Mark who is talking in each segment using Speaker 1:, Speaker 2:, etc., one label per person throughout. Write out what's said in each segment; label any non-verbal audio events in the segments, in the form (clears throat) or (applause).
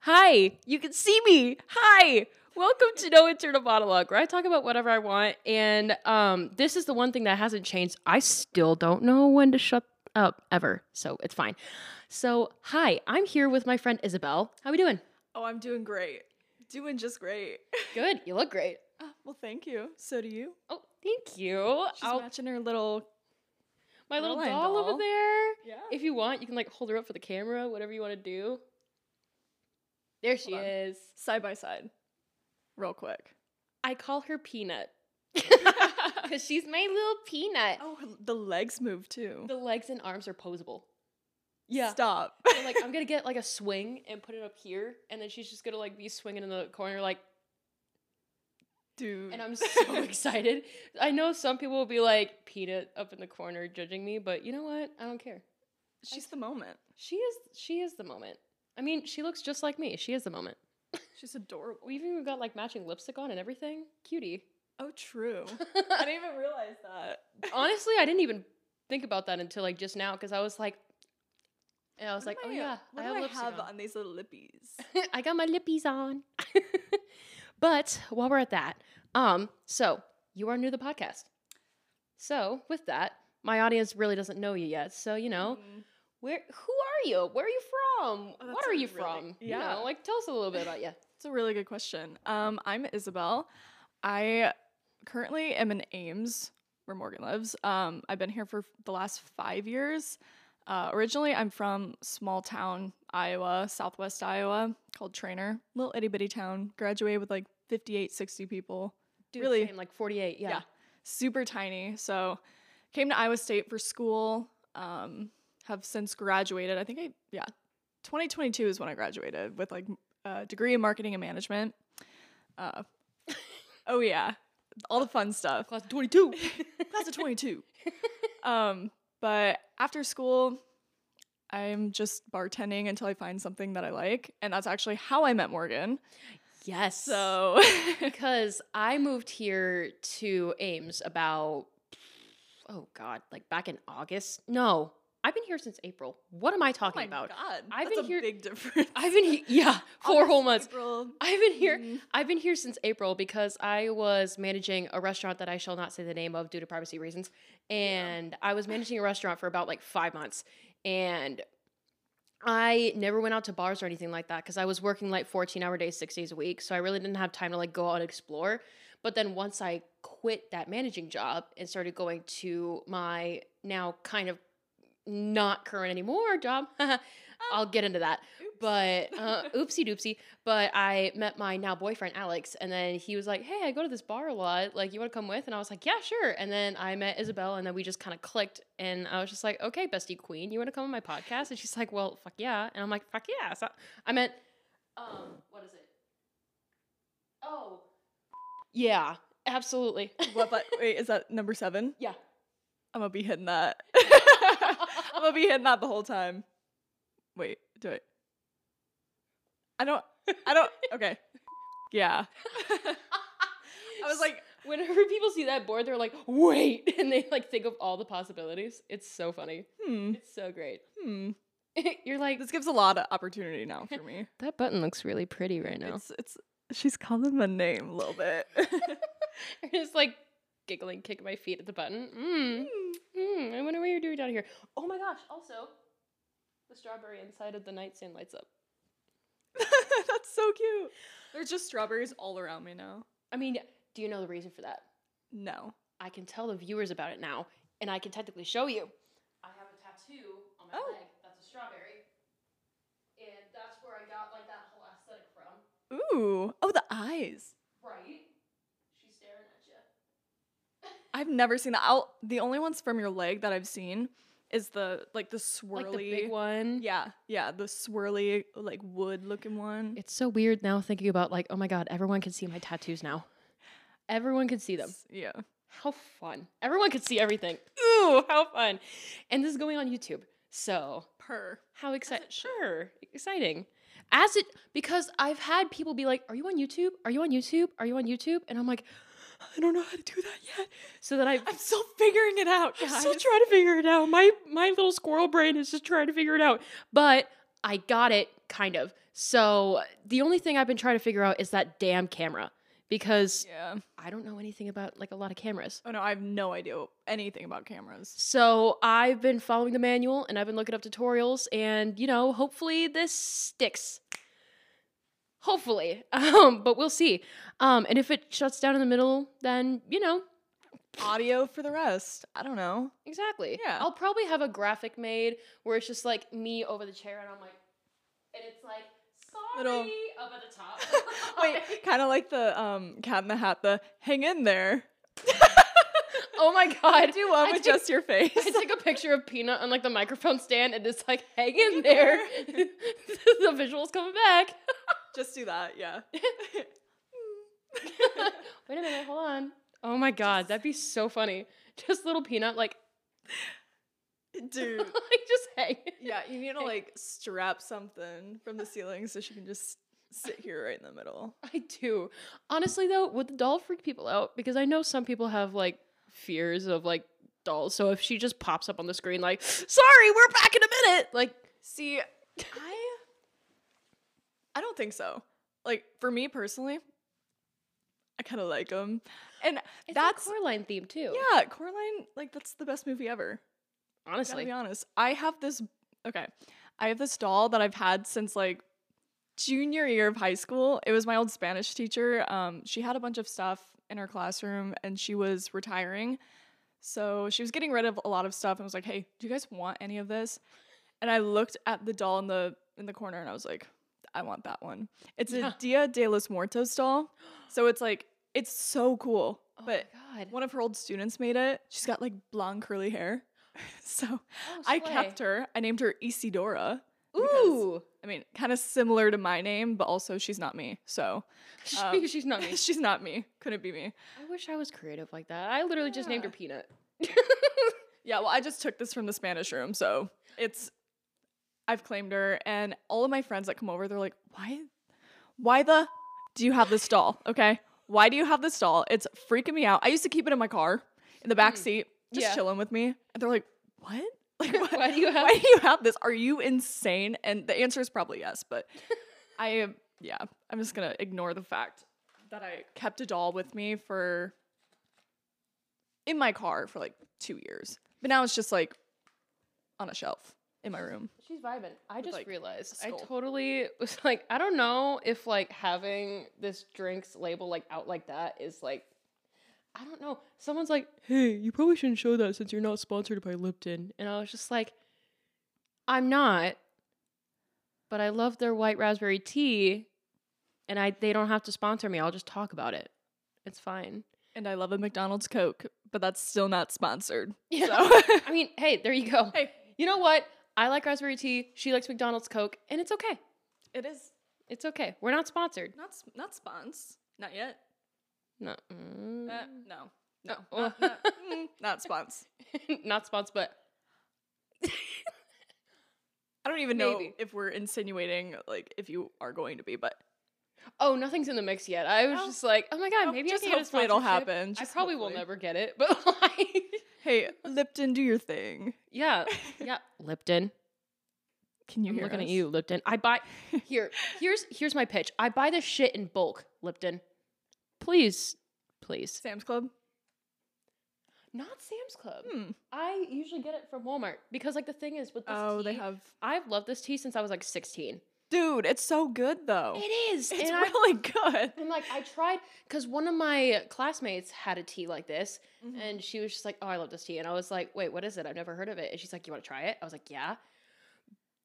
Speaker 1: Hi, you can see me. Hi. Welcome to No Internal Monologue, where I talk about whatever I want. And um, this is the one thing that hasn't changed. I still don't know when to shut up ever, so it's fine. So, hi, I'm here with my friend Isabel. How we doing?
Speaker 2: Oh, I'm doing great. Doing just great.
Speaker 1: Good. You look great.
Speaker 2: (laughs) Ah, well, thank you. So do you.
Speaker 1: Oh, thank you.
Speaker 2: She's
Speaker 1: I'll-
Speaker 2: matching her little.
Speaker 1: my little
Speaker 2: Merlin
Speaker 1: doll, over
Speaker 2: doll.
Speaker 1: there.
Speaker 2: Yeah.
Speaker 1: If you want, you can like hold her up for the camera, whatever you want to do. There she
Speaker 2: Hold on.
Speaker 1: is.
Speaker 2: Side by side. Real quick.
Speaker 1: I call her Peanut. Because (laughs) she's my little peanut.
Speaker 2: Oh, her- the legs move too.
Speaker 1: The legs and arms are posable.
Speaker 2: Stop. (laughs)
Speaker 1: So, like I'm gonna get like a swing and put it up here, and then she's just gonna like be swinging in the corner, like.
Speaker 2: Dude.
Speaker 1: And I'm
Speaker 2: (laughs)
Speaker 1: so excited. I know some people will be like peanut up in the corner judging me, but you know what? I don't care.
Speaker 2: She's the moment.
Speaker 1: She is. She is the moment. I mean, she looks just like me. She is the moment.
Speaker 2: She's adorable.
Speaker 1: We've even got like matching lipstick on and everything. Cutie. (laughs)
Speaker 2: Oh, true. (laughs) I didn't even realize that.
Speaker 1: Honestly, I didn't even think about that until like just now because I was like, and I was like, oh yeah, I
Speaker 2: What do
Speaker 1: have
Speaker 2: I
Speaker 1: lipstick
Speaker 2: have
Speaker 1: on.
Speaker 2: on these little lippies?
Speaker 1: (laughs) I got my lippies on. (laughs) but while we're at that, um, so you are new to the podcast. So with that, my audience really doesn't know you yet. So you know,
Speaker 2: Mm.
Speaker 1: where who are you? Where are you from?
Speaker 2: Oh,
Speaker 1: what
Speaker 2: that's
Speaker 1: are
Speaker 2: a
Speaker 1: you
Speaker 2: really-
Speaker 1: from? You
Speaker 2: yeah.
Speaker 1: know, like tell us a little bit about
Speaker 2: (laughs)
Speaker 1: you.
Speaker 2: It's a really good question. Um, I'm Isabel. I currently am in Ames, where Morgan lives. Um, I've been here for f- the last five years. Uh, originally, I'm from small town Iowa, southwest Iowa, called Trainer, little itty bitty town. Graduated with like 58, 60 people.
Speaker 1: Dude,
Speaker 2: Really?
Speaker 1: same, like 48. Yeah.
Speaker 2: Yeah. super tiny. So came to Iowa State for school. Um, have since graduated. I think I yeah, 2022 is when I graduated with like a degree in marketing and management. Uh, (laughs) oh yeah, all the fun stuff.
Speaker 1: Class of 22.
Speaker 2: Class of (laughs) 22. um, but after school. I'm just bartending until I find something that I like. And that's actually how I met Morgan.
Speaker 1: (laughs) yes.
Speaker 2: So, (laughs)
Speaker 1: because I moved here to Ames about oh god, like back in August. No, I've been here since April. What am I talking about?
Speaker 2: God.
Speaker 1: I've
Speaker 2: that's
Speaker 1: been
Speaker 2: a
Speaker 1: here-
Speaker 2: (laughs) Big difference.
Speaker 1: I've been he- yeah, four whole months.
Speaker 2: August, April.
Speaker 1: I've been here.
Speaker 2: Mhm.
Speaker 1: I've been here since April because I was managing a restaurant that I shall not say the name of due to privacy reasons. And I was managing a restaurant for about like five months. And I never went out to bars or anything like that because I was working like 14 hour days, six days a week. So I really didn't have time to like go out and explore. But then once I quit that managing job and started going to my now kind of not current anymore job, (laughs) I'll get into that
Speaker 2: (laughs) Oops.
Speaker 1: but
Speaker 2: (laughs)
Speaker 1: uh, oopsie doopsie. But I met my now boyfriend Alex, and then he was like, "Hey, I go to this bar a lot. Like, you want to come with?" And I was like, "Yeah, sure." And then I met Isabel, and then we just kind of clicked. And I was just like, "Okay, bestie queen, you want to come on my podcast?" And she's like, "Well, fuck yeah." And I'm like, "Fuck yeah." So I met, um, what is it? Oh, yeah, absolutely. (laughs)
Speaker 2: what but wait is that number seven
Speaker 1: Yeah.
Speaker 2: (laughs) i'm gonna be hitting that (laughs) i'm gonna be hitting that the whole time wait do it i don't i (laughs) don't okay yeah i was like
Speaker 1: (laughs) whenever people see that board, they're like, "Wait!" (laughs) and they like think of all the possibilities. It's so funny.
Speaker 2: hmm
Speaker 1: It's so great.
Speaker 2: hmm
Speaker 1: (laughs) You're like,
Speaker 2: this gives a lot of opportunity now for (laughs) me
Speaker 1: that button looks really pretty right now. (laughs)
Speaker 2: it's it's she's calling my name a little (laughs) bit
Speaker 1: I just like giggling, kicking my feet at the button. Mm,
Speaker 2: Hmm.
Speaker 1: mm, I wonder what you're doing down here. Oh my gosh, also, the strawberry inside of the nightstand lights up.
Speaker 2: (laughs) that's so cute there's just strawberries all around me now
Speaker 1: I mean, do you know the reason for that?
Speaker 2: no
Speaker 1: I can tell the viewers about it now, and I can technically show you. I have a tattoo on my
Speaker 2: Oh.
Speaker 1: leg that's a strawberry. And that's where I got like that whole aesthetic from.
Speaker 2: ooh oh the eyes
Speaker 1: Right? She's staring at you.
Speaker 2: I've never seen that. I'll, the only ones from your leg that I've seen is the like the swirly,
Speaker 1: Like the big one.
Speaker 2: yeah, yeah, the swirly like wood looking one.
Speaker 1: It's so weird now thinking about like, oh my god, everyone can see my tattoos now. Everyone could see them.
Speaker 2: yeah.
Speaker 1: How fun. Everyone could see everything. Ooh, how fun. And this is going on YouTube. So,
Speaker 2: Per.
Speaker 1: how exciting.
Speaker 2: it should.
Speaker 1: Sure. Exciting. As it because I've had people be like, "Are you on YouTube? Are you on YouTube? Are you on YouTube?" And I'm like, "I don't know how to do that yet." So then I
Speaker 2: I'm still figuring it out,
Speaker 1: I'm
Speaker 2: guys.
Speaker 1: still trying to figure it out. My my little squirrel brain is just trying to figure it out. But I got it kind of So the only thing I've been trying to figure out is that damn camera because
Speaker 2: Yeah.
Speaker 1: I don't know anything about like a lot of cameras.
Speaker 2: Oh no, I have no idea anything about cameras.
Speaker 1: So I've been following the manual and I've been looking up tutorials and you know, hopefully this sticks. Hopefully. (laughs) Um, but we'll see. Um, and if it shuts down in the middle, then you know,
Speaker 2: Audio for the rest. I
Speaker 1: (laughs)
Speaker 2: don't know.
Speaker 1: exactly.
Speaker 2: Yeah.
Speaker 1: I'll probably have a graphic made where it's just like me over the chair and I'm like and it's like sorry
Speaker 2: Little-
Speaker 1: up at the top.
Speaker 2: (laughs)
Speaker 1: (laughs)
Speaker 2: Wait, kind of like the um, Cat in the Hat, the hang in there.
Speaker 1: oh my god.
Speaker 2: Do
Speaker 1: (laughs)
Speaker 2: one
Speaker 1: I
Speaker 2: with
Speaker 1: take-
Speaker 2: just your face.
Speaker 1: (laughs) I take a picture of Peanut on like the microphone stand and it's like hang in there. (laughs) the visual's coming back.
Speaker 2: just do that,
Speaker 1: (laughs)
Speaker 2: yeah. (laughs)
Speaker 1: Wait a minute, hold on. Oh my god, that'd be so funny. (laughs) Just little peanut, like, (laughs)
Speaker 2: Dude.
Speaker 1: like just hang.
Speaker 2: Yeah, you need to like strap something from the ceiling so she can just sit here right in the middle.
Speaker 1: (laughs) I do. Honestly, though, would the doll freak people out? Because I know some people have like fears of like dolls. So if she just pops up on the screen, like, sorry, we're back in a minute, like,
Speaker 2: See, I I don't think so. Like for me personally, I kind of like them. And
Speaker 1: that's
Speaker 2: that's
Speaker 1: a Coraline theme too.
Speaker 2: yeah, Coraline, like that's the best movie ever.
Speaker 1: honestly.
Speaker 2: Gotta be honest. I have this okay. I have this doll that I've had since like junior year of high school. It was my old Spanish teacher. Um, she had a bunch of stuff in her classroom and she was retiring. So she was getting rid of a lot of stuff and was like, Hey, do you guys want any of this? And I looked at the doll in the in the corner and I was like, I want that one. It's
Speaker 1: Yeah.
Speaker 2: a Dia de los Muertos doll. So it's like it's so cool.
Speaker 1: Oh
Speaker 2: but
Speaker 1: my god.
Speaker 2: one of her old students made it. She's got like blonde curly hair. (laughs) so
Speaker 1: Oh,
Speaker 2: I
Speaker 1: slay.
Speaker 2: kept her. I named her Isidora. because-
Speaker 1: Ooh.
Speaker 2: I mean, kind of similar to my name, but also she's not me. So
Speaker 1: (laughs)
Speaker 2: um,
Speaker 1: she's not me.
Speaker 2: (laughs) she's not me. Couldn't be me.
Speaker 1: I wish I was creative like that. I literally just named her Peanut.
Speaker 2: Yeah, well, I just took this from the Spanish room. So it's, I've claimed her. And all of my friends that come over, they're like, why, why the do you have this doll? Okay. Why do you have this doll? It's freaking me out. I used to keep it in my car in the back
Speaker 1: Mm.
Speaker 2: seat, just
Speaker 1: Yeah.
Speaker 2: chilling with me. And they're like, what? (laughs) Like, what?
Speaker 1: Why do you have
Speaker 2: why do you have this? Are you insane? And the answer is probably yes,
Speaker 1: (laughs)
Speaker 2: but I am, yeah, I'm just gonna ignore the fact that I kept a doll with me for in my car for like two years, but now it's just like on a shelf in my room.
Speaker 1: She's vibing. I just
Speaker 2: like,
Speaker 1: realized
Speaker 2: a
Speaker 1: I
Speaker 2: skull.
Speaker 1: totally was like, I don't know if like having this drinks label like out like that is like, I don't know. Someone's like, hey, you probably shouldn't show that since you're not sponsored by Lipton. And I was just like, I'm not, but I love their white raspberry tea, and I they don't have to sponsor me. I'll just talk about it. It's fine.
Speaker 2: And I love a McDonald's Coke, but that's still not sponsored.
Speaker 1: Yeah.
Speaker 2: So
Speaker 1: (laughs) I mean, hey, there you go.
Speaker 2: hey,
Speaker 1: You know what? I like raspberry tea. She likes McDonald's Coke, and it's okay.
Speaker 2: it is
Speaker 1: It's okay. We're not sponsored.
Speaker 2: not s- not spons, not yet.
Speaker 1: No. mm.
Speaker 2: Uh, no, no,
Speaker 1: Oh.
Speaker 2: (laughs) not, not, mm, not spons.
Speaker 1: (laughs) Not sponsored, but
Speaker 2: I don't even know
Speaker 1: Maybe.
Speaker 2: if we're insinuating like if you are going to be, but
Speaker 1: oh, nothing's in the mix yet. I was
Speaker 2: Oh.
Speaker 1: just like, oh my god,
Speaker 2: Oh,
Speaker 1: maybe
Speaker 2: just
Speaker 1: I can
Speaker 2: hopefully
Speaker 1: get a
Speaker 2: it'll
Speaker 1: sponsorship.
Speaker 2: happen.
Speaker 1: I
Speaker 2: Just
Speaker 1: probably will
Speaker 2: hopefully.
Speaker 1: never get it, (laughs) but like,
Speaker 2: Hey, Lipton, do your thing. (laughs)
Speaker 1: yeah, yeah. Lipton,
Speaker 2: Can you
Speaker 1: I'm
Speaker 2: hear
Speaker 1: looking at
Speaker 2: us?
Speaker 1: you, Lipton. I
Speaker 2: (laughs)
Speaker 1: buy here. Here's here's my pitch. I buy this shit in bulk, Lipton. Please, please.
Speaker 2: Sam's Club.
Speaker 1: Not Sam's Club.
Speaker 2: Hmm.
Speaker 1: I usually get it from Walmart because like the thing is with this
Speaker 2: Oh, they
Speaker 1: tea-
Speaker 2: have.
Speaker 1: I've loved this tea since I was like 16.
Speaker 2: Dude, it's so good though.
Speaker 1: It is.
Speaker 2: Oh. (laughs) it's
Speaker 1: and I-
Speaker 2: really good.
Speaker 1: I'm like, I tried because one of my classmates had a tea like this,
Speaker 2: Mm-hmm.
Speaker 1: and she was just like, "Oh, I love this tea," and I was like, "Wait, what is it? I've never heard of it." And she's like, "You want to try it?" I was like, "Yeah."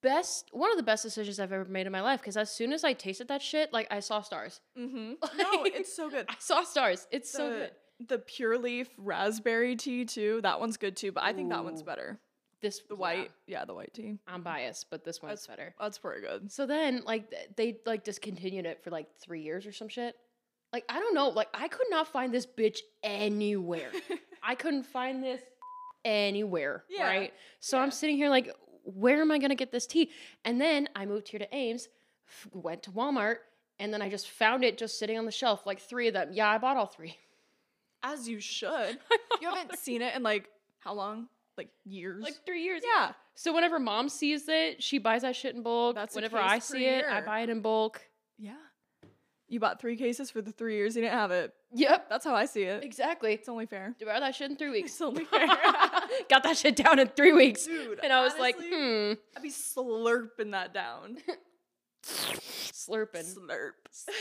Speaker 1: Best one of the best decisions I've ever made in my life because as soon as I tasted that shit, like I saw
Speaker 2: (laughs)
Speaker 1: stars. (laughs)
Speaker 2: Mm-hmm. No, it's so good.
Speaker 1: I saw stars. It's so
Speaker 2: The-
Speaker 1: good.
Speaker 2: The pure leaf raspberry tea too. That one's good too, but I think that one's
Speaker 1: Ooh.
Speaker 2: better.
Speaker 1: This
Speaker 2: The
Speaker 1: yeah,
Speaker 2: white, yeah, the white tea.
Speaker 1: I'm biased, but this one's better.
Speaker 2: That's pretty (laughs) good.
Speaker 1: So then, like th- they like discontinued it for like three years or some shit. Like I don't know. Like I could not find this bitch anywhere. I couldn't find this anywhere.
Speaker 2: Yeah,
Speaker 1: Right. So
Speaker 2: yeah.
Speaker 1: I'm sitting here like, where am I gonna get this tea? And then I moved here to Ames, f- went to Walmart, and then I just found it just sitting on the shelf, like three of them. Yeah, I bought all three.
Speaker 2: As you should. You haven't seen it in like how long? like years.
Speaker 1: Like three years.
Speaker 2: yeah.
Speaker 1: So whenever mom sees it, she buys that shit in bulk.
Speaker 2: That's a
Speaker 1: whenever
Speaker 2: case
Speaker 1: I
Speaker 2: per
Speaker 1: see it, I
Speaker 2: year.
Speaker 1: buy it in bulk.
Speaker 2: Yeah. You bought three cases for the three years you didn't have it.
Speaker 1: Yep.
Speaker 2: That's how I see it.
Speaker 1: Exactly.
Speaker 2: It's only fair.
Speaker 1: Buy that shit in three weeks. (laughs)
Speaker 2: It's only fair.
Speaker 1: Got that shit down in three weeks.
Speaker 2: Dude,
Speaker 1: and I was like,
Speaker 2: honestly,
Speaker 1: hmm,
Speaker 2: I'd be slurping that (laughs) down.
Speaker 1: slurping.
Speaker 2: Slurp.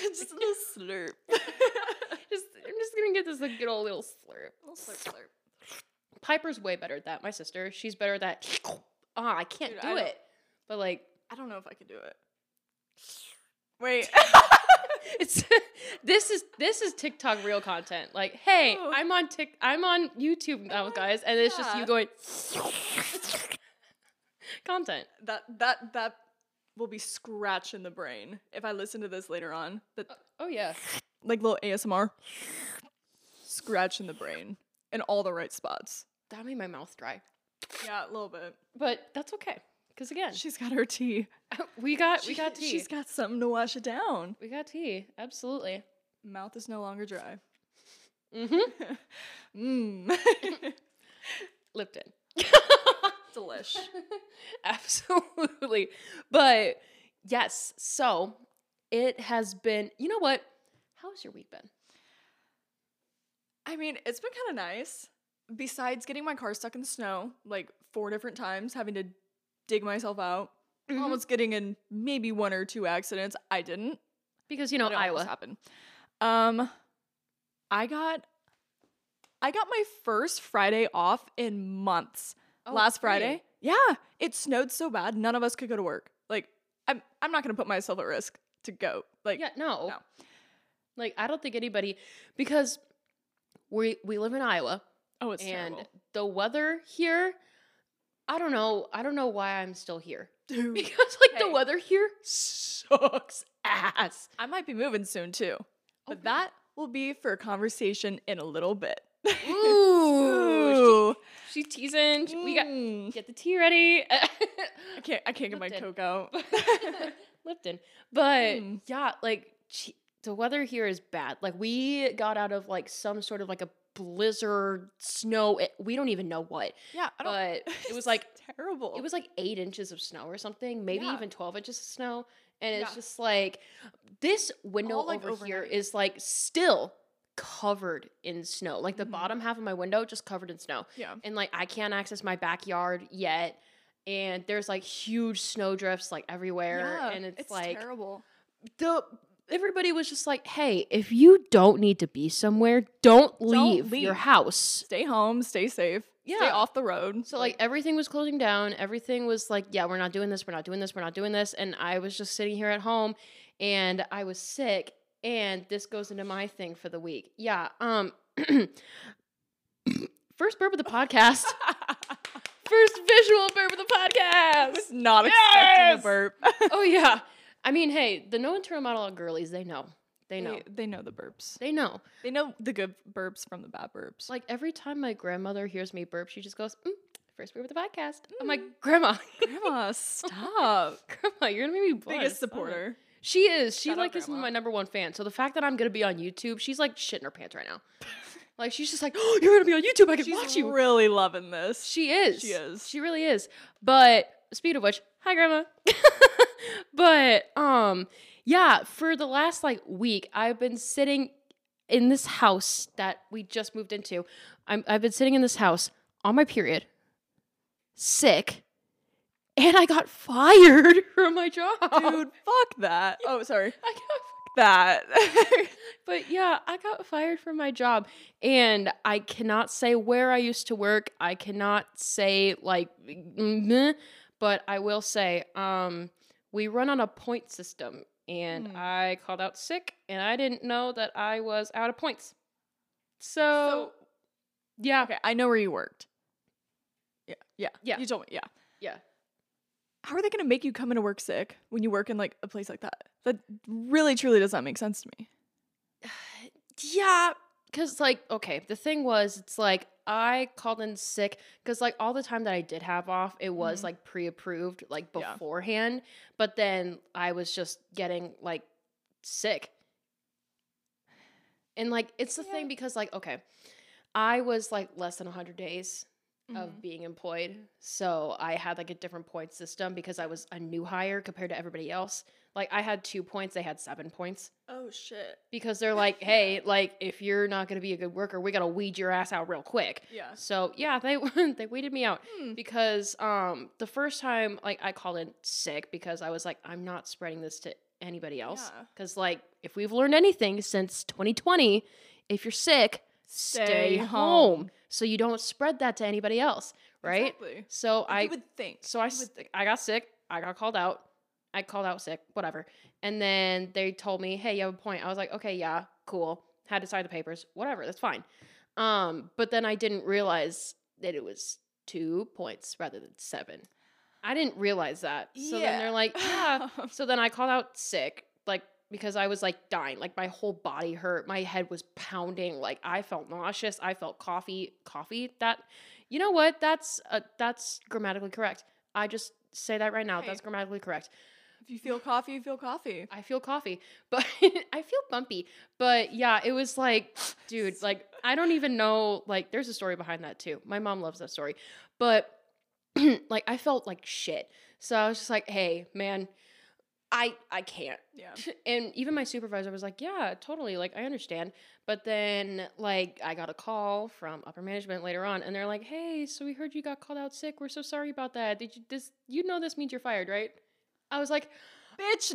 Speaker 2: (laughs) Just a little slurp.
Speaker 1: Just, I'm just gonna get this a good old little slurp. Piper's way better at that. My sister, she's better at that. (laughs) Ah, I can't
Speaker 2: Dude,
Speaker 1: do
Speaker 2: I don't-
Speaker 1: it. But
Speaker 2: (laughs)
Speaker 1: like,
Speaker 2: I don't know if I could do it. Wait.
Speaker 1: it's this is this is TikTok real content. Like, hey,
Speaker 2: Oh.
Speaker 1: I'm on Tik, I'm on YouTube now,
Speaker 2: on-
Speaker 1: guys, and it's just you
Speaker 2: yeah.
Speaker 1: going (laughs) content.
Speaker 2: that that that will be scratching the brain if I listen to this later on. That
Speaker 1: Oh yeah,
Speaker 2: like little ASMR scratching the brain in all the right spots.
Speaker 1: that made my mouth dry,
Speaker 2: Yeah, a little bit.
Speaker 1: but that's okay. Cause again,
Speaker 2: She's got her tea.
Speaker 1: we got we got
Speaker 2: She-
Speaker 1: tea.
Speaker 2: She's got something to wash it down.
Speaker 1: we got tea. Absolutely.
Speaker 2: Mouth is no longer dry.
Speaker 1: Mm-hmm.
Speaker 2: Mmm. (laughs)
Speaker 1: Lipton.
Speaker 2: Delish.
Speaker 1: (laughs) Absolutely. But yes, so it has been, you know what? How's your week been?
Speaker 2: I mean, it's been kind of nice. Besides getting my car stuck in the snow like four different times, having to dig myself out,
Speaker 1: Mhm.
Speaker 2: almost getting in maybe one or two accidents. I didn't.
Speaker 1: Because, you know,
Speaker 2: but it almost
Speaker 1: Iowa.
Speaker 2: happened. Um, I got, I got my first Friday off in months.
Speaker 1: Oh,
Speaker 2: last
Speaker 1: great.
Speaker 2: Friday. Yeah, it snowed so bad, none of us could go to work. Like, I'm I'm not gonna put myself at risk to go. Like,
Speaker 1: yeah, no.
Speaker 2: no.
Speaker 1: Like, I don't think anybody, because we, we live in Iowa
Speaker 2: oh, it's
Speaker 1: and
Speaker 2: terrible.
Speaker 1: the weather here, I don't know. I don't know why I'm still here. (laughs)
Speaker 2: (laughs) Dude,
Speaker 1: Because, like, the
Speaker 2: Hey.
Speaker 1: weather here sucks ass.
Speaker 2: I might be moving soon too,
Speaker 1: Oh,
Speaker 2: but that will be for a conversation in a little bit.
Speaker 1: (laughs)
Speaker 2: (laughs)
Speaker 1: Ooh. She, she teasing. She- We got
Speaker 2: Mm.
Speaker 1: get the tea ready. (laughs)
Speaker 2: I can't. I can't get my
Speaker 1: Lipton.
Speaker 2: coke out.
Speaker 1: (laughs) Lipton. But
Speaker 2: Mm.
Speaker 1: yeah, like gee, the weather here is bad. Like we got out of like some sort of like a blizzard, snow. It, we don't even know what,
Speaker 2: (laughs) yeah, I don't. (laughs)
Speaker 1: but it was
Speaker 2: it's
Speaker 1: like
Speaker 2: terrible.
Speaker 1: it was like eight inches of snow or something, maybe
Speaker 2: Yeah.
Speaker 1: even twelve inches of snow. And it's
Speaker 2: Yeah.
Speaker 1: just like this window
Speaker 2: All, like,
Speaker 1: over here
Speaker 2: overnight.
Speaker 1: is like still covered in snow. Like the
Speaker 2: Mhm.
Speaker 1: bottom half of my window just covered in snow
Speaker 2: yeah.
Speaker 1: and like I can't access my backyard yet. And there's like huge snowdrifts like everywhere,
Speaker 2: Yeah,
Speaker 1: and it's, like
Speaker 2: terrible.
Speaker 1: the everybody was just like, "Hey, if you don't need to be somewhere, don't leave, your
Speaker 2: leave.
Speaker 1: house."
Speaker 2: Stay home. Stay safe. Stay
Speaker 1: Yeah.
Speaker 2: off the road.
Speaker 1: So like everything was closing down. Everything was like, "Yeah, we're not doing this. We're not doing this. We're not doing this." And I was just sitting here at home, and I was sick. And this goes into my thing for the week. Yeah. Um. (coughs) first burp of the
Speaker 2: (laughs)
Speaker 1: podcast. first visual burp of the
Speaker 2: (laughs) I
Speaker 1: podcast.
Speaker 2: was not expecting
Speaker 1: Yes!
Speaker 2: a burp.
Speaker 1: oh yeah. I mean, hey, the no internal monologue girlies, they know.
Speaker 2: (laughs)
Speaker 1: They know.
Speaker 2: They know the burps.
Speaker 1: They know.
Speaker 2: They know the good burps from the bad burps.
Speaker 1: Like every time my grandmother hears me burp, she just goes, mm, first word of the podcast. I'm like,
Speaker 2: Mm.
Speaker 1: Grandma, (laughs)
Speaker 2: (laughs) Grandma, (laughs) stop.
Speaker 1: Grandma, you're gonna make me blush. Oh,
Speaker 2: Biggest
Speaker 1: Sorry."
Speaker 2: supporter.
Speaker 1: She is. She
Speaker 2: Shout out,
Speaker 1: like is
Speaker 2: Grandma.
Speaker 1: my number one fan. So the fact that I'm gonna be on YouTube, she's like shitting her pants right now. (laughs) like she's just like, oh, you're gonna be on YouTube. I can
Speaker 2: She's
Speaker 1: watch you.
Speaker 2: really loving this. (laughs)
Speaker 1: She is.
Speaker 2: She is.
Speaker 1: She really is. But speed of which, hi grandma. (laughs) but um yeah, for the last like week, I've been sitting in this house that we just moved into. I'm, I've been sitting in this house on my period, sick, and I got fired (laughs) from my job.
Speaker 2: Dude, Oh, fuck that. (laughs) Oh, sorry.
Speaker 1: (laughs) I got
Speaker 2: That. (laughs)
Speaker 1: but yeah, I got fired from my job and I cannot say where I used to work. I cannot say like meh, but I will say um we run on a point system and
Speaker 2: Mm.
Speaker 1: I called out sick and I didn't know that I was out of points. So,
Speaker 2: so,
Speaker 1: yeah,
Speaker 2: okay, I know where you worked. Yeah. Yeah.
Speaker 1: Yeah.
Speaker 2: You told me. Yeah.
Speaker 1: yeah.
Speaker 2: How are they going to make you come into work sick when you work in like a place like that? That really, truly does not make sense to me.
Speaker 1: Yeah, because like, okay, the thing was, it's like I called in sick because like all the time that I did have off, it was
Speaker 2: Mhm.
Speaker 1: like pre-approved like
Speaker 2: Yeah.
Speaker 1: beforehand, but then I was just getting like sick, and like it's the
Speaker 2: Yeah.
Speaker 1: thing because like okay, I was like less than hundred days
Speaker 2: Mm-hmm.
Speaker 1: of being employed. So I had like a different point system because I was a new hire compared to everybody else. Like I had two points, they had seven points
Speaker 2: Oh shit.
Speaker 1: because they're like, hey, like if you're not going to be a good worker, we got to weed your ass out real quick.
Speaker 2: Yeah.
Speaker 1: So yeah, they (laughs) they weeded me out
Speaker 2: Hmm.
Speaker 1: because um the first time like I called in sick because I was like I'm not spreading this to anybody else
Speaker 2: Yeah.
Speaker 1: because like if we've learned anything since 2020, if you're sick, stay,
Speaker 2: Stay
Speaker 1: home.
Speaker 2: home.
Speaker 1: so you don't spread that to anybody else, right?
Speaker 2: Exactly.
Speaker 1: So
Speaker 2: I
Speaker 1: I
Speaker 2: would think.
Speaker 1: so I,
Speaker 2: You
Speaker 1: s-
Speaker 2: would think.
Speaker 1: I got sick. I got called out. I called out sick, whatever. And then they told me, hey, you have a point. I was like, okay, yeah, cool. Had to sign the papers, whatever, that's fine. Um, but then I didn't realize that it was two points rather than seven. I didn't realize that. So then they're
Speaker 2: (sighs)
Speaker 1: like, yeah. so then I called out sick, like because I was like dying. Like my whole body hurt. My head was pounding. Like I felt nauseous. I felt coffee, coffee. That, you know what? That's uh, that's grammatically correct. I just say that right now. That's
Speaker 2: Hey.
Speaker 1: grammatically correct.
Speaker 2: (laughs) if you feel coffee, you feel coffee.
Speaker 1: I feel coffee, (laughs) but I feel bumpy. But yeah, it was like, dude, like I don't even know. Like there's a story behind that too. My mom loves that story, but (clears throat) like I felt like shit. So I was just like, hey, man. I, I can't (laughs)
Speaker 2: Yeah.
Speaker 1: and even my supervisor was like, "Yeah, totally. Like, I understand." But then, like, I got a call from upper management later on, and they're like, "Hey, so we heard you got called out sick. We're so sorry about that. Did you this? You know this means you're fired, right?" I was like,
Speaker 2: Bitch,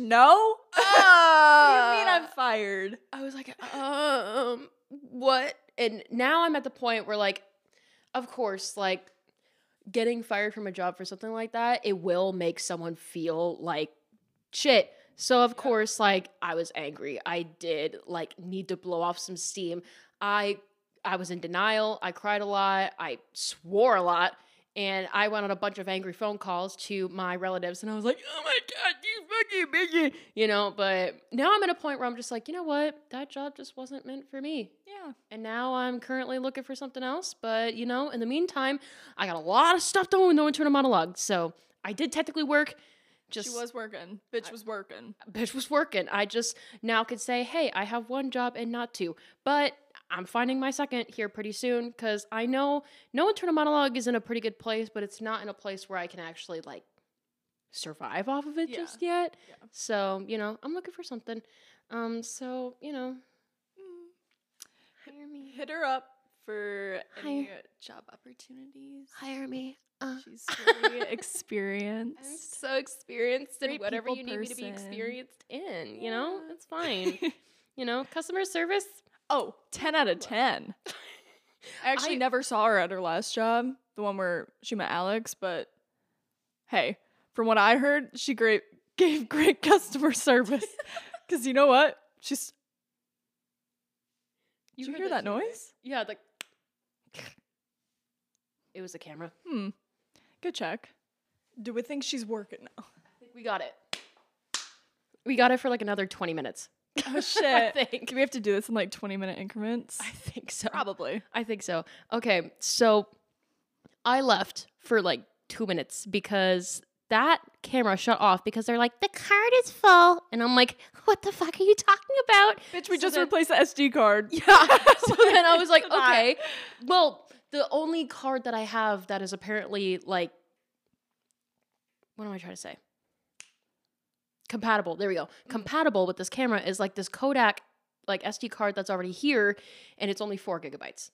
Speaker 1: (laughs)
Speaker 2: no. Ah. what do you mean I'm fired?
Speaker 1: I was like, um, what? And now I'm at the point where, like, of course, like getting fired from a job for something like that, it will make someone feel like shit. So, of
Speaker 2: Yeah.
Speaker 1: course, like, I was angry. I did, like, need to blow off some steam. I, I was in denial. I cried a lot. I swore a lot. And I went on a bunch of angry phone calls to my relatives, and I was like, "Oh my god, you fucking bitch!" You know. But now I'm at a point where I'm just like, you know what, that job just wasn't meant for me.
Speaker 2: Yeah.
Speaker 1: And now I'm currently looking for something else. But you know, in the meantime, I got a lot of stuff done no internal monologue. So I did technically work. Just
Speaker 2: she was working. Bitch
Speaker 1: I-
Speaker 2: was working.
Speaker 1: bitch was working. I just now could say, hey, I have one job and not two. But I'm finding my second here pretty soon because I know no internal monologue is in a pretty good place, but it's not in a place where I can actually like survive off of it
Speaker 2: Yeah.
Speaker 1: just yet.
Speaker 2: Yeah.
Speaker 1: So, you know, I'm looking for something. Um, so, you know,
Speaker 2: Mm.
Speaker 1: hire me.
Speaker 2: Hit her up for
Speaker 1: Hire-
Speaker 2: any job opportunities.
Speaker 1: Hire me. Uh,
Speaker 2: She's (laughs) very experienced.
Speaker 1: I'm so experienced in
Speaker 2: Great
Speaker 1: whatever
Speaker 2: people
Speaker 1: you need me to be
Speaker 2: person.
Speaker 1: experienced in, you know?
Speaker 2: Yeah.
Speaker 1: It's fine. you know, customer service.
Speaker 2: (laughs) Oh, 10 out of 10. I actually
Speaker 1: I-
Speaker 2: never saw her at her last job, the one where she met Alex, but hey, from what I heard, she great (laughs) gave great customer service. (laughs) Cuz you know what? She's Did you
Speaker 1: heard
Speaker 2: hear that
Speaker 1: too, right?
Speaker 2: noise?
Speaker 1: Yeah, like (laughs) it was the camera.
Speaker 2: Hmm. Good check. Do we think she's working now?
Speaker 1: We got it. We got it for like another twenty minutes.
Speaker 2: (laughs) Oh shit.
Speaker 1: I think.
Speaker 2: Do we have to do this in like 20 minute increments?
Speaker 1: (laughs) I think so.
Speaker 2: Probably.
Speaker 1: I think so. Okay, so I left for like two minutes because that camera shut off because they're like the card is full, and I'm like, what the fuck are you talking about?
Speaker 2: Bitch, we
Speaker 1: So
Speaker 2: just
Speaker 1: then-
Speaker 2: replaced the SD card.
Speaker 1: Yeah. (laughs) So then I was like,
Speaker 2: It's not.
Speaker 1: okay. Well, the only card that I have that is apparently like, what am I trying to say? Compatible. There we go. Compatible with this camera is like this Kodak like SD card that's already here, and it's only four gigabytes.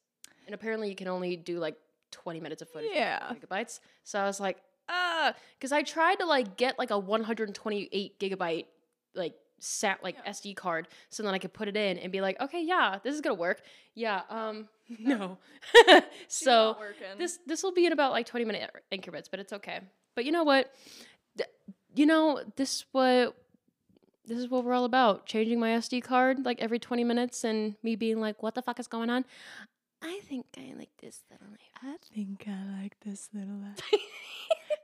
Speaker 1: And apparently, you can only do like twenty minutes of footage. with four
Speaker 2: Yeah.
Speaker 1: Gigabytes. So I was like, ah, because I tried to like get like a one hundred twenty-eight gigabyte like sat like
Speaker 2: Yeah.
Speaker 1: SD card so then I could put it in and be like, okay, yeah, this is gonna work. Yeah, um, (laughs) no.
Speaker 2: She's
Speaker 1: so
Speaker 2: not working.
Speaker 1: this this will be in about like 20 minute increments, but it's okay. But you know what? Th- you know, this what this is what we're all about. Changing my SD card like every 20 minutes and me being like, what the fuck is going on? I think I like this little
Speaker 2: I think I like this little life.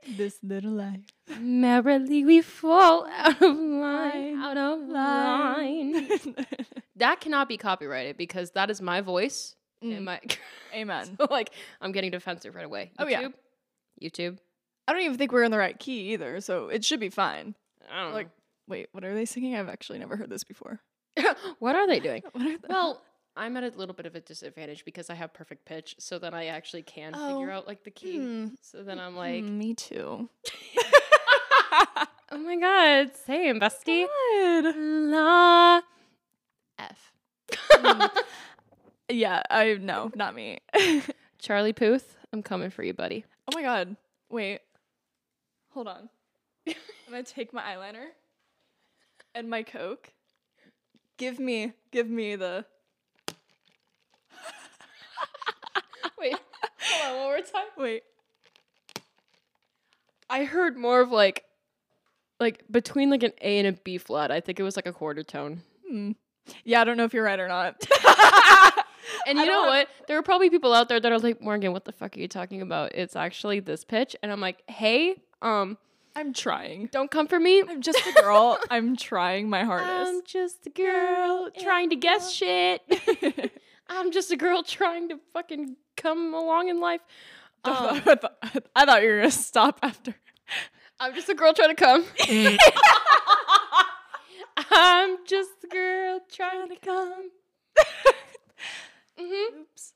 Speaker 2: (laughs) this little life.
Speaker 1: life. Merrily we fall out of line,
Speaker 2: Line,
Speaker 1: out of line. That cannot be copyrighted because that is my voice and my
Speaker 2: (laughs)
Speaker 1: (laughs)
Speaker 2: Amen.
Speaker 1: like I'm getting defensive right away. YouTube?
Speaker 2: Oh, yeah.
Speaker 1: YouTube?
Speaker 2: I don't even think we're in the right key either, so it should be fine.
Speaker 1: I
Speaker 2: Mm.
Speaker 1: don't
Speaker 2: Like, wait, what are they singing? I've actually never heard this before. (laughs)
Speaker 1: (laughs) know. what are they doing?
Speaker 2: What are the-
Speaker 1: Well, I'm at a little bit of a disadvantage because I have perfect pitch, so then I actually can figure
Speaker 2: Oh.
Speaker 1: out like the key. So then I'm like,
Speaker 2: Hmm, me too.
Speaker 1: oh my god, same bestie.
Speaker 2: God.
Speaker 1: La F.
Speaker 2: Yeah, I no, not me. (laughs)
Speaker 1: Charlie Puth, I'm coming for you, (laughs) buddy.
Speaker 2: Oh my god. Wait. Hold on. I'm gonna take my eyeliner and my coke. Give me, give me the.
Speaker 1: Wait, hold on one more time.
Speaker 2: Wait.
Speaker 1: I heard more of like, like between like an A and a B flat. I think it was like a quarter tone.
Speaker 2: Hmm. Yeah, I don't know if you're right
Speaker 1: (laughs)
Speaker 2: or not.
Speaker 1: And
Speaker 2: I
Speaker 1: you know
Speaker 2: don't wanna-
Speaker 1: what? There are probably people out there that are like, Morgan, what the fuck are you talking about? It's actually this pitch. And I'm like, hey, um,
Speaker 2: I'm trying.
Speaker 1: don't come for me.
Speaker 2: I'm just a girl. I'm trying my
Speaker 1: I'm
Speaker 2: hardest.
Speaker 1: just a girl
Speaker 2: Yeah.
Speaker 1: trying to guess shit. (laughs) I'm just a girl trying to fucking come along in life.
Speaker 2: (laughs) I,
Speaker 1: Um,
Speaker 2: thought, I thought- I thought you were gonna stop after.
Speaker 1: I'm just a girl trying to
Speaker 2: (laughs)
Speaker 1: come. I'm just a girl trying to come.
Speaker 2: (laughs)
Speaker 1: hmm
Speaker 2: Oops.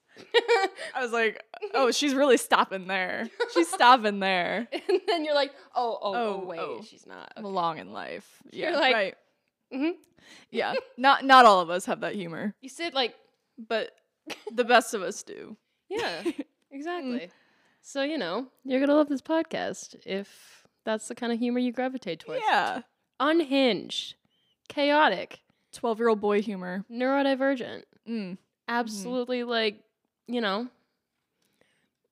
Speaker 2: I was like, oh, she's really stopping there. She's
Speaker 1: (laughs)
Speaker 2: stopping there.
Speaker 1: (laughs) And then you're like, oh, oh, oh,
Speaker 2: Oh,
Speaker 1: wait,
Speaker 2: oh.
Speaker 1: she's not.
Speaker 2: I'm Long in life. Yeah.
Speaker 1: like-
Speaker 2: right.
Speaker 1: Mhm.
Speaker 2: Yeah. Not not all of us have that humor,
Speaker 1: You said like,
Speaker 2: but the best of us do.
Speaker 1: yeah, (laughs)
Speaker 2: Mm.
Speaker 1: exactly. So you know, you're gonna love this podcast if that's the kind of humor you gravitate towards.
Speaker 2: Yeah.
Speaker 1: Unhinged, chaotic,
Speaker 2: 12 year old boy humor.
Speaker 1: neurodivergent,
Speaker 2: Mm.
Speaker 1: absolutely like, you know.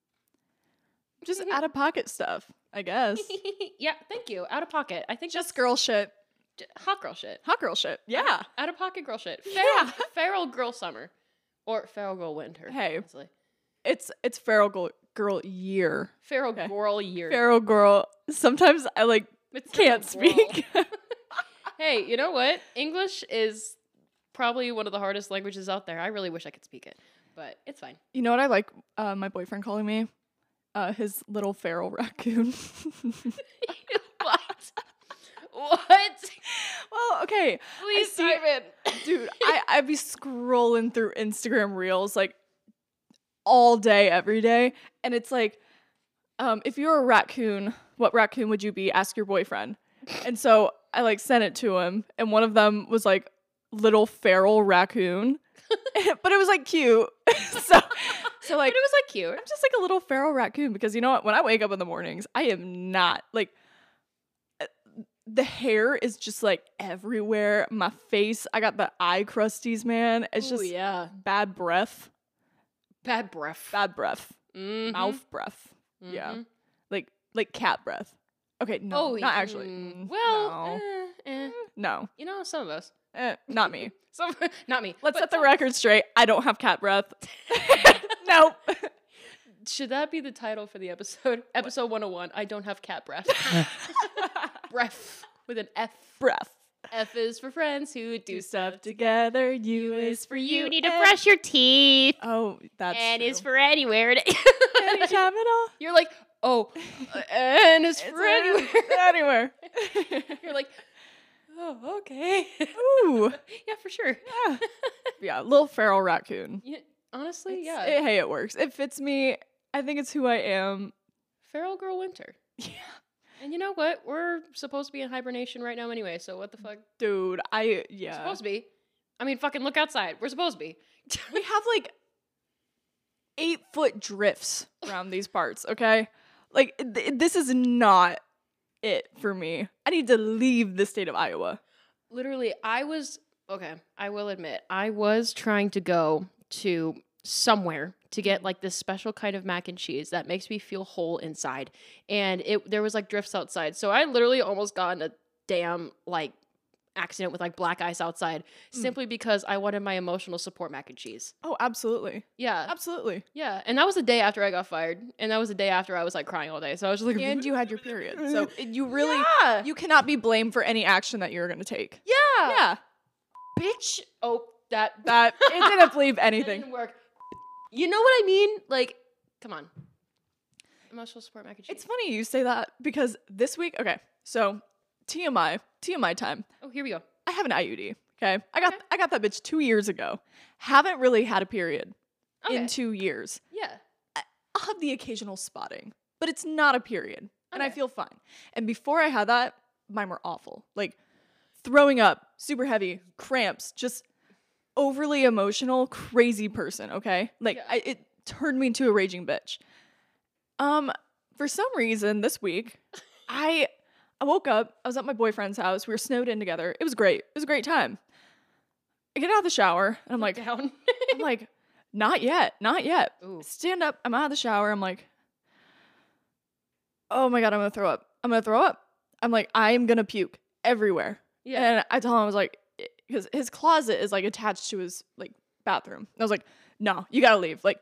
Speaker 1: (laughs)
Speaker 2: Just out of pocket stuff, I guess.
Speaker 1: (laughs) yeah, thank you. Out of pocket. I think
Speaker 2: Just girl shit.
Speaker 1: j- hot girl shit.
Speaker 2: Hot girl shit. Yeah.
Speaker 1: Out of pocket girl
Speaker 2: (laughs)
Speaker 1: shit. Feral,
Speaker 2: Yeah.
Speaker 1: feral girl summer, or feral girl winter.
Speaker 2: Hey.
Speaker 1: honestly.
Speaker 2: It's it's feral girl, girl year.
Speaker 1: feral
Speaker 2: Okay.
Speaker 1: girl year.
Speaker 2: Feral girl. Sometimes I like (laughs)
Speaker 1: It's feral
Speaker 2: can't
Speaker 1: girl.
Speaker 2: speak.
Speaker 1: Hey, you know what? English is probably one of the hardest languages out there. I really wish I could speak it, but it's
Speaker 2: (laughs)
Speaker 1: fine.
Speaker 2: you know what I like uh, my boyfriend calling me? Uh, his little feral (laughs) raccoon.
Speaker 1: what?
Speaker 2: (laughs)
Speaker 1: What?
Speaker 2: well, okay.
Speaker 1: Please
Speaker 2: see-
Speaker 1: dive in. (laughs)
Speaker 2: dude I, i'd be scrolling through instagram reels like all day every day and it's like um, if you're a raccoon what raccoon would you be ask your boyfriend and so i like sent it to him and one of them was like little feral raccoon (laughs) but it was like cute (laughs) so so
Speaker 1: But
Speaker 2: like
Speaker 1: it was like cute.
Speaker 2: i'm just like a little feral raccoon because you know what when i wake up in the mornings i am not like uh, the hair is just like everywhere my face i got the eye crusties man it's just
Speaker 1: yeah.
Speaker 2: bad breath
Speaker 1: Bad breath.
Speaker 2: bad breath
Speaker 1: Mhm,
Speaker 2: mouth breath yeah.
Speaker 1: mhm.
Speaker 2: like like cat breath okay no
Speaker 1: oh,
Speaker 2: not actually
Speaker 1: mm,
Speaker 2: Mm,
Speaker 1: Well,
Speaker 2: no,
Speaker 1: eh, eh,
Speaker 2: no.
Speaker 1: you know, some of us.
Speaker 2: Eh, not
Speaker 1: (laughs)
Speaker 2: me
Speaker 1: Some, not me.
Speaker 2: let's
Speaker 1: but
Speaker 2: set the
Speaker 1: some of us.
Speaker 2: record straight i don't have
Speaker 1: (laughs)
Speaker 2: cat breath (laughs) nope (laughs)
Speaker 1: Should that be the title for the episode? (laughs) Episode 101. I don't have cat breath.
Speaker 2: (laughs)
Speaker 1: breath with an F.
Speaker 2: breath
Speaker 1: F is for friends who do
Speaker 2: do stuff together you is for you and-
Speaker 1: your teeth.
Speaker 2: Oh, that's true.
Speaker 1: for
Speaker 2: (laughs)
Speaker 1: anywhere.
Speaker 2: anytime at all.
Speaker 1: You're like, oh, and it's,
Speaker 2: (laughs) It's
Speaker 1: for anywhere.
Speaker 2: anywhere.
Speaker 1: (laughs) You're like, oh, okay. (laughs)
Speaker 2: Ooh,
Speaker 1: yeah, for sure.
Speaker 2: yeah, yeah, little feral raccoon.
Speaker 1: Yeah, honestly,
Speaker 2: It's-
Speaker 1: yeah.
Speaker 2: it- hey, it works. It fits me. I think it's who I am.
Speaker 1: Feral girl winter.
Speaker 2: (laughs) Yeah,
Speaker 1: And you know what? We're supposed to be in hibernation right now anyway, so what the fuck?
Speaker 2: dude. I
Speaker 1: We're
Speaker 2: yeah.
Speaker 1: supposed
Speaker 2: (laughs)
Speaker 1: to be. I mean, fucking look outside. We're supposed to be.
Speaker 2: we have like eight foot drifts around these parts. Okay, like th- this is not it for me. I need to leave the state of Iowa.
Speaker 1: literally i was okay i will admit i was trying to go to somewhere to get like this special kind of mac and cheese that makes me feel whole inside and it there was like drifts outside so i literally almost got in a damn like accident with like black ice outside
Speaker 2: Mm.
Speaker 1: simply because i wanted my emotional support mac and cheese
Speaker 2: Oh, absolutely,
Speaker 1: yeah
Speaker 2: absolutely.
Speaker 1: yeah and that was the day after i got fired and that was the day after i was like crying all day so i was just like
Speaker 2: And you had your period, (laughs) so it- you really
Speaker 1: yeah,
Speaker 2: You cannot be blamed for any action that you're going to take.
Speaker 1: yeah.
Speaker 2: Yeah.
Speaker 1: bitch oh that
Speaker 2: That
Speaker 1: (laughs)
Speaker 2: it didn't believe
Speaker 1: That
Speaker 2: anything.
Speaker 1: didn't work. You know what I mean? Like, come on. Emotional support mac and cheese.
Speaker 2: It's funny you say that because this week, okay, so TMI, TMI time.
Speaker 1: oh, here we go.
Speaker 2: I have an IUD. Okay. I got
Speaker 1: Okay.
Speaker 2: I got that bitch two years ago. Haven't really had a period
Speaker 1: Okay.
Speaker 2: in two years.
Speaker 1: (laughs) yeah.
Speaker 2: I'll have the occasional spotting, but it's not a period. And I
Speaker 1: Okay.
Speaker 2: feel fine. And before I had that, mine were awful. Like throwing up, super heavy, cramps, just overly emotional, crazy person, okay? Like
Speaker 1: Yeah.
Speaker 2: I, it turned me into a raging bitch. Um for some reason
Speaker 1: (laughs)
Speaker 2: this week, I I woke up, I was at my boyfriend's house. We were snowed in together. It was great. It was a great time. I get out of the shower and I'm
Speaker 1: Look
Speaker 2: like,
Speaker 1: down.
Speaker 2: I'm like, not yet, not yet.
Speaker 1: (laughs) Ooh.
Speaker 2: Stand up. I'm out of the shower. I'm like, oh my God, I'm going to throw up. I'm going to throw up. I'm like, I am going to puke everywhere.
Speaker 1: Yeah.
Speaker 2: And I told him, I was like, because his closet is like attached to his like bathroom. I was like, no, you got to leave. Like,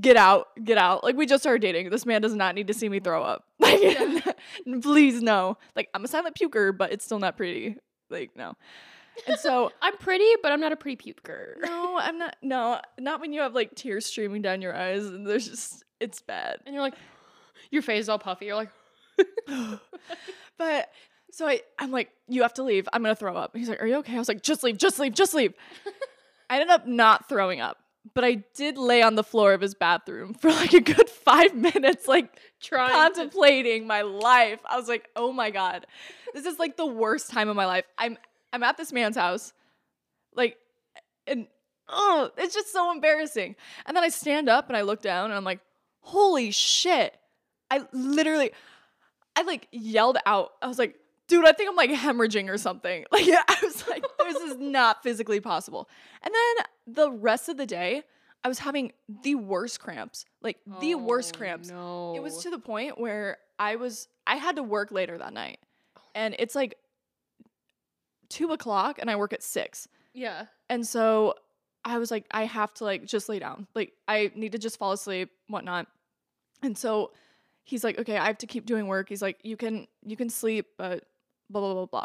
Speaker 2: get out, get out. Like, we just started dating. This man does not need to see me throw up. (laughs) Like,
Speaker 1: Yeah.
Speaker 2: please, no. Like, I'm a silent puker, but it's still not pretty. Like, no. And
Speaker 1: (laughs)
Speaker 2: so
Speaker 1: I'm pretty, but I'm not a pretty puker.
Speaker 2: no, I'm not. No, not when you have like tears streaming down your eyes and there's just, it's bad.
Speaker 1: And you're like, (gasps) your face is all puffy. You're like, (gasps)
Speaker 2: But so I, I'm like, you have to leave. I'm going to throw up. And he's like, are you okay? I was like, just leave, just leave, just leave. I ended up not throwing up, but I did lay on the floor of his bathroom for like a good five minutes, like
Speaker 1: trying. to-
Speaker 2: contemplating my life. I was like, oh my God, this is like the worst time of my life. I'm, I'm at this man's house. Like, and oh, it's just so embarrassing. And then I stand up and I look down and I'm like, holy shit. I literally, I like yelled out. I was like, dude, I think I'm like hemorrhaging or something. (laughs) Like, yeah, I was like, this is not physically possible. And then the rest of the day, I was having the worst cramps, like the worst
Speaker 1: Oh,
Speaker 2: cramps.
Speaker 1: No.
Speaker 2: It was to the point where I was, I had to work later that night. And it's like two o'clock and I work at six.
Speaker 1: yeah.
Speaker 2: And so I was like, I have to like just lay down. Like I need to just fall asleep, whatnot. And so he's like, okay, I have to keep doing work. He's like, you can you can sleep, but blah blah blah blah.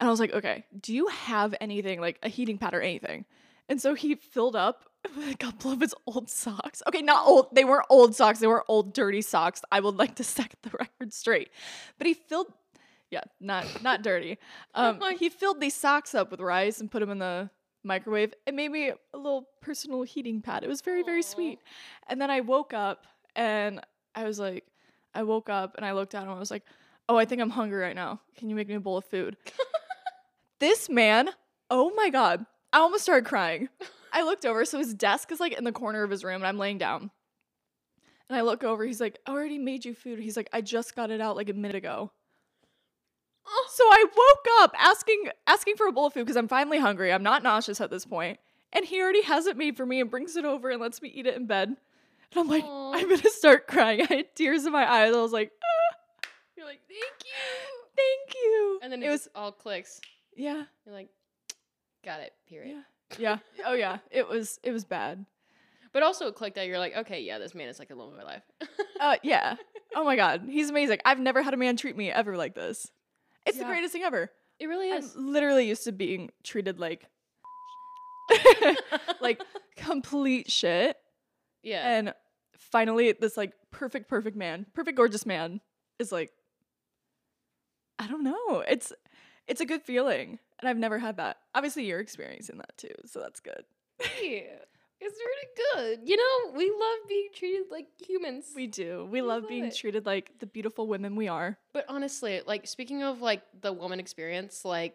Speaker 2: And I was like, okay, do you have anything like a heating pad or anything? And so he filled up (laughs) with a couple of his old socks. Okay, not old. They weren't old socks. They were old dirty socks. I would like to set the (laughs) record straight. But he filled, yeah, not not dirty. Um,
Speaker 1: my-
Speaker 2: he filled these socks up with rice and put them in the microwave and made me a little personal heating pad. It was very, very
Speaker 1: Aw.
Speaker 2: sweet. And then I woke up and I was like, I woke up and I looked down and I was like, oh, I think I'm hungry right now. Can you make me a bowl of food? this man, oh my God, I almost started crying. (laughs) I looked over. So his desk is like in the corner of his room and I'm laying down. And I look over. He's like, I already made you food. He's like, I just got it out like a minute ago. So I woke up asking asking for a bowl of food because I'm finally hungry. I'm not nauseous at this point, and he already has it made for me and brings it over and lets me eat it in bed. And I'm like,
Speaker 1: Aw.
Speaker 2: I'm gonna start crying. (laughs) I had tears in my eyes. I
Speaker 1: (gasps)
Speaker 2: was like,
Speaker 1: You're like, thank you.
Speaker 2: thank you.
Speaker 1: And then
Speaker 2: it was,
Speaker 1: all clicks.
Speaker 2: yeah,
Speaker 1: You're like, got it. Period.
Speaker 2: yeah, yeah. Oh yeah, it was it was bad.
Speaker 1: But also it clicked that you're like, okay, yeah, this man is like the love of my life. (laughs)
Speaker 2: Uh, yeah. Oh my God, he's amazing. I've never had a man treat me ever like this. It's
Speaker 1: Yeah.
Speaker 2: the greatest thing ever.
Speaker 1: it really is.
Speaker 2: I'm literally used to being treated like
Speaker 1: (laughs)
Speaker 2: (laughs) like complete shit.
Speaker 1: yeah.
Speaker 2: And finally, this like perfect, perfect man, perfect, gorgeous man is like, I don't know. It's it's a good feeling, and I've never had that. Obviously, you're experiencing that too, so that's good.
Speaker 1: Hey, it's really good. You know, we love being treated like humans.
Speaker 2: We do. We
Speaker 1: I
Speaker 2: love
Speaker 1: love
Speaker 2: being
Speaker 1: it.
Speaker 2: treated like the beautiful women we are.
Speaker 1: But honestly, like speaking of like the woman experience, like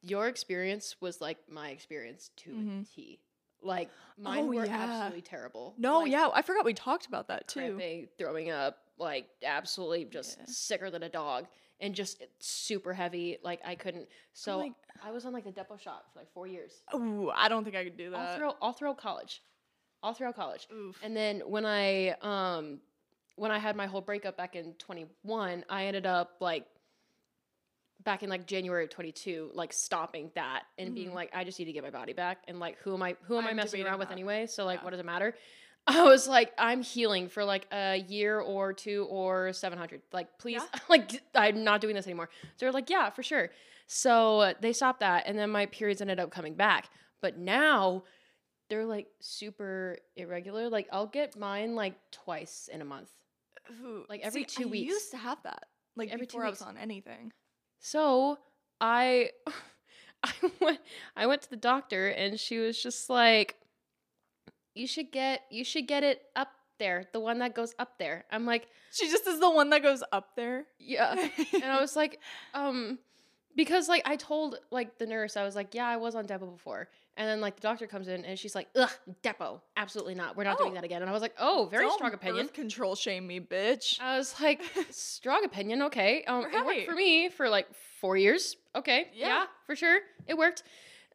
Speaker 1: your experience was like my experience to a
Speaker 2: Mhm.
Speaker 1: T. Like mine
Speaker 2: Oh,
Speaker 1: were
Speaker 2: yeah.
Speaker 1: absolutely terrible.
Speaker 2: No,
Speaker 1: Like,
Speaker 2: yeah, I forgot we talked about that too.
Speaker 1: cramping, throwing up, like absolutely just
Speaker 2: Yeah.
Speaker 1: sicker than a dog, and just super heavy. Like I couldn't. So
Speaker 2: like-
Speaker 1: I was on like the depot shop for like four years.
Speaker 2: Ooh, I don't think I could do
Speaker 1: All
Speaker 2: that.
Speaker 1: through, all through college, all through college.
Speaker 2: Oof.
Speaker 1: (laughs) And then when I um when I had my whole breakup back in 21, I ended up like back in like January of 22 like stopping that and being
Speaker 2: Mhm.
Speaker 1: like I just need to get my body back and like who am I who am i
Speaker 2: I'm
Speaker 1: messing
Speaker 2: debating
Speaker 1: around with
Speaker 2: that.
Speaker 1: anyway? So like
Speaker 2: Yeah.
Speaker 1: what does it matter? (laughs) I was like I'm healing for like a year or two or 700. Like please
Speaker 2: Yeah.
Speaker 1: (laughs) like I'm not doing this anymore. So they're like yeah, for sure. So uh, they stopped that and then my periods ended up coming back. But now they're like super irregular. Like I'll get mine like twice in a month.
Speaker 2: Ooh,
Speaker 1: like, every
Speaker 2: see,
Speaker 1: two
Speaker 2: I
Speaker 1: weeks.
Speaker 2: used to have that. Like
Speaker 1: every two
Speaker 2: before I was
Speaker 1: weeks.
Speaker 2: on anything.
Speaker 1: So I (laughs) I (laughs) went I went to the doctor and she was just like you should get you should get it up there, the one that goes up there. I'm like,
Speaker 2: She just is the one that goes up there.
Speaker 1: yeah.
Speaker 2: (laughs)
Speaker 1: and I was like, um, because like I told like the nurse, I was like, yeah, I was on Depo before, and then like the doctor comes in and she's like, ugh, Depo, absolutely not, we're not doing
Speaker 2: Oh.
Speaker 1: that again. And I was like, oh, very
Speaker 2: Don't
Speaker 1: strong opinion.
Speaker 2: birth control shame me, bitch.
Speaker 1: I was
Speaker 2: (laughs)
Speaker 1: like, strong opinion, okay. Um, it worked
Speaker 2: Right.
Speaker 1: for me for like four years. Okay, yeah,
Speaker 2: Yeah.
Speaker 1: for sure, it worked.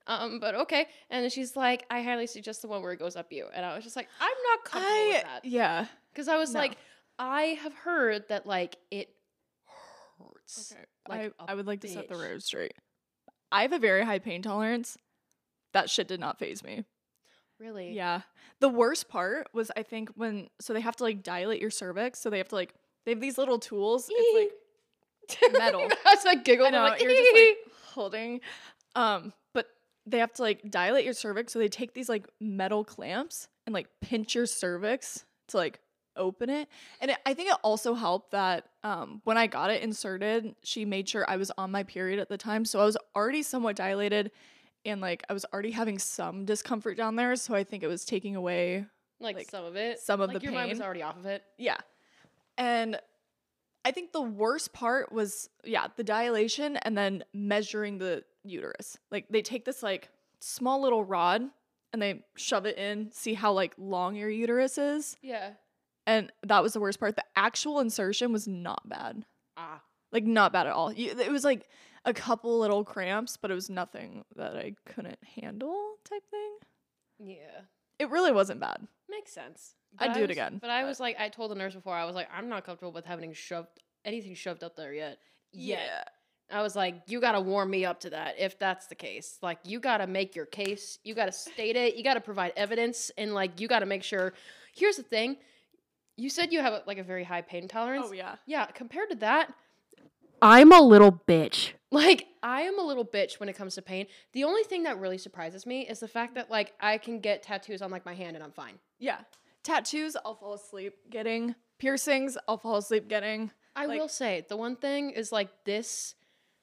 Speaker 1: Um, but okay. And then she's like, I highly suggest the one where it goes up you. And I was just like, I'm not comfortable with that.
Speaker 2: yeah.
Speaker 1: Because I was
Speaker 2: No.
Speaker 1: like, I have heard that like it hurts.
Speaker 2: Okay.
Speaker 1: like
Speaker 2: I,
Speaker 1: a
Speaker 2: I would like to set the
Speaker 1: bitch.
Speaker 2: road straight. I have a very high pain tolerance. That shit did not phase me.
Speaker 1: Really? (laughs)
Speaker 2: Yeah. The worst part was I think when so they have to like dilate your cervix, so they have to like they have these little tools. It's like
Speaker 1: (laughs)
Speaker 2: metal.
Speaker 1: I was like
Speaker 2: I
Speaker 1: giggling.
Speaker 2: know
Speaker 1: I'm like, (laughs)
Speaker 2: you're just like (laughs) holding, um, but they have to like dilate your cervix, so they take these like metal clamps and like pinch your cervix to like open it. And it, I think it also helped that um, when I got it inserted, she made sure I was on my period at the time, so I was already somewhat dilated, and like I was already having some discomfort down there. So I think it was taking away
Speaker 1: like,
Speaker 2: like,
Speaker 1: some of it.
Speaker 2: some of
Speaker 1: like
Speaker 2: the
Speaker 1: your mind was
Speaker 2: pain.
Speaker 1: already off of it.
Speaker 2: yeah. And I think the worst part was, yeah, the dilation and then measuring the uterus. Like they take this like small little rod and they shove it in, see how like long your uterus is.
Speaker 1: Yeah.
Speaker 2: And that was the worst part. The actual insertion was not bad.
Speaker 1: Ah.
Speaker 2: Like not bad at all. You, it was like a couple little cramps, but it was nothing that I couldn't handle type thing.
Speaker 1: Yeah.
Speaker 2: It really wasn't bad.
Speaker 1: Makes sense.
Speaker 2: I'd
Speaker 1: But I
Speaker 2: do it
Speaker 1: was-
Speaker 2: again,
Speaker 1: But I
Speaker 2: but-
Speaker 1: was like, I told the nurse before, I was like, I'm not comfortable with having shoved anything shoved up there yet. Yet. I was like, you gotta warm me up to that if that's the case. Like, you gotta make your case, you gotta state it, you gotta provide evidence, and like, you gotta make sure. Here's the thing you said you have like a very high pain tolerance.
Speaker 2: Oh yeah.
Speaker 1: Yeah, compared to that, I'm a little bitch. Like, I am a little bitch when it comes to pain. The only thing that really surprises me is the fact that, like, I can get tattoos on, like, my hand and I'm fine.
Speaker 2: Yeah. Tattoos, I'll fall asleep getting. Piercings, I'll fall asleep getting.
Speaker 1: I
Speaker 2: Like-
Speaker 1: will say, the one thing is, like, this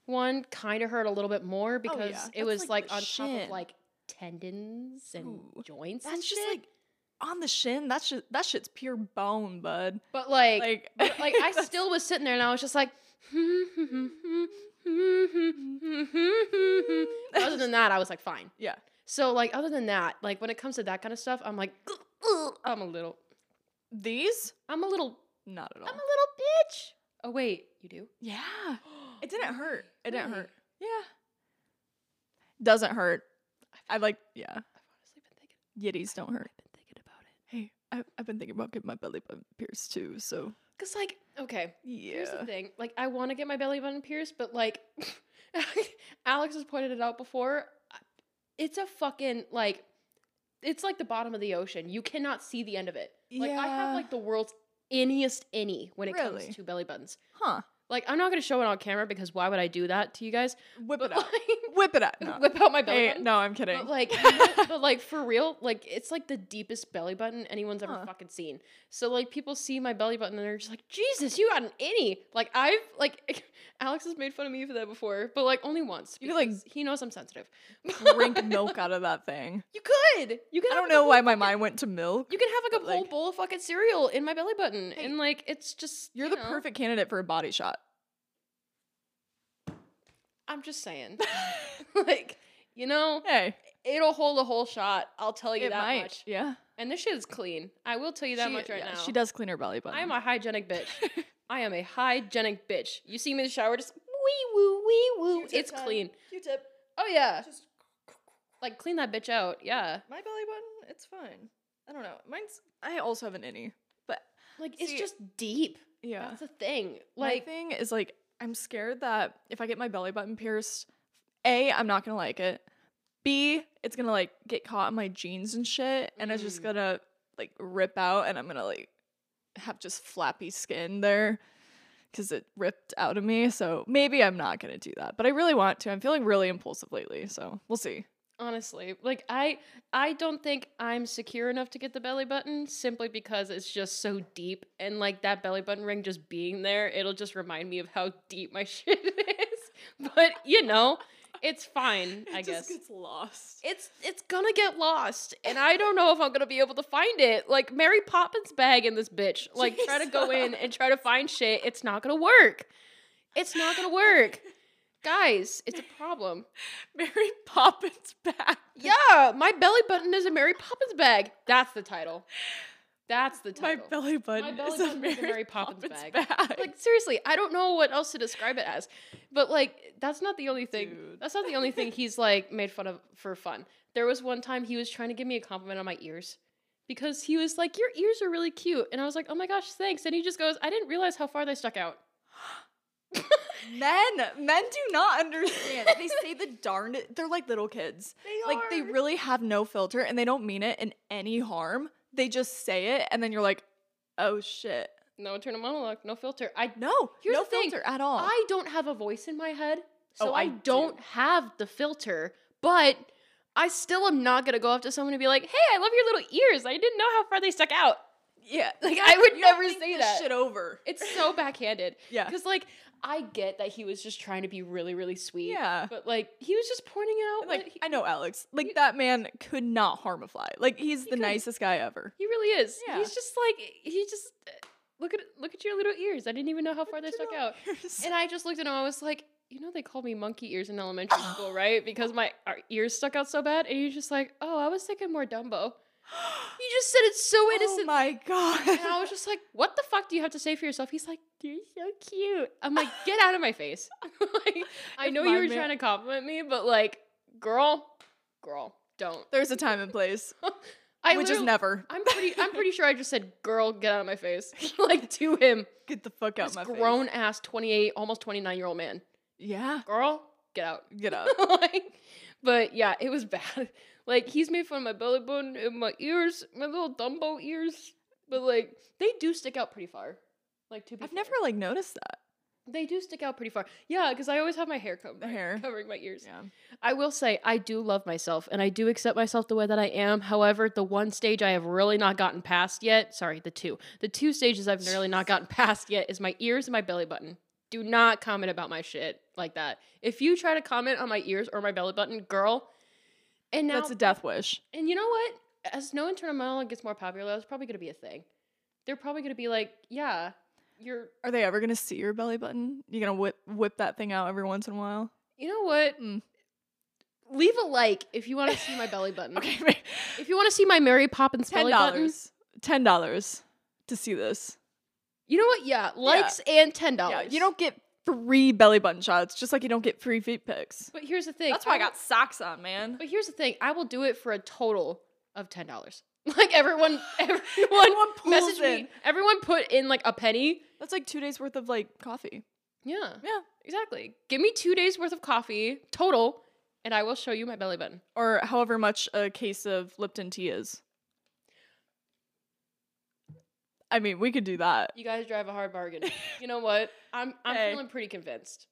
Speaker 1: one kind of hurt a little bit more because
Speaker 2: Oh, yeah.
Speaker 1: it
Speaker 2: That's,
Speaker 1: was,
Speaker 2: like,
Speaker 1: like,
Speaker 2: the
Speaker 1: on top of,
Speaker 2: shin.
Speaker 1: like, tendons and
Speaker 2: Ooh.
Speaker 1: joints and
Speaker 2: That's just
Speaker 1: shit.
Speaker 2: like on the shin. That's just that shit's pure bone, bud.
Speaker 1: but, like, like,
Speaker 2: Like,
Speaker 1: like
Speaker 2: (laughs)
Speaker 1: I still was sitting there and I was just like, (laughs) other than that, I was like, fine.
Speaker 2: yeah.
Speaker 1: So like other than that, like when it comes to that kind of stuff, I'm like (sniffs) I'm a little
Speaker 2: These,
Speaker 1: I'm a little
Speaker 2: not at all.
Speaker 1: I'm a little bitch. Oh wait, you do?
Speaker 2: yeah.
Speaker 1: (gasps)
Speaker 2: It didn't hurt. It didn't
Speaker 1: Really?
Speaker 2: hurt. Yeah. Doesn't hurt. I like. Yeah.
Speaker 1: I've honestly been thinking
Speaker 2: Yitties don't hurt.
Speaker 1: I've been thinking about it.
Speaker 2: Hey, I, I've been thinking about getting my belly button pierced too. So
Speaker 1: Cause like, okay, here's
Speaker 2: yeah.
Speaker 1: the thing. Like I wanna get my belly button pierced, but like (laughs) Alex has pointed it out before. I- It's a fucking like it's like the bottom of the ocean. You cannot see the end of it. Like I have
Speaker 2: Yeah.
Speaker 1: like the world's inniest innie when it
Speaker 2: Really?
Speaker 1: comes to belly buttons.
Speaker 2: Huh?
Speaker 1: Like I'm not gonna show it on camera because why would I do that to you guys?
Speaker 2: Whip
Speaker 1: But
Speaker 2: it out.
Speaker 1: (laughs) like,
Speaker 2: (laughs) Whip it out. No.
Speaker 1: whip out my belly
Speaker 2: Hey,
Speaker 1: button.
Speaker 2: no, I'm kidding.
Speaker 1: But
Speaker 2: (laughs)
Speaker 1: like, you know- but like for real, like it's like the deepest belly button anyone's ever
Speaker 2: Huh.
Speaker 1: fucking seen. So like people see my belly button and they're just like, Jesus, you got an innie. Like I've like (laughs) Alex has made fun of me for that before, but like only once.
Speaker 2: You could, like,
Speaker 1: because he knows I'm sensitive.
Speaker 2: drink milk out of that thing.
Speaker 1: (laughs) You could. You could.
Speaker 2: I
Speaker 1: have,
Speaker 2: don't
Speaker 1: like, a
Speaker 2: know
Speaker 1: whole
Speaker 2: why my
Speaker 1: fucking-
Speaker 2: mind went to milk.
Speaker 1: You can have like a
Speaker 2: but,
Speaker 1: whole
Speaker 2: like-
Speaker 1: bowl of fucking cereal in my belly button,
Speaker 2: Hey,
Speaker 1: and like it's just
Speaker 2: You're
Speaker 1: you
Speaker 2: the
Speaker 1: know,
Speaker 2: perfect candidate for a body shot.
Speaker 1: I'm just
Speaker 2: (laughs)
Speaker 1: saying, (laughs) like you know,
Speaker 2: hey,
Speaker 1: it'll hold a whole shot. I'll tell you
Speaker 2: it
Speaker 1: that
Speaker 2: might.
Speaker 1: much.
Speaker 2: Yeah,
Speaker 1: And this shit is clean. I will tell you that much right
Speaker 2: yeah,
Speaker 1: now.
Speaker 2: She does clean her belly button.
Speaker 1: I
Speaker 2: (laughs)
Speaker 1: am a hygienic bitch. I am a hygienic bitch. You see me in the shower, just wee woo wee woo.
Speaker 2: Q-tip
Speaker 1: It's
Speaker 2: time.
Speaker 1: clean.
Speaker 2: Q-tip.
Speaker 1: Oh yeah,
Speaker 2: Just
Speaker 1: like clean that bitch out. Yeah,
Speaker 2: my belly button. It's fine. I don't know. Mine's. I also have an innie, but
Speaker 1: like
Speaker 2: See-
Speaker 1: it's just deep.
Speaker 2: yeah.
Speaker 1: That's a thing.
Speaker 2: Like, my
Speaker 1: Like
Speaker 2: thing is like, I'm scared that if I get my belly button pierced, a, I'm not gonna like it. B, it's gonna like get caught in my jeans and shit, and it's just
Speaker 1: Mm.
Speaker 2: gonna like rip out, and I'm gonna like have just flappy skin there because it ripped out of me. So maybe I'm not gonna do that, but I really want to. I'm feeling really impulsive lately, so we'll see.
Speaker 1: honestly, like I I don't think I'm secure enough to get the belly button simply because it's just so deep and like that belly button ring (laughs) just being there, it'll just remind me of how deep my shit is. But you know, It's fine, I
Speaker 2: (laughs) it
Speaker 1: guess.
Speaker 2: just gets lost. (laughs)
Speaker 1: it's it's gonna get lost, and I don't know if I'm gonna be able to find it. Like Mary Poppins bag in this bitch. Like try to go in and try to find shit. It's not gonna work. It's not gonna work. Guys, it's a problem.
Speaker 2: Mary Poppins back.
Speaker 1: Yeah, my belly button is a Mary Poppins bag. That's the title. That's the
Speaker 2: My
Speaker 1: title.
Speaker 2: belly button,
Speaker 1: belly
Speaker 2: is,
Speaker 1: button
Speaker 2: a
Speaker 1: is a Mary
Speaker 2: Poppins,
Speaker 1: Poppins
Speaker 2: bag.
Speaker 1: bag. like seriously, I don't know what else to describe it as. But like that's not the only thing.
Speaker 2: Dude.
Speaker 1: That's not the only thing he's like made fun of for fun. There was one time he was trying to give me a compliment on my ears because he was like, "Your ears are really cute," and I was like, "Oh my gosh, thanks." And he just goes, "I didn't realize how far they stuck out."
Speaker 2: men, men do not understand. they
Speaker 1: (laughs)
Speaker 2: say the darn. They're like little kids.
Speaker 1: They
Speaker 2: Like they really have no filter, and they don't mean it in any harm. They just say it, and then you're like, oh shit.
Speaker 1: no internal monologue, no filter. I
Speaker 2: No,
Speaker 1: Here's
Speaker 2: no
Speaker 1: the thing.
Speaker 2: filter at all.
Speaker 1: I don't have a voice in my head, so
Speaker 2: Oh,
Speaker 1: I,
Speaker 2: I
Speaker 1: don't
Speaker 2: do.
Speaker 1: have the filter, but I still am not gonna go up to someone and be like, "Hey, I love your little ears. I didn't know how far they stuck out."
Speaker 2: yeah,
Speaker 1: Like I would
Speaker 2: You don't
Speaker 1: never
Speaker 2: think
Speaker 1: say
Speaker 2: this
Speaker 1: that.
Speaker 2: Shit over.
Speaker 1: It's
Speaker 2: (laughs)
Speaker 1: so backhanded.
Speaker 2: Yeah.
Speaker 1: Because like I get that he was just trying to be really, really sweet.
Speaker 2: Yeah.
Speaker 1: But like he was just pointing out
Speaker 2: Like
Speaker 1: what he,
Speaker 2: I know Alex. Like that man could not harm a fly. Like he's the
Speaker 1: couldn't.
Speaker 2: nicest guy ever.
Speaker 1: he really is.
Speaker 2: Yeah.
Speaker 1: He's just like he just uh, look at look at your little ears. I didn't even know how far they stuck out. And I just looked at him. I was like, you know, they called me monkey ears in elementary
Speaker 2: (gasps)
Speaker 1: school, right? Because my our ears stuck out so bad. And he was just like, oh, I was thinking more Dumbo.
Speaker 2: (gasps)
Speaker 1: He just said it so
Speaker 2: Oh
Speaker 1: innocent.
Speaker 2: my
Speaker 1: and I
Speaker 2: god.
Speaker 1: was just like, what the fuck do you have to say for yourself? He's like, you're so cute. I'm like, get out of my face. (laughs) like, I
Speaker 2: If
Speaker 1: know you
Speaker 2: my
Speaker 1: were
Speaker 2: man-
Speaker 1: trying to compliment me, but like, girl, girl, don't.
Speaker 2: (laughs) There's a time and place,
Speaker 1: I
Speaker 2: which is
Speaker 1: literally-
Speaker 2: never.
Speaker 1: I'm pretty. I'm pretty sure I just said, "Girl, get out of my face!" (laughs) like to him,
Speaker 2: Get the fuck out
Speaker 1: this
Speaker 2: my face.
Speaker 1: grown ass, twenty eight, almost twenty nine year old man.
Speaker 2: Yeah.
Speaker 1: Girl, get out.
Speaker 2: Get
Speaker 1: (laughs)
Speaker 2: up.
Speaker 1: like, but yeah, it was bad. (laughs) Like he's made fun of my belly button and my ears, my little Dumbo ears. But like they do stick out pretty far. Like to be
Speaker 2: I've
Speaker 1: fair.
Speaker 2: never like noticed that.
Speaker 1: They do stick out pretty far. Yeah, because I always have my hair covered,
Speaker 2: The hair.
Speaker 1: covering my ears.
Speaker 2: Yeah.
Speaker 1: I will say I do love myself and I do accept myself the way that I am. However, the one stage I have really not gotten past yet, sorry, the two. The two stages I've really not gotten past yet is my ears and my belly button. Do not comment about my shit like that. If you try to comment on my ears or my belly button, girl, and now
Speaker 2: That's a death wish.
Speaker 1: and you know what? As no internal monologue gets more popular, that's probably gonna be a thing. They're probably gonna be like, yeah, you're
Speaker 2: Are they ever gonna see your belly button? You gonna whip whip that thing out every once in a while?
Speaker 1: you know what?
Speaker 2: Mm.
Speaker 1: Leave a like if you want to see my belly button.
Speaker 2: Okay. (laughs) ma-
Speaker 1: If you want to see my Mary Poppins
Speaker 2: Ten
Speaker 1: Mm. belly button,
Speaker 2: dollars. Ten dollars to see this.
Speaker 1: you know what? Yeah, likes and ten dollars.
Speaker 2: you don't get free belly button shots, just like you don't get free feet pics.
Speaker 1: But here's the thing.
Speaker 2: That's why I
Speaker 1: will-
Speaker 2: got socks on, man.
Speaker 1: But here's the thing. I will do it for a total of ten dollars. (laughs) Like
Speaker 2: (gasps)
Speaker 1: everyone, everyone
Speaker 2: Everyone pulls
Speaker 1: message
Speaker 2: in.
Speaker 1: me. Everyone put in like a penny.
Speaker 2: That's like two days worth of like coffee.
Speaker 1: Yeah,
Speaker 2: Yeah.
Speaker 1: exactly. Give me two days worth of coffee total, and I will show you my belly button.
Speaker 2: Or however much a case of Lipton tea is. I mean, we could do
Speaker 1: (laughs)
Speaker 2: that.
Speaker 1: You guys drive a hard
Speaker 2: (laughs)
Speaker 1: bargain. you know what? I'm I'm
Speaker 2: Hey.
Speaker 1: feeling pretty convinced.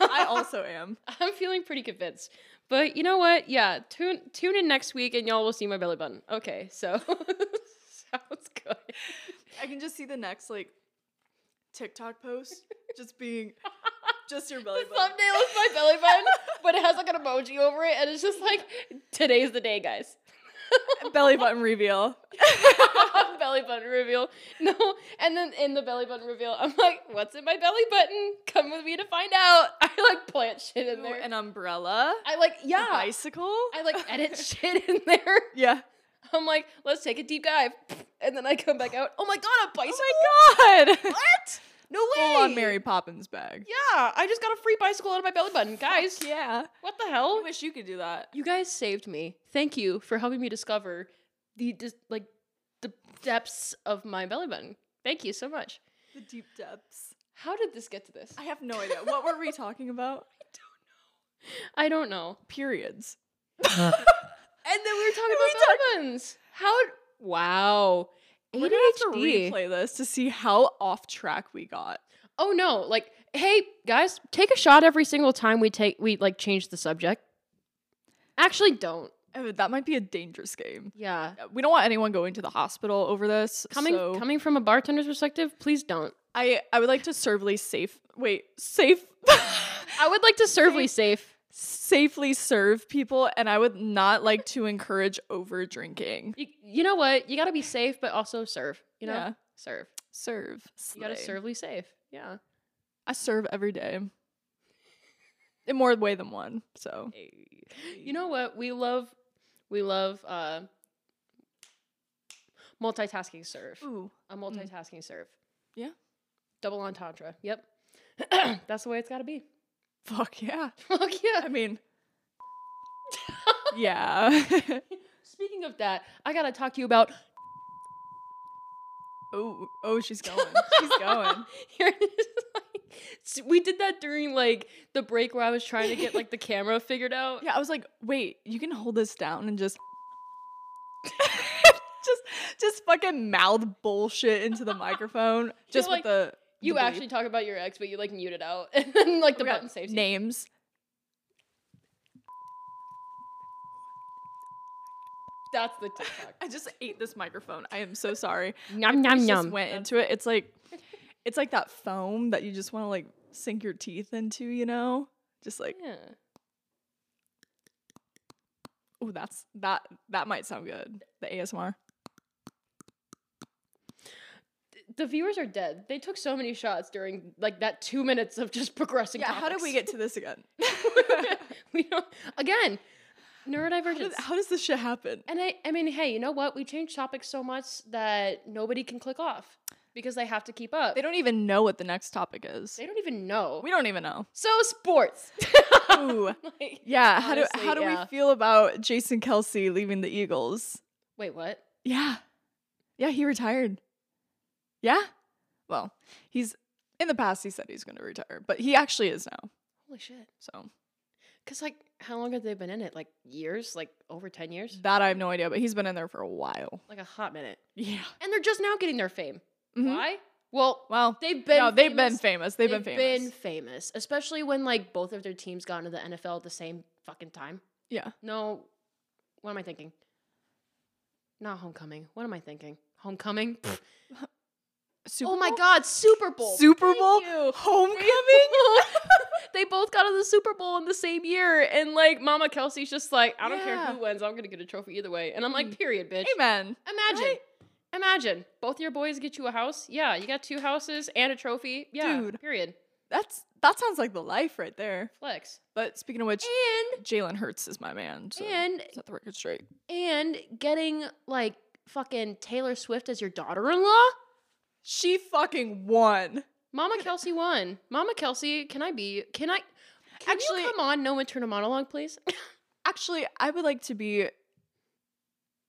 Speaker 2: I also am.
Speaker 1: (laughs) I'm feeling pretty convinced. But you know what? Yeah, tune tune in next week and y'all will see my belly button. Okay, so (laughs) sounds good.
Speaker 2: I can just see the next like TikTok post
Speaker 1: (laughs)
Speaker 2: just being just your belly
Speaker 1: The thumbnail is my belly button, but it has like an emoji over it, and it's just like today's the day, guys. (laughs)
Speaker 2: belly button reveal.
Speaker 1: belly button reveal. No, and then in the belly button reveal, I'm like, what's in my belly button? Come with me to find out. (laughs) I like plant shit in there.
Speaker 2: An umbrella.
Speaker 1: I like
Speaker 2: A
Speaker 1: yeah.
Speaker 2: bicycle.
Speaker 1: I like
Speaker 2: (laughs)
Speaker 1: edit shit in there.
Speaker 2: yeah.
Speaker 1: I'm like, let's take a deep dive. And then I come back out. Oh my god, a bicycle.
Speaker 2: Oh my god.
Speaker 1: (laughs) What? No way.
Speaker 2: Full on Mary Poppins bag.
Speaker 1: Yeah, I just got a free bicycle out of my belly button, guys.
Speaker 2: Yeah.
Speaker 1: What the
Speaker 2: I
Speaker 1: hell?
Speaker 2: wish you could do that.
Speaker 1: You guys saved me. Thank you for helping me discover the dis- like the depths of my belly button. Thank you so much.
Speaker 2: The deep depths.
Speaker 1: How did this get to this?
Speaker 2: I have no idea. What were we talking about?
Speaker 1: I don't know.
Speaker 2: Periods.
Speaker 1: And then we were talking
Speaker 2: And
Speaker 1: about
Speaker 2: we
Speaker 1: belly buttons. How? Wow.
Speaker 2: We're gonna have to replay this to see how off track we got.
Speaker 1: Oh no! Like, hey guys, take a shot every single time we take we like change the subject. Actually, don't.
Speaker 2: I mean, Uh, that might be a dangerous game. Uh,
Speaker 1: Yeah.
Speaker 2: We don't want anyone going to the hospital over this.
Speaker 1: Coming
Speaker 2: so
Speaker 1: coming from a bartender's perspective, please don't.
Speaker 2: I I would like to servely safe. (laughs) Wait, safe.
Speaker 1: I would like to serve we safe.
Speaker 2: safely serve people, and I would not like to encourage over drinking.
Speaker 1: You, you know what? You got to be safe, but also serve. You know,
Speaker 2: Yeah.
Speaker 1: serve.
Speaker 2: Serve.
Speaker 1: You got to
Speaker 2: slay.
Speaker 1: servely safe. Yeah.
Speaker 2: I serve every day. In more way than one. So
Speaker 1: You know what? We love, we love uh, multitasking serve.
Speaker 2: Ooh. Mm.
Speaker 1: A multitasking serve.
Speaker 2: Yeah.
Speaker 1: Double entendre.
Speaker 2: (coughs)
Speaker 1: Yep. (coughs) That's the way it's got to be. (laughs)
Speaker 2: Fuck yeah.
Speaker 1: Fuck yeah. (laughs)
Speaker 2: I mean Yeah. (laughs)
Speaker 1: Speaking of that, I gotta talk to you about
Speaker 2: oh oh she's going. She's going.
Speaker 1: (laughs) Here it is, like, s- we did that during like the break where I was trying to get like the
Speaker 2: (laughs)
Speaker 1: camera figured out.
Speaker 2: Yeah, I was like, wait, you can hold this down and just (laughs) just just fucking mouth bullshit into the (laughs) microphone. Just
Speaker 1: like,
Speaker 2: with the
Speaker 1: you
Speaker 2: the bleep.
Speaker 1: actually talk about your ex, but you like mute it out, (laughs) and then like the
Speaker 2: We got
Speaker 1: button saves. you.
Speaker 2: names.
Speaker 1: That's the TikTok.
Speaker 2: (laughs) I just ate this microphone. I am so sorry.
Speaker 1: Nom nom
Speaker 2: just
Speaker 1: nom.
Speaker 2: went into it. It's like (laughs) it's like that foam that you just want to like sink your teeth into, you know? Just like,
Speaker 1: Yeah.
Speaker 2: oh, that's that that might sound good. The ASMR.
Speaker 1: The viewers are dead. They took so many shots during like that two minutes of just progressing.
Speaker 2: Yeah, how did we
Speaker 1: topics.
Speaker 2: get to this (laughs) again?
Speaker 1: (laughs) we don't again
Speaker 2: how, did-
Speaker 1: neurodivergence.
Speaker 2: how does this shit happen?
Speaker 1: and I, I mean, hey, you know what? We change topics so much that nobody can click off because they have to keep up.
Speaker 2: They don't even know what the next topic is.
Speaker 1: They don't even know.
Speaker 2: We don't even (laughs) know.
Speaker 1: So (laughs) sports.
Speaker 2: Ooh.
Speaker 1: Like-
Speaker 2: Yeah, how do
Speaker 1: Honestly,
Speaker 2: how do
Speaker 1: yeah.
Speaker 2: we feel about Jason Kelsey leaving the Eagles?
Speaker 1: wait, what?
Speaker 2: Yeah. Yeah, he retired. Yeah? Well, he's in the past he said he's going to retire, but he actually is now.
Speaker 1: Holy shit!
Speaker 2: So,
Speaker 1: Because like, how long have they been in it? Like years? Like over ten years?
Speaker 2: that I have no idea, but he's been in there for a while.
Speaker 1: Like a hot minute.
Speaker 2: Yeah.
Speaker 1: And they're just now getting their fame.
Speaker 2: Mhm.
Speaker 1: Why? Well,
Speaker 2: Well,
Speaker 1: they've been.
Speaker 2: no, they've been
Speaker 1: famous.
Speaker 2: famous. They've, been famous.
Speaker 1: famous, especially when like both of their teams got into the NFL at the same fucking time.
Speaker 2: Yeah.
Speaker 1: No, what am I thinking? Not homecoming. What am I thinking?
Speaker 2: (laughs)
Speaker 1: Homecoming. Pfft.
Speaker 2: Super
Speaker 1: Oh my
Speaker 2: Bowl?
Speaker 1: God, Super Bowl.
Speaker 2: Super
Speaker 1: Thank
Speaker 2: Bowl
Speaker 1: you.
Speaker 2: homecoming?
Speaker 1: (laughs) they both got to the Super Bowl in the same year, and like Mama Kelsey's just like, I don't care
Speaker 2: Yeah.
Speaker 1: who wins, I'm gonna get a trophy either way. And I'm like,
Speaker 2: Mm.
Speaker 1: period, bitch.
Speaker 2: Amen.
Speaker 1: Imagine,
Speaker 2: right?
Speaker 1: imagine both your boys get you a house. Yeah, you got two houses and a trophy. Yeah,
Speaker 2: Dude.
Speaker 1: period.
Speaker 2: That's that sounds like the life right there.
Speaker 1: Flex.
Speaker 2: But speaking of which,
Speaker 1: And
Speaker 2: Jalen Hurts is my man. So
Speaker 1: and
Speaker 2: set the record straight.
Speaker 1: and getting like fucking Taylor Swift as your daughter-in-law.
Speaker 2: She fucking won.
Speaker 1: Mama Kelsey won. Mama Kelsey, can I be? Can I? Can
Speaker 2: Actually-
Speaker 1: you come on, no internal monologue, please.
Speaker 2: Actually, I would like to be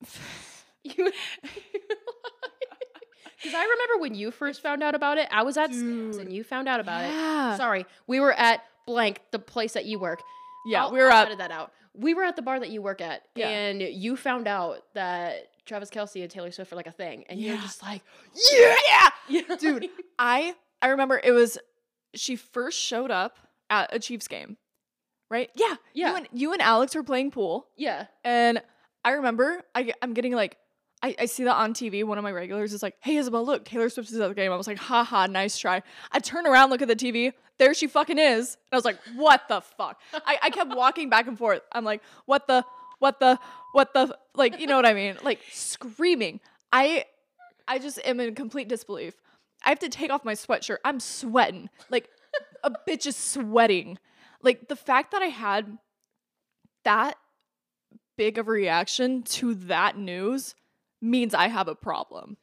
Speaker 1: (laughs) You Because I remember when you first found out about it, I was at Sam's
Speaker 2: Dude.
Speaker 1: and you found out about
Speaker 2: yeah.
Speaker 1: it. Sorry, we were at blank, the place that you work.
Speaker 2: Yeah,
Speaker 1: I'll-
Speaker 2: we were
Speaker 1: I'll
Speaker 2: up.
Speaker 1: edit that out. We were at the bar that you work at,
Speaker 2: Yeah.
Speaker 1: and you found out that Travis Kelsey and Taylor Swift are like a thing, and you're
Speaker 2: Yeah.
Speaker 1: just
Speaker 2: (laughs)
Speaker 1: like,
Speaker 2: Yeah.
Speaker 1: you know,
Speaker 2: Dude,
Speaker 1: like-
Speaker 2: I I remember it was she first showed up at a Chiefs game. Right? Yeah.
Speaker 1: yeah,
Speaker 2: You and you and Alex were playing pool.
Speaker 1: yeah,
Speaker 2: And I remember I, get- I'm getting like, I, I see that on TV. One of my regulars is like, hey, Isabel, look, Taylor Swift is at the game. I was like, haha, nice try. I turn around, look at the TV. There she fucking is. And I was like, what the fuck? I, I kept walking back and forth. I'm like, what the, what the, what the, like, you know what I mean? Like screaming. I, I just am in complete disbelief. I have to take off my sweatshirt. I'm sweating. Like a bitch is sweating. Like the fact that I had that big of a reaction to that news means I have a problem.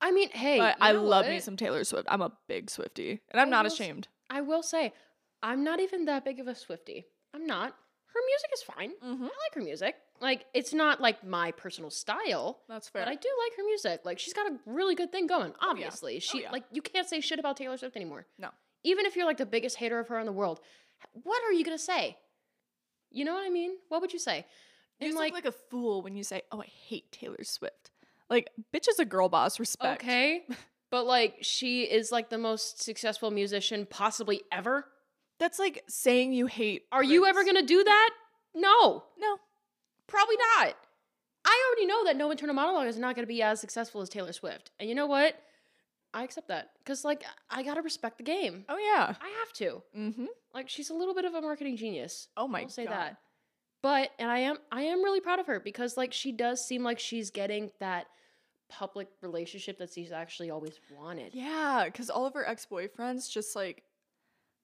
Speaker 1: I mean, hey,
Speaker 2: but
Speaker 1: you
Speaker 2: I
Speaker 1: know
Speaker 2: love
Speaker 1: what?
Speaker 2: me some Taylor Swift. I'm a big Swifty, and I'm
Speaker 1: I
Speaker 2: not
Speaker 1: will s-
Speaker 2: ashamed.
Speaker 1: I will say, I'm not even that big of a Swifty. I'm not. Her music is fine.
Speaker 2: Mm-hmm.
Speaker 1: I like her music. Like, it's not like my personal style.
Speaker 2: That's
Speaker 1: But I do like her music. Like she's got a really good thing going. Obviously, she
Speaker 2: Oh, yeah.
Speaker 1: like you can't say shit about Taylor Swift anymore.
Speaker 2: No.
Speaker 1: Even if you're like the biggest hater of her in the world, what are you gonna say? You know what I mean? What would you say?
Speaker 2: you
Speaker 1: And
Speaker 2: just
Speaker 1: like,
Speaker 2: look like a fool when you say, "Oh, I hate Taylor Swift." Like, bitch is a girl boss. Respect.
Speaker 1: okay, but like she is like the most successful musician possibly ever.
Speaker 2: That's like saying you hate.
Speaker 1: Are you ever
Speaker 2: Prince.
Speaker 1: gonna do that? No,
Speaker 2: No.
Speaker 1: probably not. I already know that no internal monologue is not gonna be as successful as Taylor Swift. And you know what? I accept that because like I gotta respect the game.
Speaker 2: Oh yeah.
Speaker 1: I have to.
Speaker 2: Mm-hmm.
Speaker 1: Like she's a little bit of a marketing genius.
Speaker 2: Oh my
Speaker 1: I'll say
Speaker 2: God.
Speaker 1: that. But and I am I am really proud of her because like she does seem like she's getting that public relationship that she's actually always wanted.
Speaker 2: Yeah, because all of her ex boyfriends just like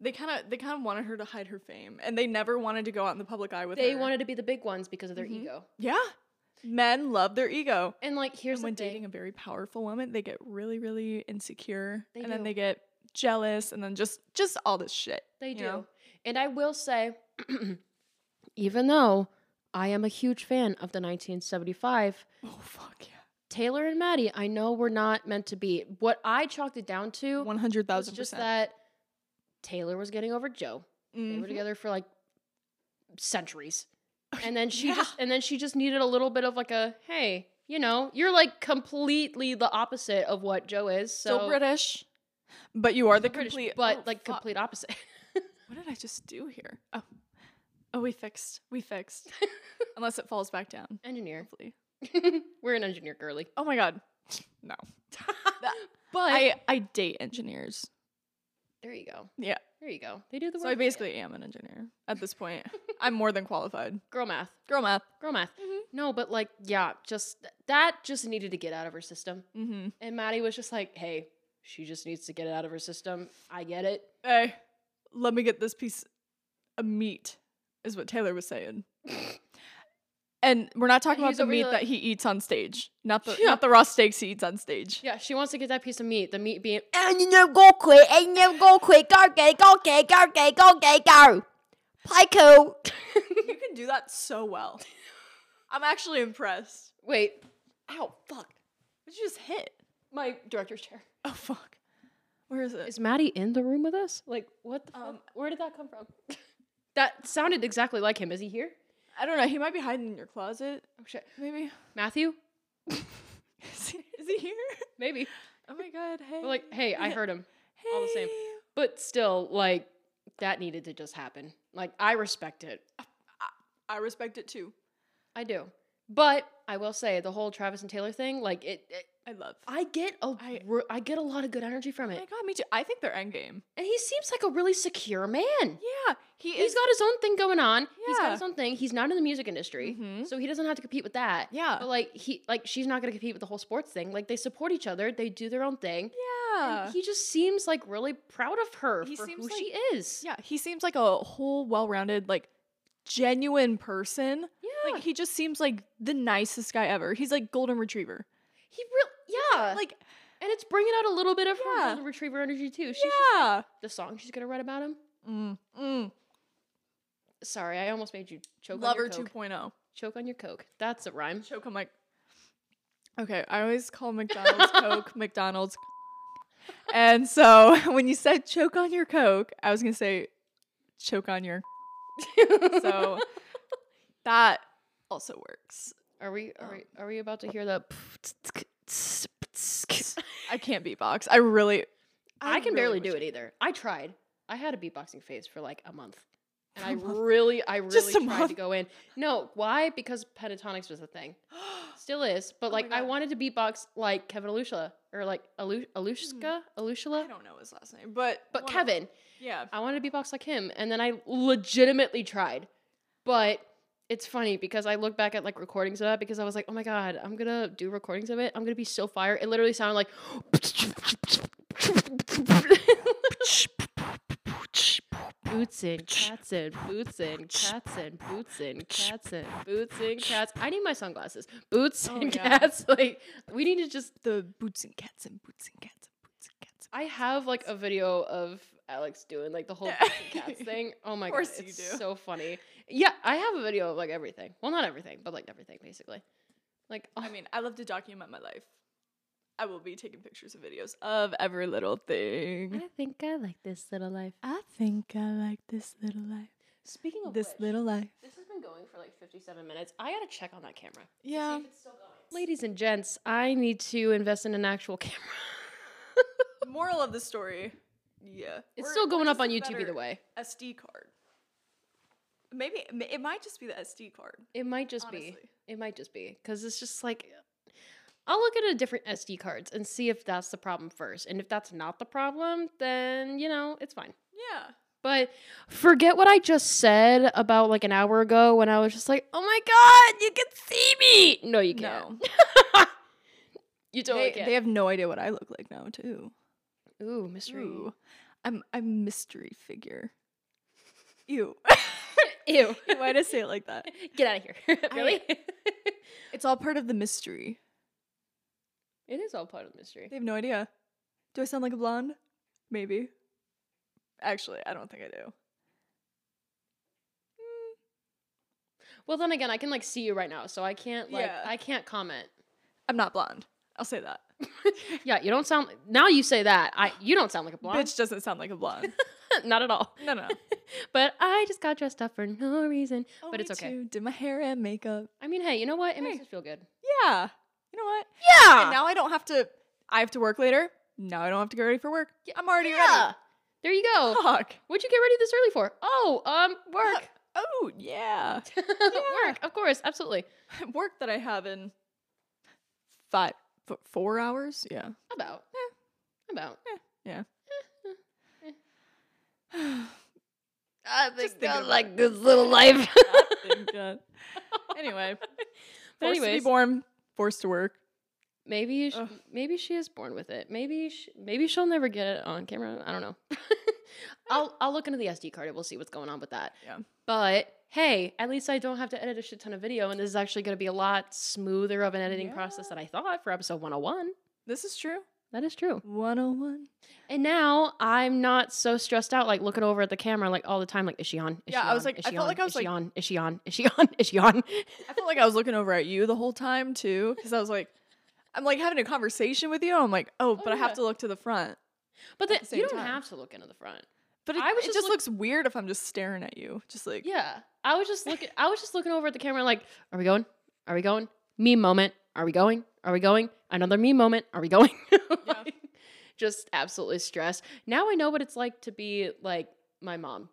Speaker 2: they kind of they kind of wanted her to hide her fame, and they never wanted to go out in the public eye with
Speaker 1: They
Speaker 2: her.
Speaker 1: wanted to be the big ones because of their
Speaker 2: Mhm.
Speaker 1: ego.
Speaker 2: yeah. Men love their ego.
Speaker 1: And like here's
Speaker 2: and when
Speaker 1: the thing.
Speaker 2: dating a very powerful woman, they get really really insecure,
Speaker 1: They
Speaker 2: and then
Speaker 1: do.
Speaker 2: they get jealous, and then just just all this shit.
Speaker 1: They
Speaker 2: you
Speaker 1: do.
Speaker 2: know?
Speaker 1: And I will say, (clears throat) even though I am a huge fan of the 1975,
Speaker 2: Oh fuck yeah.
Speaker 1: Taylor and Maddie, I know we're not meant to be. What I chalked it down to
Speaker 2: One hundred
Speaker 1: was
Speaker 2: thousand
Speaker 1: just
Speaker 2: percent.
Speaker 1: that Taylor was getting over Joe. They were
Speaker 2: Mhm.
Speaker 1: together for like centuries. And then she
Speaker 2: Oh, yeah.
Speaker 1: just and then she just needed a little bit of like a hey, you know, you're like completely the opposite of what Joe is. So
Speaker 2: Still British, but you are the
Speaker 1: Still British,
Speaker 2: complete.
Speaker 1: but
Speaker 2: oh,
Speaker 1: like
Speaker 2: fuck.
Speaker 1: complete opposite. (laughs)
Speaker 2: What did I just do here? Oh, oh, we fixed.
Speaker 1: (laughs)
Speaker 2: We fixed. Unless it falls back down. (laughs)
Speaker 1: Engineer.
Speaker 2: Hopefully.
Speaker 1: we're an engineer girly.
Speaker 2: Oh my god. No.
Speaker 1: But
Speaker 2: I, I date engineers.
Speaker 1: there you go.
Speaker 2: Yeah.
Speaker 1: There you go. They do the work.
Speaker 2: So I
Speaker 1: for you.
Speaker 2: basically am an engineer at this point. I'm more than qualified.
Speaker 1: girl math.
Speaker 2: Girl math.
Speaker 1: Girl math.
Speaker 2: Mhm.
Speaker 1: No, but like yeah, just th- that just needed to get out of her system.
Speaker 2: Mm-hmm.
Speaker 1: And Maddie was just like, "Hey, she just needs to get it out of her system. I get it."
Speaker 2: Hey, let me get this piece of meat, is what Taylor was saying. and we're not
Speaker 1: And
Speaker 2: talking about
Speaker 1: he's
Speaker 2: the
Speaker 1: over
Speaker 2: meat
Speaker 1: there like-
Speaker 2: that he eats on stage. Not the
Speaker 1: Yeah.
Speaker 2: not the raw steaks he eats on stage.
Speaker 1: Yeah, she wants to get that piece of meat. The meat being
Speaker 3: And you know, go quick, and you know, go quick, go get, go get, go get, go get, go.
Speaker 1: (laughs)
Speaker 3: Pyco.
Speaker 2: (laughs) you can do that so well. I'm actually impressed.
Speaker 1: wait, ow, fuck,
Speaker 2: What did you just hit?
Speaker 1: my director's chair.
Speaker 2: Oh fuck. Where is it?
Speaker 1: Is Maddie in the room with us? Like, what the
Speaker 2: Um,
Speaker 1: fuck? Where did that come from? (laughs) that sounded exactly like him. Is he here?
Speaker 2: I don't know. He might be hiding in your closet.
Speaker 1: Oh shit,
Speaker 2: Maybe. (laughs)
Speaker 1: Matthew?
Speaker 2: Is he, is he here?
Speaker 1: Maybe.
Speaker 2: Oh my god. Hey.
Speaker 1: But like, hey, I heard him.
Speaker 2: Hey.
Speaker 1: all the same. But still, like, that needed to just happen. Like, I respect it.
Speaker 2: I respect it too.
Speaker 1: I do. But I will say the whole Travis and Taylor thing, like it, it
Speaker 2: I love.
Speaker 1: I get a
Speaker 2: I-
Speaker 1: re- I get a lot of good energy from
Speaker 2: oh my
Speaker 1: it.
Speaker 2: god, me too. I think they're endgame.
Speaker 1: And he seems like a really secure man.
Speaker 2: Yeah, he
Speaker 1: He's
Speaker 2: is.
Speaker 1: got his own thing going on. He's got
Speaker 2: Yeah.
Speaker 1: his own thing. He's not in the music industry,
Speaker 2: Mhm.
Speaker 1: so he doesn't have to compete with that.
Speaker 2: yeah,
Speaker 1: But like he like she's not going to compete with the whole sports thing. Like they support each other. They do their own thing.
Speaker 2: yeah,
Speaker 1: And he just seems like really proud of her
Speaker 2: He
Speaker 1: for
Speaker 2: seems
Speaker 1: who
Speaker 2: like-
Speaker 1: she is.
Speaker 2: yeah. He seems like a whole, well-rounded, like genuine person.
Speaker 1: Yeah.
Speaker 2: Like he just seems like the nicest guy ever. He's like golden retriever.
Speaker 1: he really yeah.
Speaker 2: Like
Speaker 1: and it's bringing out a little bit of her
Speaker 2: Yeah.
Speaker 1: golden retriever energy too. She's
Speaker 2: yeah.
Speaker 1: the song she's going to write about him.
Speaker 2: Mm, mm.
Speaker 1: Sorry, I almost made you choke on
Speaker 2: Lover
Speaker 1: your coke.
Speaker 2: 2.0.
Speaker 1: Choke on your coke. That's a
Speaker 2: (laughs)
Speaker 1: rhyme.
Speaker 2: Choke on my. Okay, I always call McDonald's Coke
Speaker 1: (laughs)
Speaker 2: McDonald's. (laughs) And so (laughs) when you said choke on your Coke, I was gonna say choke on your.
Speaker 1: (laughs)
Speaker 2: So that also works.
Speaker 1: are we are
Speaker 2: um,
Speaker 1: we are we about to hear the? (laughs)
Speaker 2: I can't beatbox. I really.
Speaker 1: I, can barely
Speaker 2: really
Speaker 1: do
Speaker 2: wish
Speaker 1: it either. I tried. I had a beatboxing phase for like a
Speaker 2: (laughs)
Speaker 1: month, and I
Speaker 2: A month.
Speaker 1: really, I really
Speaker 2: Just a
Speaker 1: tried to
Speaker 2: month.
Speaker 1: go in. No, why? Because pentatonics was a
Speaker 2: (gasps)
Speaker 1: thing, still is. But
Speaker 2: Oh my
Speaker 1: like, I
Speaker 2: God.
Speaker 1: wanted to beatbox like Kevin Alusha or like Alu- Alushka,
Speaker 2: Hmm. I
Speaker 1: Alushla.
Speaker 2: don't know his last name, but Um,
Speaker 1: But
Speaker 2: one of-
Speaker 1: Kevin,
Speaker 2: Yeah.
Speaker 1: I wanted to beatbox like him, and then I legitimately tried. But it's funny because I look back at like recordings of that because I was like, oh my god, I'm gonna do recordings of it. I'm gonna be so fire. It literally sounded like. Boots and cats and boots and cats and boots and cats and boots and cats. I need my sunglasses. Boots
Speaker 2: Oh,
Speaker 1: and
Speaker 2: yeah.
Speaker 1: cats. (laughs) Like we need to just.
Speaker 2: The boots and cats and boots and cats and boots and cats.
Speaker 1: I have like a video of Alex doing like the whole
Speaker 2: Yeah.
Speaker 1: boots and
Speaker 2: (laughs)
Speaker 1: cats thing. Oh my
Speaker 2: Of
Speaker 1: god,
Speaker 2: course you
Speaker 1: it's
Speaker 2: do.
Speaker 1: so funny. Yeah, I have a video of like everything. Well, not everything, but like everything basically. Like oh,
Speaker 2: I mean, I love to document my life. I will be taking pictures and videos of every little thing.
Speaker 1: think I like this little life.
Speaker 2: I think I like this little life.
Speaker 1: Speaking of
Speaker 2: This
Speaker 1: which,
Speaker 2: little life.
Speaker 1: this has been going for like 57 minutes. I gotta check on that camera.
Speaker 2: Yeah.
Speaker 1: Ladies and gents, I need to invest in an actual (laughs) camera.
Speaker 2: Moral of the story. Yeah.
Speaker 1: It's
Speaker 2: We're-
Speaker 1: still
Speaker 2: we're
Speaker 1: going up
Speaker 2: just
Speaker 1: on
Speaker 2: a
Speaker 1: YouTube either
Speaker 2: better
Speaker 1: way.
Speaker 2: SD card. Maybe it might just be the SD card.
Speaker 1: It might just be.
Speaker 2: Honestly.
Speaker 1: It might just be because it's just like I'll look at a different SD cards and see if that's the problem first. And if that's not the problem, then you know it's fine.
Speaker 2: Yeah.
Speaker 1: But forget what I just said about like an hour ago when I was just like, "Oh my god, you can see me!" No, you can't.
Speaker 2: (laughs) No.
Speaker 1: You totally
Speaker 2: they,
Speaker 1: can't.
Speaker 2: they have no idea what I look like now, too.
Speaker 1: Ooh, mystery.
Speaker 2: Ooh. I'm I'm a mystery figure. (laughs) Ew.
Speaker 1: (laughs)
Speaker 2: (laughs)
Speaker 1: Ew.
Speaker 2: Why did I say it like that?
Speaker 1: (laughs) Get out of here. (laughs) really?
Speaker 2: It's all part of the mystery.
Speaker 1: it is all part of the mystery.
Speaker 2: They have no idea. Do I sound like a blonde? Maybe. Actually, I don't think I do.
Speaker 1: Well, then again, I can like see you right now, so I can't like
Speaker 2: Yeah.
Speaker 1: I can't comment.
Speaker 2: I'm not blonde. I'll say that.
Speaker 1: (laughs) Yeah, you don't sound. Now you say that, I you don't sound like a blonde.
Speaker 2: Bitch doesn't sound like a (laughs) blonde.
Speaker 1: (laughs) Not at all.
Speaker 2: No, no.
Speaker 1: But I just got dressed up for no reason.
Speaker 2: (laughs) Oh,
Speaker 1: But
Speaker 2: me
Speaker 1: it's okay.
Speaker 2: too. Did my hair and makeup.
Speaker 1: I mean, hey, you know what? It makes
Speaker 2: Hey.
Speaker 1: us feel good.
Speaker 2: Yeah. You know what? And
Speaker 3: Yeah.
Speaker 2: now I don't have to. I have to work later. Now I don't have to get ready for work. I'm already
Speaker 1: Yeah. There you
Speaker 2: ready. (gasps)
Speaker 1: go.
Speaker 2: Fuck.
Speaker 1: What'd you get ready this early for? Oh, um, work.
Speaker 2: Oh (laughs) yeah.
Speaker 1: (laughs) Work, of course, absolutely.
Speaker 2: (laughs) work that I have in five, f- four hours. (laughs) Yeah. (sighs)
Speaker 1: About. About.
Speaker 3: I
Speaker 2: Just
Speaker 3: think
Speaker 2: think
Speaker 3: I
Speaker 2: about
Speaker 3: like this little life.
Speaker 2: anyway, forced
Speaker 1: But
Speaker 2: to be
Speaker 1: anyways,
Speaker 2: born, forced to work.
Speaker 1: maybe you sh-
Speaker 2: Ugh.
Speaker 1: maybe she is born with it. Maybe sh- maybe she'll never get it on camera. I don't know. (laughs) I'll I'll look into the SD card and we'll see what's going on with that.
Speaker 2: Yeah.
Speaker 1: But hey, at least I don't have to edit a shit ton of video, and this is actually going to be a lot smoother of an editing process
Speaker 2: Yeah.
Speaker 1: than I thought for episode 101.
Speaker 2: This is true.
Speaker 1: That is true.
Speaker 2: 101.
Speaker 1: And now I'm not so stressed out, like looking over at the camera like all the time, like is she on? Is
Speaker 2: Yeah,
Speaker 1: she
Speaker 2: I
Speaker 1: on?
Speaker 2: was like-
Speaker 1: is
Speaker 2: I
Speaker 1: she
Speaker 2: felt
Speaker 1: on?
Speaker 2: like I
Speaker 1: Is
Speaker 2: was
Speaker 1: she
Speaker 2: like-
Speaker 1: on? Is she on? Is she on? (laughs) Is she on?
Speaker 2: I felt like I was looking over at you the whole time, too, because I was like, I'm like having a conversation with you. I'm like, oh, but I
Speaker 1: yeah.
Speaker 2: have to look to the front.
Speaker 1: But
Speaker 2: At
Speaker 1: then
Speaker 2: the
Speaker 1: you
Speaker 2: same
Speaker 1: don't
Speaker 2: time.
Speaker 1: have to look into the front.
Speaker 2: But it,
Speaker 1: I was
Speaker 2: it
Speaker 1: just
Speaker 2: just
Speaker 1: look-
Speaker 2: looks weird if I'm just staring at you. Just like,
Speaker 1: Yeah, I was just looking. I was just looking over at the camera, like, are we going? Are we going? Meme moment. Are we going? Are we going? Another meme moment. Are we going? (laughs) Like, Just absolutely stressed. Now I know what it's like to be like my mom,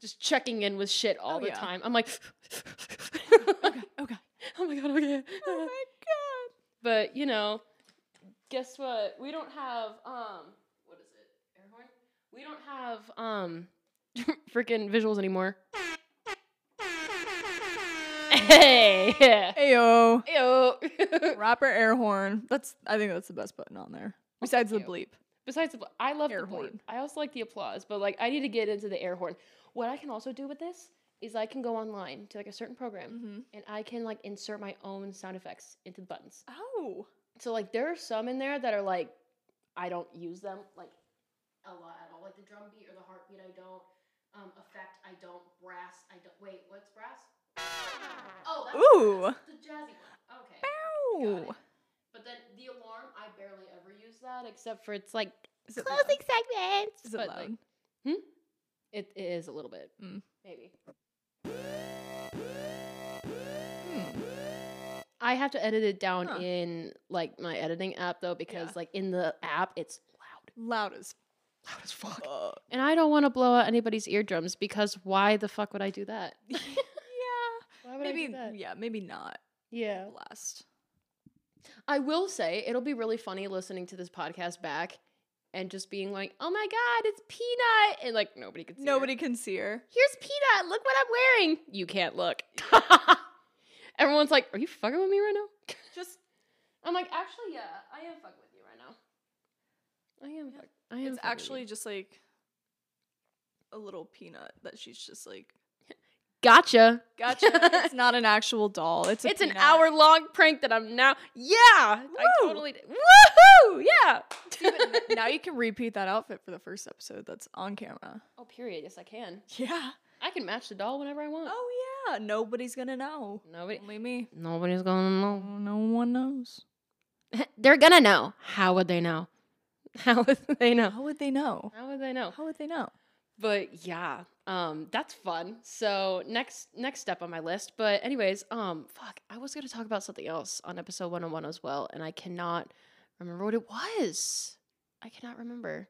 Speaker 1: just checking in with shit all
Speaker 2: Oh,
Speaker 1: the
Speaker 2: yeah.
Speaker 1: time. I'm like,
Speaker 2: okay.
Speaker 1: (laughs) oh my god, okay.
Speaker 2: (laughs) Oh my God.
Speaker 1: But you know, guess what? We don't have um what is it? Air horn? We don't have um (laughs) freaking visuals anymore. Hey.
Speaker 2: (laughs)
Speaker 1: Yeah.
Speaker 2: Ayo.
Speaker 1: (laughs) Ew. (laughs)
Speaker 2: Rapper air horn. That's, I think that's the best button on there. Besides the
Speaker 1: thank
Speaker 2: bleep.
Speaker 1: Besides the bl- I love
Speaker 2: Air
Speaker 1: the horn.
Speaker 2: horn.
Speaker 1: I also like the applause, but like I need to get into the air horn. What I can also do with this is I can go online to like a certain program
Speaker 2: Mm-hmm.
Speaker 1: and I can like insert my own sound effects into the buttons.
Speaker 2: Oh.
Speaker 1: So like there are some in there that are like I don't use them like a lot at all. Like the drum beat or the heartbeat I don't. Um effect I don't. Brass I don't wait, what's brass? Oh that's
Speaker 2: Ooh.
Speaker 1: brass. the jazzy one. Okay.
Speaker 2: Ow.
Speaker 1: Got it. But then the alarm, I barely ever use that except for it's like
Speaker 2: Is it loud?
Speaker 3: (laughs) Closing segments.
Speaker 2: Is it
Speaker 1: but,
Speaker 2: loud?
Speaker 1: like- it, it is a little bit.
Speaker 2: Mm.
Speaker 1: Maybe.
Speaker 2: Hmm.
Speaker 1: I have to edit it down
Speaker 2: Huh.
Speaker 1: in like my editing app though because
Speaker 2: Yeah.
Speaker 1: like in the app it's loud.
Speaker 2: Loud as
Speaker 1: Loud as fuck.
Speaker 2: fuck.
Speaker 1: (laughs)
Speaker 2: (laughs)
Speaker 1: And I don't want to blow out anybody's eardrums because why the fuck would I do (laughs) that?
Speaker 2: yeah.
Speaker 1: Why would I
Speaker 2: Maybe
Speaker 1: do that?
Speaker 2: yeah, maybe not
Speaker 1: Yeah.
Speaker 2: last.
Speaker 1: I will say it'll be really funny listening to this podcast back and just being like, "Oh my god, it's Peanut." And like nobody could see. her.
Speaker 2: Nobody can see her.
Speaker 1: Here's Peanut. Look what I'm wearing. You can't (laughs) look. Everyone's like, "Are you fucking with me right now?"
Speaker 2: Just
Speaker 1: I'm like, "Actually, yeah. I am fucking with you right now." I am fuck- I am fucking
Speaker 2: it's
Speaker 1: with you.
Speaker 2: actually just like a little peanut that she's
Speaker 1: (laughs)
Speaker 2: just like
Speaker 1: Gotcha.
Speaker 2: Gotcha. it's not an actual doll. It's a
Speaker 1: It's an
Speaker 2: peanut." (laughs)
Speaker 1: hour long prank that I'm now. Yeah, I
Speaker 2: Woo!
Speaker 1: totally did. Woohoo! Yeah.
Speaker 2: See,
Speaker 1: (laughs)
Speaker 2: but n- now you can repeat that outfit for the first episode that's on camera.
Speaker 1: oh, period. Yes, I can.
Speaker 2: Yeah.
Speaker 1: I can match the doll whenever I want.
Speaker 2: (laughs) Oh yeah. Nobody's gonna know.
Speaker 1: Nobody,
Speaker 2: Only me.
Speaker 1: (laughs) nobody's gonna know.
Speaker 2: No one knows.
Speaker 1: (laughs) They're gonna know. How would they know? (laughs) How would they know?
Speaker 2: How would they know?
Speaker 1: How would they know?
Speaker 2: How would they know?
Speaker 1: But yeah, um, that's fun. So next next step on my list. But anyways, um, fuck, I was gonna talk about something else on episode 101 as well, and I cannot remember what it was. I cannot remember.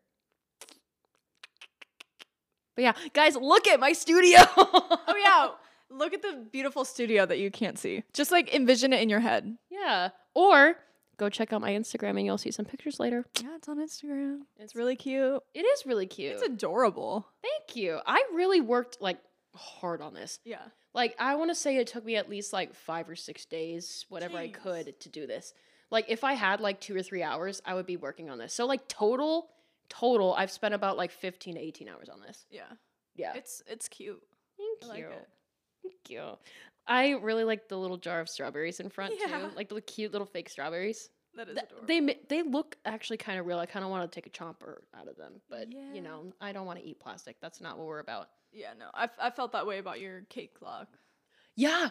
Speaker 1: But yeah, guys, look at my studio.
Speaker 2: (laughs) Oh
Speaker 1: (laughs)
Speaker 2: yeah. Look at the beautiful studio that you can't see. Just like envision it in your head.
Speaker 1: yeah. Or Go check out my Instagram and you'll see some pictures later.
Speaker 2: Yeah, it's on Instagram. It's really cute.
Speaker 1: It is really cute.
Speaker 2: It's adorable.
Speaker 1: Thank you. I really worked like hard on this.
Speaker 2: Yeah.
Speaker 1: Like I want to say it took me at least like 5 or 6 days, whatever I
Speaker 2: Jeez.
Speaker 1: could to do this. Like if I had like 2 or 3 hours, I would be working on this. So like total total I've spent about like 15 to 18 hours on this.
Speaker 2: Yeah.
Speaker 1: Yeah.
Speaker 2: It's it's cute.
Speaker 1: Thank
Speaker 2: I like
Speaker 1: you.
Speaker 2: it.
Speaker 1: Thank you. I really like the little jar of strawberries in front
Speaker 2: Yeah.
Speaker 1: too. Like the little cute little fake strawberries.
Speaker 2: That is
Speaker 1: Th-
Speaker 2: adorable.
Speaker 1: they ma- they look actually kind of real. I kind of want to take a chomper out of them, but
Speaker 2: Yeah.
Speaker 1: you know, I don't want to eat plastic. That's not what we're about.
Speaker 2: yeah, no. I, f- I felt that way about your cake clock.
Speaker 1: Yeah.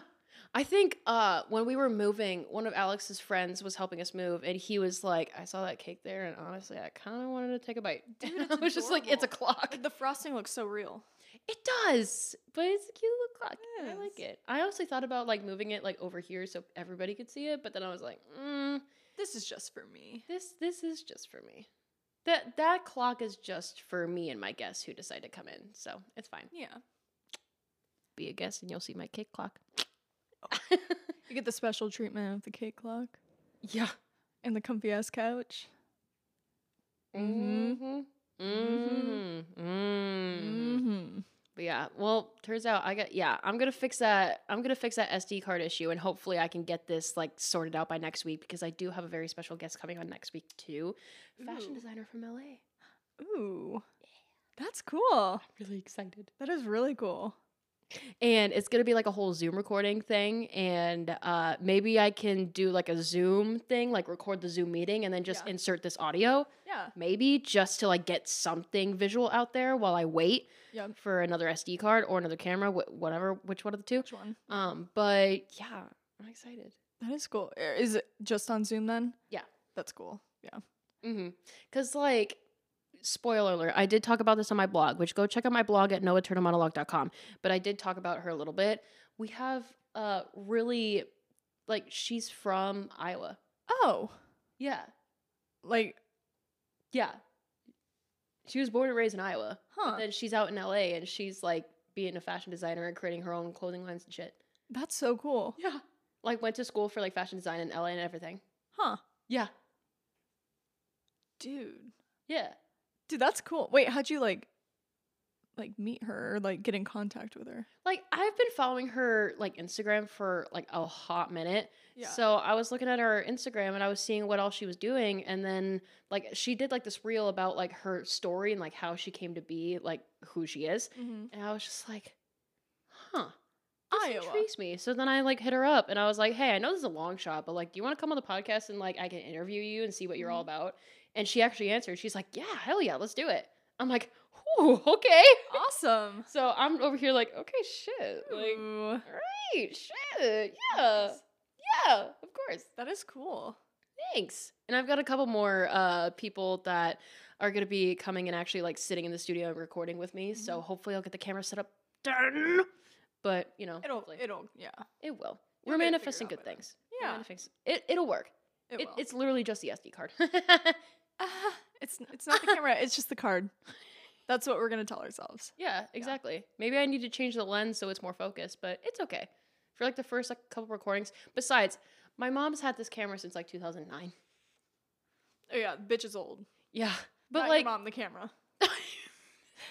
Speaker 1: I think uh, when we were moving, one of Alex's friends was helping us move, and he was like, "I saw that cake there, and honestly, I kind of wanted to take a bite." (laughs)
Speaker 2: Dude,
Speaker 1: And I
Speaker 2: it's
Speaker 1: was just like, "It's a
Speaker 2: adorable.
Speaker 1: clock."
Speaker 2: The frosting looks so real.
Speaker 1: It does, but it's a cute little clock. I like
Speaker 2: Yes.
Speaker 1: it. I honestly thought about like moving it like over here so everybody could see it, but then I was like, mm,
Speaker 2: This is just for me.
Speaker 1: this this is just for me. That that clock is just for me and my guests who decide to come in, so it's fine.
Speaker 2: Yeah.
Speaker 1: Be a guest and you'll see my cake clock.
Speaker 2: Oh. You get the special treatment of the cake clock
Speaker 1: (laughs) yeah.
Speaker 2: and the comfy ass couch. Mhm.
Speaker 1: Mhm.
Speaker 2: Mhm.
Speaker 1: Mhm. Mhm.
Speaker 2: Mm-hmm.
Speaker 1: But yeah, well, turns out I got yeah, I'm gonna fix that. I'm gonna fix that SD card issue, and hopefully I can get this like sorted out by next week because I do have a very special guest coming on next week too, fashion
Speaker 2: Ooh.
Speaker 1: designer from LA.
Speaker 2: Ooh. That's cool.
Speaker 1: Really excited,
Speaker 2: That is really cool.
Speaker 1: and it's gonna be like a whole Zoom recording thing, and uh, maybe I can do like a Zoom thing, like record the Zoom meeting, and then just
Speaker 2: Yeah.
Speaker 1: insert this audio,
Speaker 2: Yeah.
Speaker 1: maybe just to like get something visual out there while I wait
Speaker 2: Yeah.
Speaker 1: for another SD card or another camera, wh- whatever, which one of the two.
Speaker 2: Which one?
Speaker 1: Um, but yeah, I'm excited.
Speaker 2: That is cool. Uh, Is it just on Zoom then?
Speaker 1: Yeah.
Speaker 2: That's cool. Yeah.
Speaker 1: Mm-hmm. Cause like, spoiler alert, I did talk about this on my blog, which go check out my blog at noahturnermonologue.com. But I did talk about her a little bit. We have uh really like she's from Iowa.
Speaker 2: Oh,
Speaker 1: Yeah.
Speaker 2: like,
Speaker 1: Yeah. She was born and raised in Iowa.
Speaker 2: huh.
Speaker 1: Then she's out in LA and she's like being a fashion designer and creating her own clothing lines and shit.
Speaker 2: That's so cool.
Speaker 1: Yeah. Like went to school for like fashion design in LA and everything.
Speaker 2: Huh.
Speaker 1: Yeah.
Speaker 2: Dude.
Speaker 1: Yeah.
Speaker 2: Dude, that's cool. Wait, how'd you like like meet her or like get in contact with her?
Speaker 1: Like I've been following her like Instagram for like a hot minute.
Speaker 2: (laughs)
Speaker 1: So I was looking at her Instagram and I was seeing what all she was doing and then like she did like this reel about like her story and like how she came to be like who she is.
Speaker 2: Mhm.
Speaker 1: And I was just like, huh. This
Speaker 2: Iowa.
Speaker 1: intrigues me. So then I like hit her up and I was like, hey, I know this is a long shot, but like, do you want to come on the podcast and like I can interview you and see what you're all
Speaker 2: Mhm.
Speaker 1: about? And she actually answered. She's like, yeah, hell yeah, let's do it. I'm like, whew, okay.
Speaker 2: awesome.
Speaker 1: So I'm over here like, okay, shit. Like,
Speaker 2: Ooh,
Speaker 1: Great, shit. Yeah. Yeah, of course.
Speaker 2: that is cool.
Speaker 1: Thanks. And I've got a couple more uh, people that are going to be coming and actually like sitting in the studio and recording with me. So hopefully I'll get the camera set up done. But, you know,
Speaker 2: It'll
Speaker 1: hopefully.
Speaker 2: it'll yeah.
Speaker 1: it will. We're
Speaker 2: You'll get it figured
Speaker 1: manifesting
Speaker 2: out
Speaker 1: good
Speaker 2: by then.
Speaker 1: things. We're
Speaker 2: Yeah.
Speaker 1: manifest- It, it'll work.
Speaker 2: It,
Speaker 1: It
Speaker 2: will. (laughs)
Speaker 1: it's literally just the SD card. (laughs)
Speaker 2: Ah, it's n- it's (laughs) not the camera, it's just the card. That's what we're gonna tell ourselves.
Speaker 1: yeah, exactly. Maybe I need to change the lens so it's more focused, but it's okay. For like the first like, couple recordings. Besides, my mom's had this camera since like 2009.
Speaker 2: Oh yeah, bitch is old.
Speaker 1: Yeah. But
Speaker 2: Not your
Speaker 1: like,
Speaker 2: mom the camera.
Speaker 1: (laughs)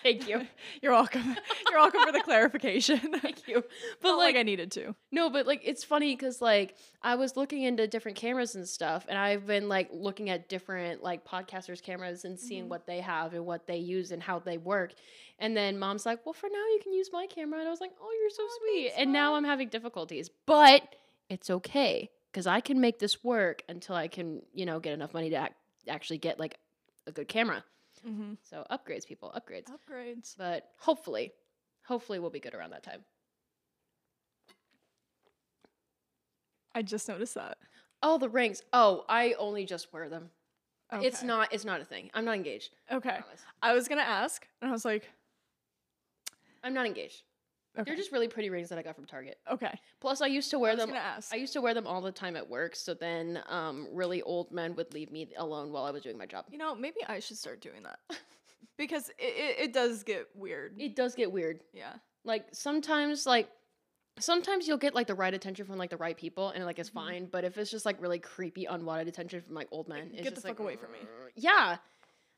Speaker 1: thank (laughs) you.
Speaker 2: (laughs) You're welcome. (laughs) You're welcome for the clarification. Thank
Speaker 1: you. But
Speaker 2: But
Speaker 1: like,
Speaker 2: like, I needed to.
Speaker 1: no, but like, it's funny because like, I was looking into different cameras and stuff, and I've been like looking at different like podcasters' cameras and seeing
Speaker 2: Mhm.
Speaker 1: what they have and what they use and how they work. And then mom's like, well, for now, you can use my camera. And I was like, oh, you're so
Speaker 2: Oh,
Speaker 1: sweet.
Speaker 2: thanks,
Speaker 1: And now
Speaker 2: Mom.
Speaker 1: I'm having difficulties, but it's okay because I can make this work until I can, you know, get enough money to ac- actually get like a good camera.
Speaker 2: Mm-hmm.
Speaker 1: So upgrades, people, upgrades.
Speaker 2: Oh. Upgrades.
Speaker 1: but hopefully, hopefully we'll be good around that time.
Speaker 2: I just noticed that.
Speaker 1: Oh, the rings. Oh, I only just wear them. It's
Speaker 2: Okay.
Speaker 1: not. It's not a thing. I'm not engaged. I
Speaker 2: okay.
Speaker 1: promise.
Speaker 2: I was gonna ask, and I was like,
Speaker 1: I'm not engaged.
Speaker 2: okay.
Speaker 1: They're just really pretty rings that I got from Target.
Speaker 2: okay.
Speaker 1: Plus, I used to wear
Speaker 2: I was
Speaker 1: them.
Speaker 2: gonna ask.
Speaker 1: I used to wear them all the time at work. So then, um, really old men would leave me alone while I was doing my job.
Speaker 2: you know, maybe I should start
Speaker 1: (laughs)
Speaker 2: doing that because it, it, it does get weird.
Speaker 1: It does get weird.
Speaker 2: yeah.
Speaker 1: Like sometimes, like sometimes you'll get like the right attention from like the right people and like it's
Speaker 2: Mm-hmm.
Speaker 1: fine but if it's just like really creepy unwanted attention from like old men it's
Speaker 2: get
Speaker 1: just
Speaker 2: the
Speaker 1: like,
Speaker 2: fuck
Speaker 1: (laughs)
Speaker 2: away from me.
Speaker 1: "Grr." yeah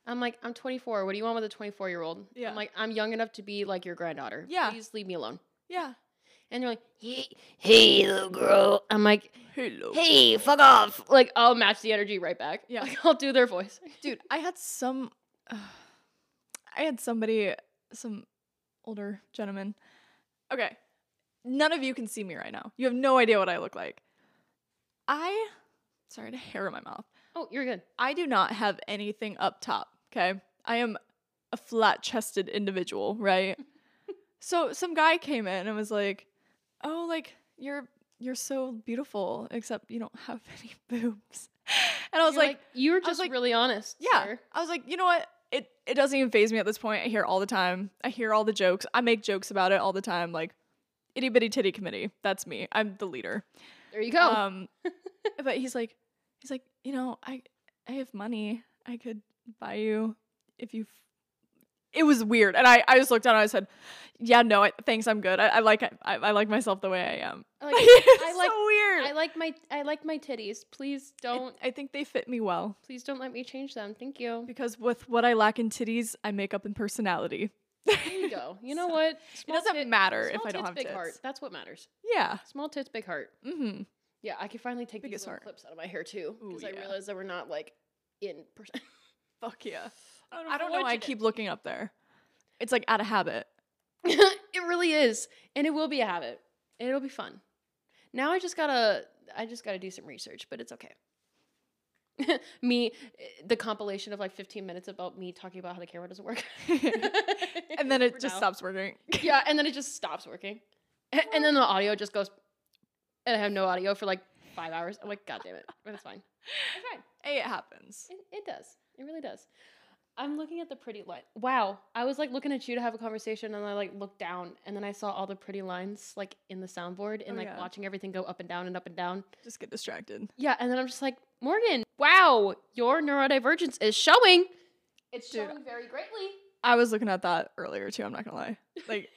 Speaker 1: i'm like i'm 24 what do you want with a 24 year old
Speaker 2: Yeah.
Speaker 1: i'm like i'm young enough to be like your granddaughter
Speaker 2: Yeah.
Speaker 1: please leave me alone
Speaker 2: Yeah.
Speaker 1: and they're like hey, hey little girl i'm like
Speaker 2: Hello.
Speaker 1: hey fuck off like i'll match the energy right back
Speaker 2: Yeah.
Speaker 1: like i'll do their voice
Speaker 2: dude i had some (sighs) i had somebody some older gentleman okay none of you can see me right now you have no idea what i look like i sorry to hair in my mouth
Speaker 1: oh you're good
Speaker 2: i do not have anything up top okay i am a flat-chested individual right so some guy came in and was like oh like you're you're so beautiful except you don't have (laughs) any boobs and i was
Speaker 1: You're
Speaker 2: like
Speaker 1: you were
Speaker 2: was
Speaker 1: just
Speaker 2: like,
Speaker 1: really honest
Speaker 2: yeah.
Speaker 1: sir."
Speaker 2: I was like, you know what? It it doesn't even phase me at this point. I hear it all the time. I hear all the jokes. I make jokes about it all the time. Like itty bitty titty committee. That's me. I'm the leader.
Speaker 1: there you go
Speaker 2: Um (laughs) but he's like he's like, you know, I I have money. I could buy you if you f-. It was weird. And I, I just looked down and I said, Yeah, no, I, thanks, I'm good. I, I like I, I like myself the way I am.
Speaker 1: I'm (laughs)
Speaker 2: Like,
Speaker 1: like,
Speaker 2: (laughs) it's
Speaker 1: I like-
Speaker 2: so weird.
Speaker 1: i like my i like my titties please
Speaker 2: I-
Speaker 1: don't
Speaker 2: I think they fit me well.
Speaker 1: Please don't let me change them. Thank
Speaker 2: (laughs)
Speaker 1: you.
Speaker 2: Because with what I lack in titties, I make up in personality.
Speaker 1: There you go. You know
Speaker 2: So,
Speaker 1: what?
Speaker 2: It
Speaker 1: Small
Speaker 2: doesn't
Speaker 1: tit-
Speaker 2: matter if
Speaker 1: small
Speaker 2: I don't
Speaker 1: tits,
Speaker 2: have
Speaker 1: big
Speaker 2: tits.
Speaker 1: heart. That's what matters.
Speaker 2: Yeah.
Speaker 1: Small tits, big heart.
Speaker 2: Mm-hmm.
Speaker 1: Yeah, I can finally take
Speaker 2: Biggest
Speaker 1: these little
Speaker 2: heart.
Speaker 1: clips out of my hair too
Speaker 2: Ooh,
Speaker 1: because I
Speaker 2: yeah.
Speaker 1: realized that we're not like in person.
Speaker 2: Fuck yeah.
Speaker 1: I don't
Speaker 2: I don't know.
Speaker 1: what
Speaker 2: why I
Speaker 1: you did.
Speaker 2: keep looking up there. It's like out
Speaker 1: (laughs)
Speaker 2: of habit.
Speaker 1: it really is, and it will be a habit, and it'll be fun. Now I just gotta, I just gotta do some research, but it's okay. (laughs) me, the compilation of like 15 minutes about me talking about how the camera doesn't work,
Speaker 2: (laughs)
Speaker 1: (laughs)
Speaker 2: And then it
Speaker 1: For
Speaker 2: just
Speaker 1: now.
Speaker 2: stops working. (laughs)
Speaker 1: yeah, and then it just stops working. (laughs) A- And then the audio just goes, and I have no audio for like five hours. I'm like, God damn it. But it's fine. It's fine.
Speaker 2: Hey, it happens.
Speaker 1: It, it does. It really does. I'm looking at the pretty line. Wow. I was like looking at you to have a conversation, and I like looked down, and then I saw all the pretty lines like in the soundboard and
Speaker 2: Oh,
Speaker 1: like
Speaker 2: yeah.
Speaker 1: watching everything go up and down and up and down.
Speaker 2: Just get distracted.
Speaker 1: Yeah, and then I'm just like, Morgan, wow, your neurodivergence is showing. It's
Speaker 2: Dude.
Speaker 1: showing very greatly.
Speaker 2: I was looking at that earlier too. I'm not gonna lie. Like,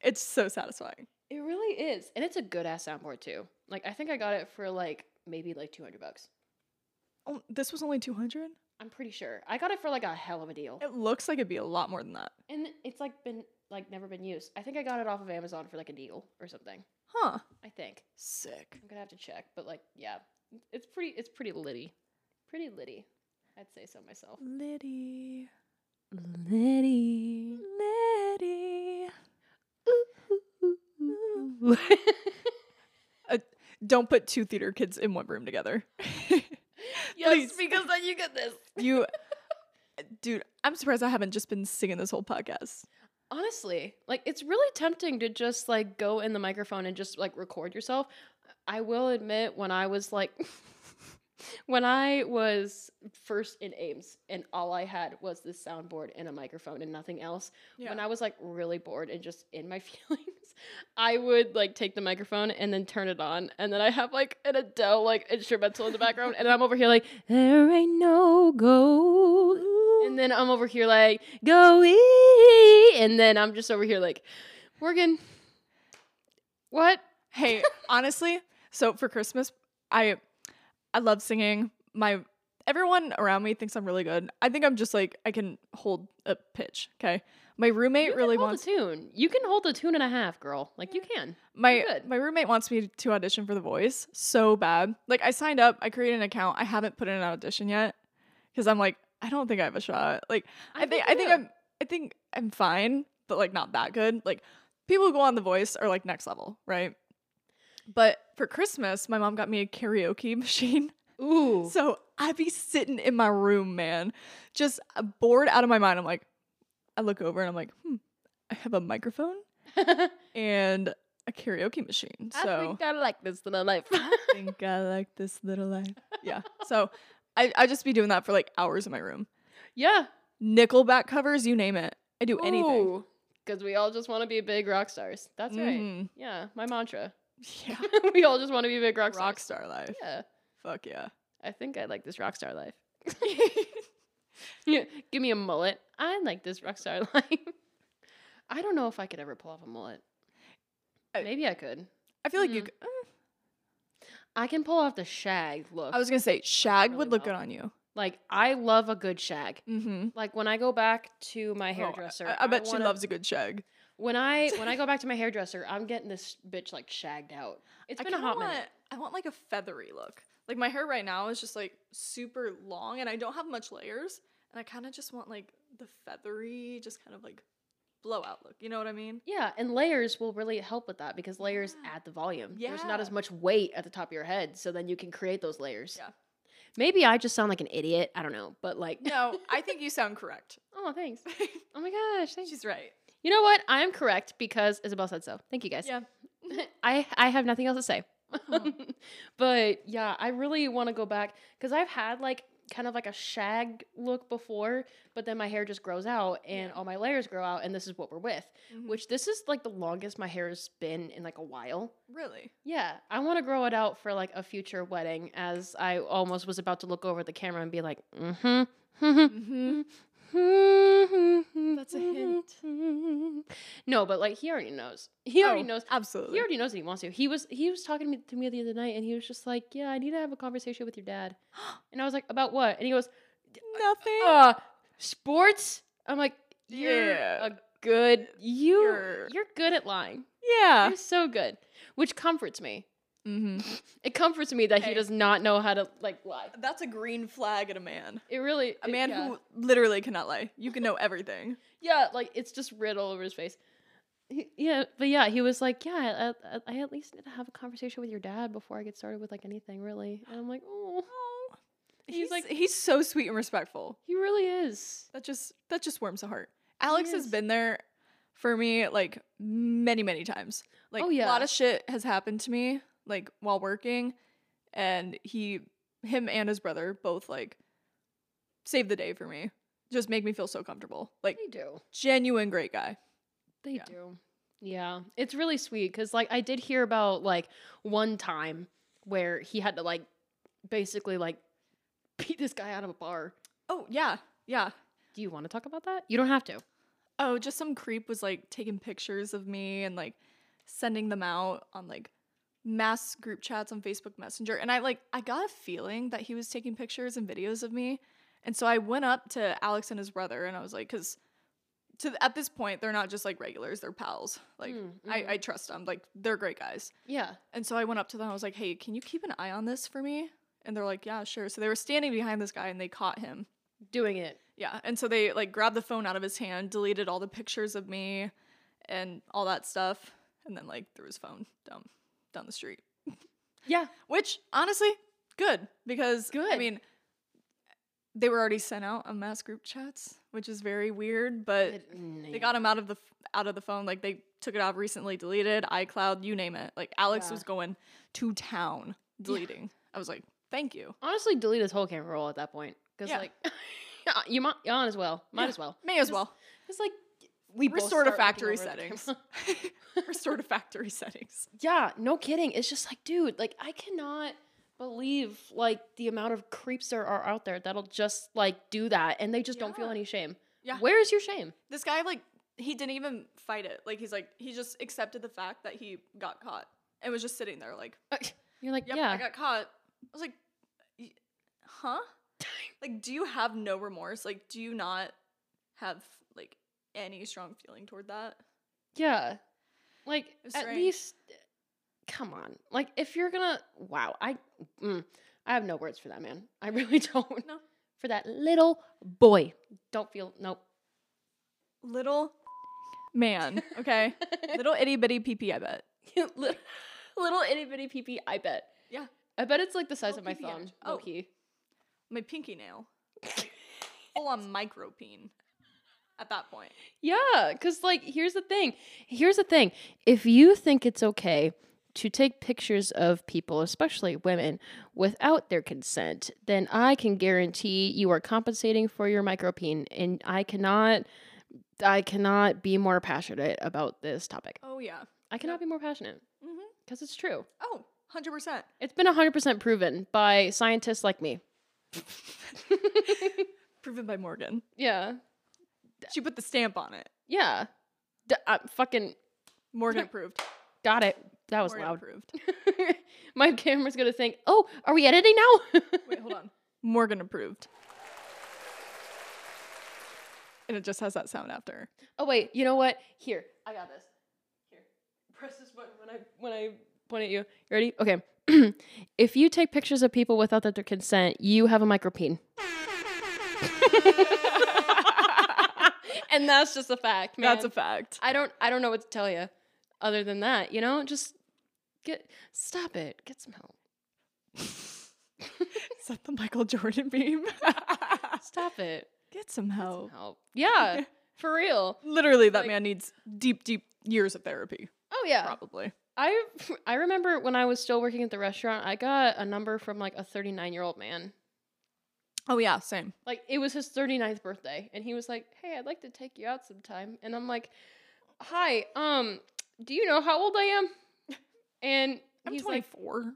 Speaker 2: it's so satisfying.
Speaker 1: It really is. And it's a good ass soundboard too. Like I think I got it for like maybe like 200 bucks.
Speaker 2: Oh, this was only 200.
Speaker 1: I'm pretty sure. I got it for like a hell of a deal.
Speaker 2: It looks like it'd be a lot more than that.
Speaker 1: And it's like been like never been used. I think I got it off of Amazon for like a deal or something.
Speaker 2: Huh.
Speaker 1: I think.
Speaker 2: Sick.
Speaker 1: I'm going to have to check, but like yeah. It's pretty it's pretty litty. Pretty litty. I'd say so
Speaker 2: (laughs)
Speaker 1: myself.
Speaker 2: Liddy.
Speaker 1: Litty.
Speaker 2: Liddy. Don't put two theater kids in one room together. (laughs)
Speaker 1: yes,
Speaker 2: Please.
Speaker 1: because then you get
Speaker 3: (laughs)
Speaker 1: this.
Speaker 2: You, dude, I'm surprised I haven't just been singing this whole podcast.
Speaker 1: honestly like it's really tempting to just like go in the microphone and just like record yourself i will admit when i was like (laughs) when i was first in ames and all i had was this soundboard and a microphone and nothing else when i was like really bored and just in my (laughs) feelings i would like take the microphone and then turn it on and then i have like an adele like instrumental in the background and i'm over here like there ain't no gold and then I'm over here like, go eat. And then I'm just over here like, Morgan, what?
Speaker 2: hey, honestly, so for Christmas, I, I love singing. My everyone around me thinks I'm really good. I think I'm just like I can hold a pitch. Okay, my roommate
Speaker 1: You can
Speaker 2: really
Speaker 1: hold
Speaker 2: wants
Speaker 1: a tune. You can hold a tune and a half, girl. Like you can.
Speaker 2: my
Speaker 1: You're good.
Speaker 2: my roommate wants me to audition for The Voice so bad. Like I signed up, I created an account. I haven't put in an audition yet because I'm like I don't think I have a shot. Like I think I
Speaker 1: you
Speaker 2: think
Speaker 1: do.
Speaker 2: I'm I think I'm fine, but like not that good. Like people who go on The Voice are like next level, right? But for Christmas, my mom got me a karaoke (laughs) machine.
Speaker 1: (laughs) Ooh.
Speaker 2: So I be sitting in my room, man, just bored out of my mind. I'm like, I look over and I'm like, hmm, I have a microphone and a karaoke machine. So
Speaker 1: I think I like this little life.
Speaker 2: (laughs) think I like this little life. Yeah. So I, I just be doing that for like hours in my room.
Speaker 1: (laughs) yeah.
Speaker 2: Nickelback covers, you name it. I do anything.
Speaker 1: Because we all just want to be big rock stars. That's right.
Speaker 2: Mhm.
Speaker 1: Yeah, my mantra. (laughs)
Speaker 2: (laughs) Yeah.
Speaker 1: we all just want to be big rock stars.
Speaker 2: Rockstar life.
Speaker 1: Yeah.
Speaker 2: Fuck yeah.
Speaker 1: I think I like this rock star
Speaker 2: (laughs)
Speaker 1: life. (laughs) Give me a mullet. I like this rock star (laughs) life. I don't know if I could ever pull off a mullet.
Speaker 2: I-
Speaker 1: Maybe I could.
Speaker 2: I feel like you.
Speaker 1: Mhm.
Speaker 2: Could, eh,
Speaker 1: I can pull off the shag look.
Speaker 2: I was gonna say shag
Speaker 1: Really
Speaker 2: would look
Speaker 1: well.
Speaker 2: good on you.
Speaker 1: like I love a good shag.
Speaker 2: Mm-hmm.
Speaker 1: Like when I go back to my hairdresser,
Speaker 2: Oh, I, I bet she
Speaker 1: wanna-
Speaker 2: loves a good shag.
Speaker 1: When I when I go back to my hairdresser, I'm getting this bitch like shagged out. It's
Speaker 2: I
Speaker 1: been a
Speaker 2: kinda
Speaker 1: hot
Speaker 2: want,
Speaker 1: minute.
Speaker 2: I want like a feathery look. Like my hair right now is just like super long, and I don't have much layers, and I kind of just want like the feathery, just kind of like blowout look. You know what I mean?
Speaker 1: Yeah, and layers will really help with that because layers
Speaker 2: Yeah.
Speaker 1: add the volume. There's not as
Speaker 2: Yeah.
Speaker 1: much weight at the top of your head, so then you can create those layers.
Speaker 2: Yeah.
Speaker 1: Maybe I just sound like an idiot. I don't know, but like, (laughs)
Speaker 2: No, I think you sound correct.
Speaker 1: oh, thanks. Oh my gosh, thanks.
Speaker 2: (laughs) She's right.
Speaker 1: You know what? I am correct because Isabel said so. Thank you guys.
Speaker 2: Yeah.
Speaker 1: (laughs) I I have nothing else to say.
Speaker 2: Oh.
Speaker 1: (laughs) but yeah, I really want to go back because I've had like kind of like a shag look before, but then my hair just grows out and
Speaker 2: Yeah.
Speaker 1: all my layers grow out, and this is what we're with.
Speaker 2: Mhm.
Speaker 1: Which this is like the longest my hair has been in like a while.
Speaker 2: really?
Speaker 1: Yeah, I want to grow it out for like a future wedding. As I almost was about to look over at the camera and be like, mm hmm.
Speaker 2: Mm-hmm.
Speaker 1: That's
Speaker 2: a hint.
Speaker 1: Mm-hmm. No, but like he already knows. He already knows.
Speaker 2: Oh, Absolutely.
Speaker 1: He already knows that he wants to. He was he was talking to me, to me the other night, and he was just like, "Yeah, I need to have a conversation with your
Speaker 2: (gasps)
Speaker 1: dad." And I was like, "About what?" And he goes,
Speaker 2: Nothing.
Speaker 1: "Uh, sports." I'm like, "You're
Speaker 2: Yeah.
Speaker 1: a good you. You're,
Speaker 2: You're-
Speaker 1: good at lying.
Speaker 2: yeah.
Speaker 1: You're so good," which comforts me.
Speaker 2: Mm-hmm.
Speaker 1: It comforts me that he
Speaker 2: Hey.
Speaker 1: does not know how to like lie.
Speaker 2: That's a green flag at a man.
Speaker 1: It really
Speaker 2: A
Speaker 1: it-
Speaker 2: man
Speaker 1: yeah.
Speaker 2: who literally cannot lie. You can know everything.
Speaker 1: Yeah, like it's just rid all over his face. He, yeah, but yeah, he was like, yeah, I, I, I at least need to have a conversation with your dad before I get started with like anything, really. And I'm like, (laughs) oh,
Speaker 2: he's,
Speaker 1: He's like-
Speaker 2: like he's so sweet and respectful.
Speaker 1: he really is.
Speaker 2: That just that just warms the heart. Alex has
Speaker 1: is.
Speaker 2: been there for me like many many times. Like
Speaker 1: Oh,
Speaker 2: a lot
Speaker 1: yeah.
Speaker 2: of shit has happened to me like while working, and he, him and his brother both like save the day for me. Just make me feel so comfortable. Like
Speaker 1: They do.
Speaker 2: genuine great guy.
Speaker 1: They
Speaker 2: Yeah.
Speaker 1: do. Yeah, it's really sweet because like I did hear about like one time where he had to like basically like beat this guy out of a bar.
Speaker 2: Oh yeah, yeah.
Speaker 1: Do you want to talk about that? You don't have to.
Speaker 2: Oh, just some creep was like taking pictures of me and like sending them out on like mass group chats on Facebook Messenger. And I like, I got a feeling that he was taking pictures and videos of me. And so I went up to Alex and his brother and I was like, because to th- at this point, they're not just like regulars, they're pals. Like,
Speaker 1: Mm,
Speaker 2: I,
Speaker 1: mhm.
Speaker 2: I trust them. Like, they're great guys.
Speaker 1: yeah.
Speaker 2: And so I went up to them. I was like, hey, can you keep an eye on this for me? And they're like, yeah, sure. So they were standing behind this guy and they caught him.
Speaker 1: Doing it.
Speaker 2: Yeah, and so they like grabbed the phone out of his hand, deleted all the pictures of me, and all that stuff, and then like threw his phone down down the street.
Speaker 1: Yeah.
Speaker 2: Which honestly, good because I
Speaker 1: Good.
Speaker 2: mean, they were already sent out on mass group chats, which is very weird, but they got him out of the f- out of the phone. Like they took it off recently, deleted iCloud, you name it. Like Alex
Speaker 1: Yeah.
Speaker 2: was going to town deleting. I was like, thank you,
Speaker 1: honestly delete his whole camera roll at that point because
Speaker 2: Yeah.
Speaker 1: like (laughs) you might you might as well might
Speaker 2: Yeah.
Speaker 1: as well
Speaker 2: may as
Speaker 1: Just-
Speaker 2: well. (laughs)
Speaker 1: it's like we both
Speaker 2: restore to
Speaker 1: start looking
Speaker 2: factory
Speaker 1: over at the
Speaker 2: settings.
Speaker 1: camera.
Speaker 2: restore to factory settings.
Speaker 1: (laughs) yeah no kidding it's just like dude like i cannot believe like the amount of creeps there are out there that'll just like do that and they just don't feel
Speaker 2: Yeah.
Speaker 1: any shame
Speaker 2: Yeah.
Speaker 1: where is your
Speaker 2: (laughs)
Speaker 1: shame
Speaker 2: This guy like he didn't even fight it. Like he's like he just accepted the fact that he got caught and was just sitting there like,
Speaker 1: you're like
Speaker 2: "Yep,
Speaker 1: yeah
Speaker 2: I got caught." I was like, "Y- "Huh? like do you have no remorse? Like do you not have like any strong feeling toward that?"
Speaker 1: yeah like
Speaker 2: was
Speaker 1: at
Speaker 2: strange.
Speaker 1: least come on like if you're gonna wow i mm, i have no words for that man i (laughs) really don't
Speaker 2: No.
Speaker 1: for that little boy don't feel nope
Speaker 2: Little (laughs) man, okay? Little itty bitty pee pee, I bet.
Speaker 1: (laughs) little, little itty bitty pee pee. I bet.
Speaker 2: Yeah.
Speaker 1: I bet it's like the size
Speaker 2: Little
Speaker 1: of my
Speaker 2: pee-pee
Speaker 1: thumb.
Speaker 2: edge. Oh.
Speaker 1: low key.
Speaker 2: My pinky nail. Full on micro peen at that point.
Speaker 1: Yeah, because like here's the thing. Here's the thing. If you think it's okay to take pictures of people, especially women, without their consent, then I can guarantee you are compensating for your micropene, and I cannot. I cannot be more passionate about this topic.
Speaker 2: Oh yeah.
Speaker 1: I cannot be more passionate
Speaker 2: Mhm.
Speaker 1: because it's true.
Speaker 2: Oh, 100%.
Speaker 1: It's been 100% proven by scientists like me. (laughs)
Speaker 2: Proven by Morgan.
Speaker 1: Yeah.
Speaker 2: She put the stamp on it.
Speaker 1: Yeah. D- I fucking (laughs)
Speaker 2: Morgan approved.
Speaker 1: got it. That was
Speaker 2: Morgan
Speaker 1: loud. (laughs)
Speaker 2: approved.
Speaker 1: My camera's gonna think, oh, are we editing now? (laughs)
Speaker 2: Wait, hold on. Morgan approved. And it just has that sound after.
Speaker 1: oh wait, you know what? Here, I got this. Here, press this button when I when I point at you. You ready? Okay. (clears throat) if you take pictures of people without their consent, you have a micropene. (laughs) and that's just a fact, man.
Speaker 2: That's
Speaker 1: (laughs)
Speaker 2: a fact.
Speaker 1: I don't I don't know what to tell you other than that, you know? Just get stop it. Get some help.
Speaker 2: Is that the Michael Jordan (laughs)
Speaker 1: (laughs)
Speaker 2: beam?
Speaker 1: Stop it.
Speaker 2: Get some
Speaker 1: Get some
Speaker 2: help.
Speaker 1: help.
Speaker 2: (laughs)
Speaker 1: Yeah. for real.
Speaker 2: Literally, that
Speaker 1: Like-
Speaker 2: man needs deep, deep years of therapy,
Speaker 1: Oh yeah.
Speaker 2: probably.
Speaker 1: I (laughs) I remember when I was still working at the restaurant, I got a number from like a 39-year-old man.
Speaker 2: Oh, yeah, same.
Speaker 1: Like it was his 39th birthday and he was like, "Hey, I'd like to take you out sometime." And I'm like, "Hi, um, do you know how old I am?" And
Speaker 2: (laughs) I'm
Speaker 1: he's like,
Speaker 2: 24.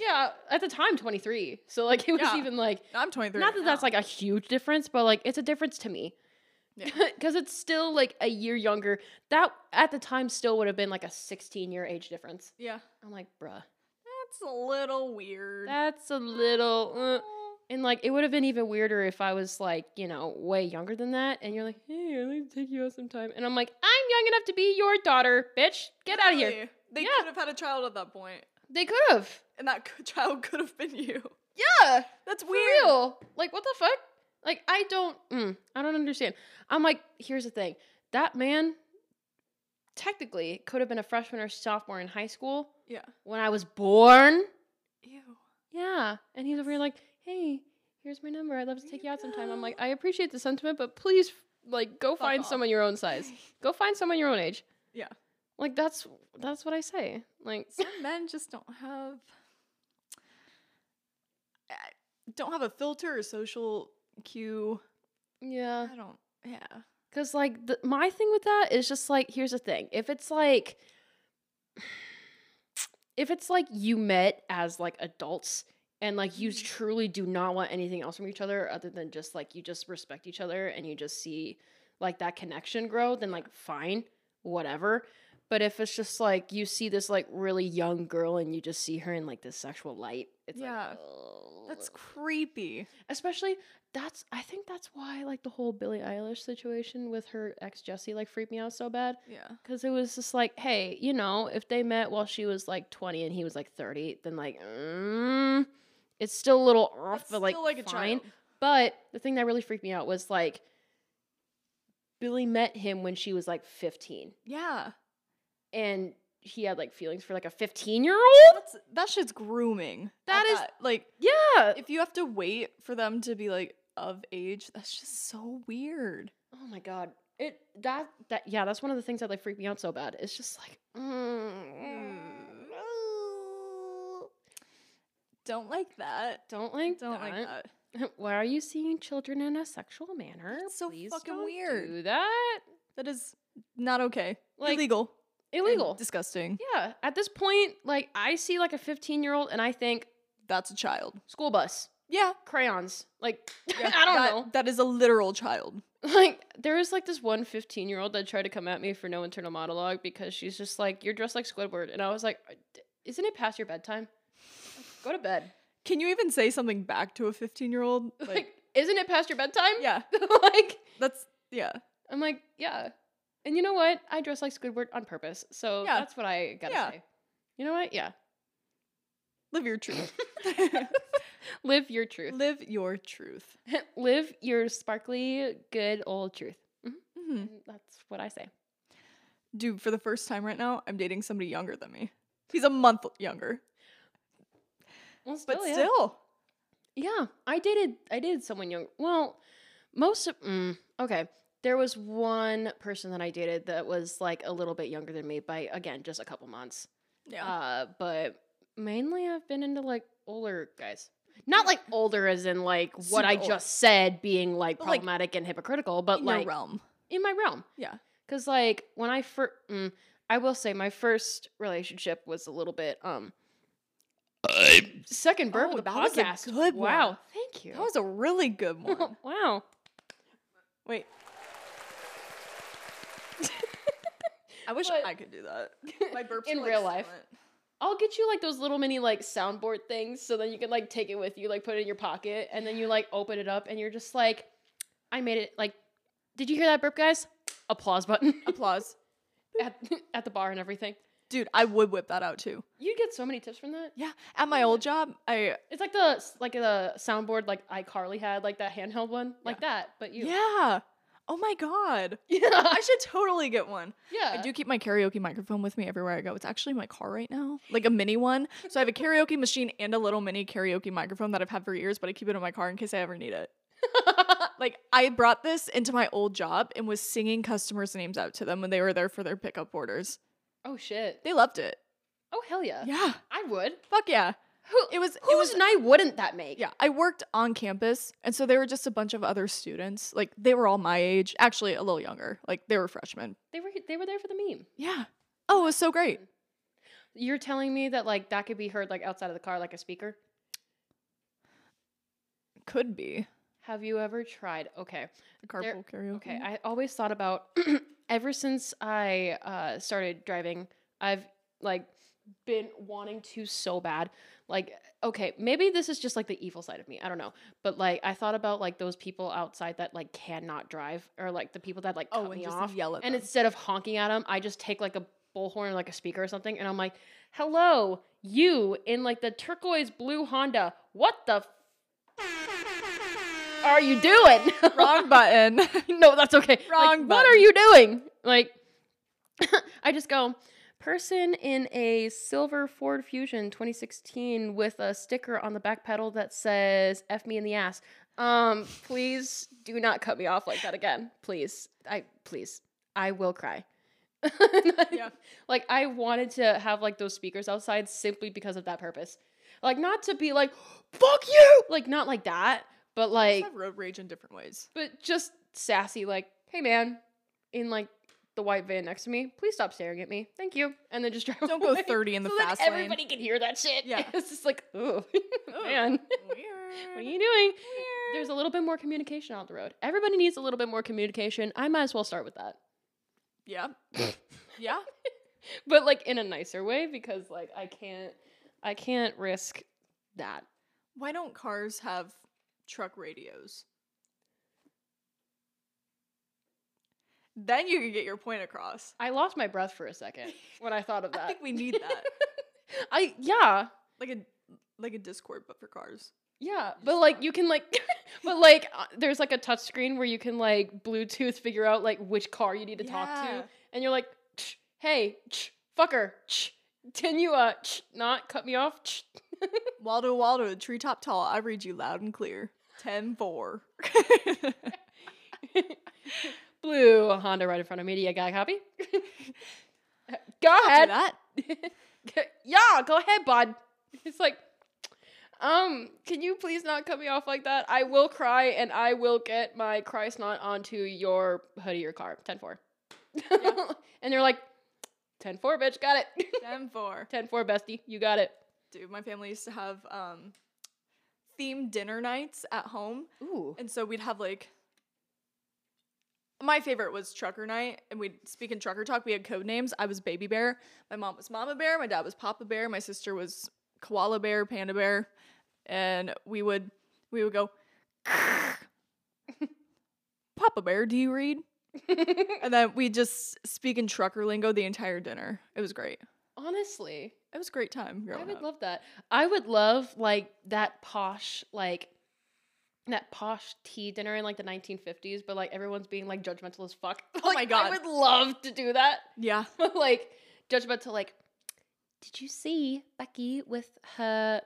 Speaker 1: "Yeah, at the time 23." So like it was
Speaker 2: Yeah.
Speaker 1: even like
Speaker 2: I'm 23.
Speaker 1: Not that that's like a huge difference, but like it's a difference to me.
Speaker 2: Yeah.
Speaker 1: (laughs) Because it's still like a year younger. That at the time still would have been like a 16 year age difference.
Speaker 2: Yeah.
Speaker 1: I'm like, bruh,
Speaker 2: That's a little weird.
Speaker 1: that's a little. Uh. And like it would have been even weirder if I was like, you know, way younger than that. And you're like, hey, I'd like to take you out sometime. And I'm like, I'm young enough to be your daughter, bitch. Get out of here.
Speaker 2: Really? They
Speaker 1: Yeah.
Speaker 2: could have had a child at that point,
Speaker 1: They could have.
Speaker 2: and that (laughs) c- child could have been you.
Speaker 1: Yeah.
Speaker 2: That's
Speaker 1: For real. Like, what the fuck? Like, I don't, mm, I don't understand. I'm like, here's the thing. That man technically could have been a freshman or sophomore in high school
Speaker 2: Yeah.
Speaker 1: when I was born.
Speaker 2: Ew.
Speaker 1: Yeah. And he's over here like, hey, here's my number. I'd love to take you out sometime. I'm like, I appreciate the sentiment, but please, like, go find
Speaker 2: off.
Speaker 1: someone your own size. Go find someone your own age.
Speaker 2: (laughs) Yeah.
Speaker 1: Like, that's, that's what I say. Like,
Speaker 2: Some men just don't have I- don't have a filter or social cue.
Speaker 1: yeah.
Speaker 2: I don't. Yeah.
Speaker 1: Cause like the, my thing with that is just like here's the thing. If it's like if it's like you met as like adults and like you
Speaker 2: Mhm.
Speaker 1: truly do not want anything else from each other other than just like you just respect each other and you just see like that connection grow, then like fine, whatever. But if it's just like you see this like really young girl and you just see her in like this sexual light, it's
Speaker 2: Yeah.
Speaker 1: like
Speaker 2: That's
Speaker 1: "Ugh."
Speaker 2: creepy.
Speaker 1: especially that's i think that's why like the whole billie eilish situation with her ex jesse like freaked me out so bad
Speaker 2: Yeah.
Speaker 1: because it was just like hey you know if they met while she was like 20 and he was like 30 then like mm, it's still a little off
Speaker 2: That's
Speaker 1: but like,
Speaker 2: still like a
Speaker 1: fine
Speaker 2: child.
Speaker 1: but the thing that really freaked me out was like billy met him when she was like 15
Speaker 2: Yeah.
Speaker 1: and he had like feelings for like a 15 year old
Speaker 2: That's that shit's grooming.
Speaker 1: That
Speaker 2: at
Speaker 1: is-
Speaker 2: like
Speaker 1: yeah
Speaker 2: if you have to wait for them to be like of age, that's just so weird.
Speaker 1: Oh my god. It that that yeah, that's one of the things that like freaked me out so bad. It's just like mm,
Speaker 2: Don't like that.
Speaker 1: don't like
Speaker 2: Don't like
Speaker 1: that.
Speaker 2: that.
Speaker 1: (laughs) Why are you seeing children in a sexual manner?
Speaker 2: That's so
Speaker 1: Please
Speaker 2: fucking
Speaker 1: don't
Speaker 2: weird.
Speaker 1: Do that
Speaker 2: That is not okay.
Speaker 1: Like,
Speaker 2: illegal. and
Speaker 1: illegal.
Speaker 2: Disgusting.
Speaker 1: yeah. At this point, like I see like a 15 year old and I think
Speaker 2: That's a child.
Speaker 1: school bus,
Speaker 2: Yeah.
Speaker 1: crayons. Like
Speaker 2: yeah,
Speaker 1: (laughs) I don't
Speaker 2: that-
Speaker 1: know.
Speaker 2: That is a literal child.
Speaker 1: (laughs) Like there was like this one 15 year old that tried to come at me for no internal monologue because she's just like you're dressed like Squidward and I was like isn't it past your bedtime? Go to bed.
Speaker 2: Can you even say something back to a 15 year old? (laughs)
Speaker 1: like, isn't it past your bedtime?
Speaker 2: yeah,
Speaker 1: (laughs) like,
Speaker 2: that's, yeah.
Speaker 1: I'm like, yeah. And you know what? I dress like Squidward on purpose. So
Speaker 2: Yeah.
Speaker 1: that's what I gotta
Speaker 2: Yeah.
Speaker 1: say. You know what? Yeah.
Speaker 2: Live
Speaker 1: (laughs)
Speaker 2: your truth.
Speaker 1: Live your truth.
Speaker 2: Live your truth.
Speaker 1: Live your sparkly, good old truth. Mhm.
Speaker 2: Mhm.
Speaker 1: And That's what I say.
Speaker 2: Dude, for the first time right now, I'm dating somebody younger than me. He's a month younger,
Speaker 1: Well,
Speaker 2: but
Speaker 1: yeah.
Speaker 2: still.
Speaker 1: Yeah, I dated I dated someone young. Well, most of mm, okay. There was one person that I dated that was like a little bit younger than me by again just a couple months. Uh, but mainly I've been into like older guys. Not like older as in like what
Speaker 2: Super
Speaker 1: I
Speaker 2: old.
Speaker 1: just said being like
Speaker 2: But, like,
Speaker 1: problematic and hypocritical, but
Speaker 2: in your
Speaker 1: like
Speaker 2: realm.
Speaker 1: in my realm.
Speaker 2: Yeah.
Speaker 1: Cause like when I first, mm, I will say my first relationship was a little bit um. Second burp
Speaker 2: Oh,
Speaker 1: with the
Speaker 2: that was a
Speaker 1: podcast.
Speaker 2: good one.
Speaker 1: wow, thank you.
Speaker 2: That was a really
Speaker 1: (laughs)
Speaker 2: good (laughs) one.
Speaker 1: wow.
Speaker 2: Wait. I wish
Speaker 1: But-
Speaker 2: I could do that. My burps
Speaker 1: In
Speaker 2: (laughs) are, like,
Speaker 1: real life.
Speaker 2: silent.
Speaker 1: I'll get you like those little mini like soundboard things so then you can like take it with you, like put it in your pocket, and then you like open it up and you're just like, I made it. Like, did you hear that burp, guys? Applause button (laughs)
Speaker 2: Applause.
Speaker 1: at, (laughs) at the bar and everything.
Speaker 2: Dude, I would whip that out too.
Speaker 1: You'd get so many tips from that.
Speaker 2: Yeah. At my old job, I
Speaker 1: It's like the like the soundboard like iCarly had, like that handheld one, like that. But you,
Speaker 2: Yeah. Oh my god.
Speaker 1: (laughs) yeah,
Speaker 2: I should totally get one.
Speaker 1: yeah.
Speaker 2: I do keep my karaoke microphone with me everywhere I go. It's actually in my car right now, like a mini one. So I have a karaoke machine and a little mini karaoke microphone that I've had for years, but I keep it in my car in case I ever need it. Like I brought this into my old job and was singing customers' names out to them when they were there for their pickup orders.
Speaker 1: (laughs) oh shit.
Speaker 2: They loved it.
Speaker 1: Oh hell yeah.
Speaker 2: Yeah.
Speaker 1: I would.
Speaker 2: Fuck yeah.
Speaker 1: Who?
Speaker 2: It was it
Speaker 1: Whose
Speaker 2: was
Speaker 1: night wouldn't that make?
Speaker 2: yeah, I worked on campus, and so there were just a bunch of other students. Like they were all my age, actually a little younger. Like they were freshmen.
Speaker 1: They were they were there for the meme.
Speaker 2: Yeah. Oh, it was so great.
Speaker 1: You're telling me that like that could be heard like outside of the car like a speaker?
Speaker 2: Could be
Speaker 1: Have you ever tried? Okay.
Speaker 2: the carpool
Speaker 1: There-
Speaker 2: karaoke.
Speaker 1: Okay. I always thought about (clears throat) ever since I uh, started driving, I've like been wanting to so bad. Like, okay, maybe this is just like the evil side of me. I don't know. But like, I thought about like those people outside that like cannot drive or like the people that like cut
Speaker 2: oh, and
Speaker 1: me
Speaker 2: just
Speaker 1: off.
Speaker 2: yell at
Speaker 1: And
Speaker 2: them.
Speaker 1: instead of honking at them, I just take like a bullhorn or like a speaker or something and I'm like, hello, you in like the turquoise blue Honda. What the f- are you doing? (laughs)
Speaker 2: (laughs) wrong button. (laughs)
Speaker 1: no, that's okay. Like,
Speaker 2: Wrong
Speaker 1: what are
Speaker 2: button.
Speaker 1: you doing? Like, (laughs) I just go, person in a silver Ford Fusion 2016 with a sticker on the back pedal that says "F me in the ass." Um, please do not cut me off like that again, please. I please, I will cry. (laughs)
Speaker 2: Yeah.
Speaker 1: Like I wanted to have like those speakers outside simply because of that purpose. Like not to be like, fuck you. Like not like that, but
Speaker 2: I
Speaker 1: like
Speaker 2: have road rage in
Speaker 1: (laughs)
Speaker 2: different ways.
Speaker 1: but just sassy, like, hey man, in like the white van next to me, please stop staring at me. Thank you. And then just (laughs) drive
Speaker 2: Don't go
Speaker 1: away.
Speaker 2: 30 in the
Speaker 1: so
Speaker 2: fast
Speaker 1: that
Speaker 2: lane.
Speaker 1: everybody can hear that (laughs) shit.
Speaker 2: Yeah.
Speaker 1: It's just like, (laughs) ooh,
Speaker 2: Ugh.
Speaker 1: man, (laughs) what are
Speaker 2: Weird.
Speaker 1: you doing? There's a little bit more communication on the road. Everybody needs a little bit more communication. I might as well start with that.
Speaker 2: (laughs)
Speaker 1: (laughs)
Speaker 2: yeah. yeah.
Speaker 1: But like in a nicer way because like I can't I can't risk that.
Speaker 2: Why don't cars have truck radios? Then you could get your point across.
Speaker 1: I lost my breath for a second when I thought of
Speaker 2: (laughs) I
Speaker 1: that.
Speaker 2: think we need that.
Speaker 1: (laughs) I yeah.
Speaker 2: like a like a Discord but for cars.
Speaker 1: Yeah,
Speaker 2: You
Speaker 1: but
Speaker 2: just
Speaker 1: like
Speaker 2: don't.
Speaker 1: you can like, (laughs) but like uh, there's like a touch screen where you can like Bluetooth figure out like which car you need to talk to,
Speaker 2: Yeah.
Speaker 1: and you're like, "Tch, hey, tch, fucker, tch, can you uh tch, not cut me off? Tch."
Speaker 2: Waldo Waldo, treetop tall, I read you loud and clear. 10-4.
Speaker 1: (laughs) Blue Honda right in front of me. Do you got a copy? (laughs) go
Speaker 2: After
Speaker 1: ahead.
Speaker 2: that,
Speaker 1: (laughs) yeah, go ahead, bud. It's like, um, can you please not cut me off like that? I will cry and I will get my cry snot onto your hoodie or car. 10 4. (laughs) and they're like, 10 4, bitch, got it. (laughs)
Speaker 2: 10-4.
Speaker 1: 10 4, bestie, you got it.
Speaker 2: Dude, my family used to have um themed dinner nights at home.
Speaker 1: Ooh.
Speaker 2: And so we'd have like my favorite was trucker night and we'd speak in trucker talk. We had code names. I was baby bear, my mom was mama bear, my dad was papa bear, my sister was koala bear, panda bear, and we would we would go (laughs) Papa bear, do you read? And then we just speak in trucker lingo the entire dinner. It was great.
Speaker 1: (laughs) Honestly,
Speaker 2: It was a great time growing
Speaker 1: I would
Speaker 2: up.
Speaker 1: love that. I would love like that posh, like that posh tea dinner in like the 1950s, but like everyone's being like judgmental as fuck. (laughs)
Speaker 2: Oh my
Speaker 1: Like, I
Speaker 2: God.
Speaker 1: would love to do that.
Speaker 2: yeah.
Speaker 1: (laughs) like judgmental like did you see becky with her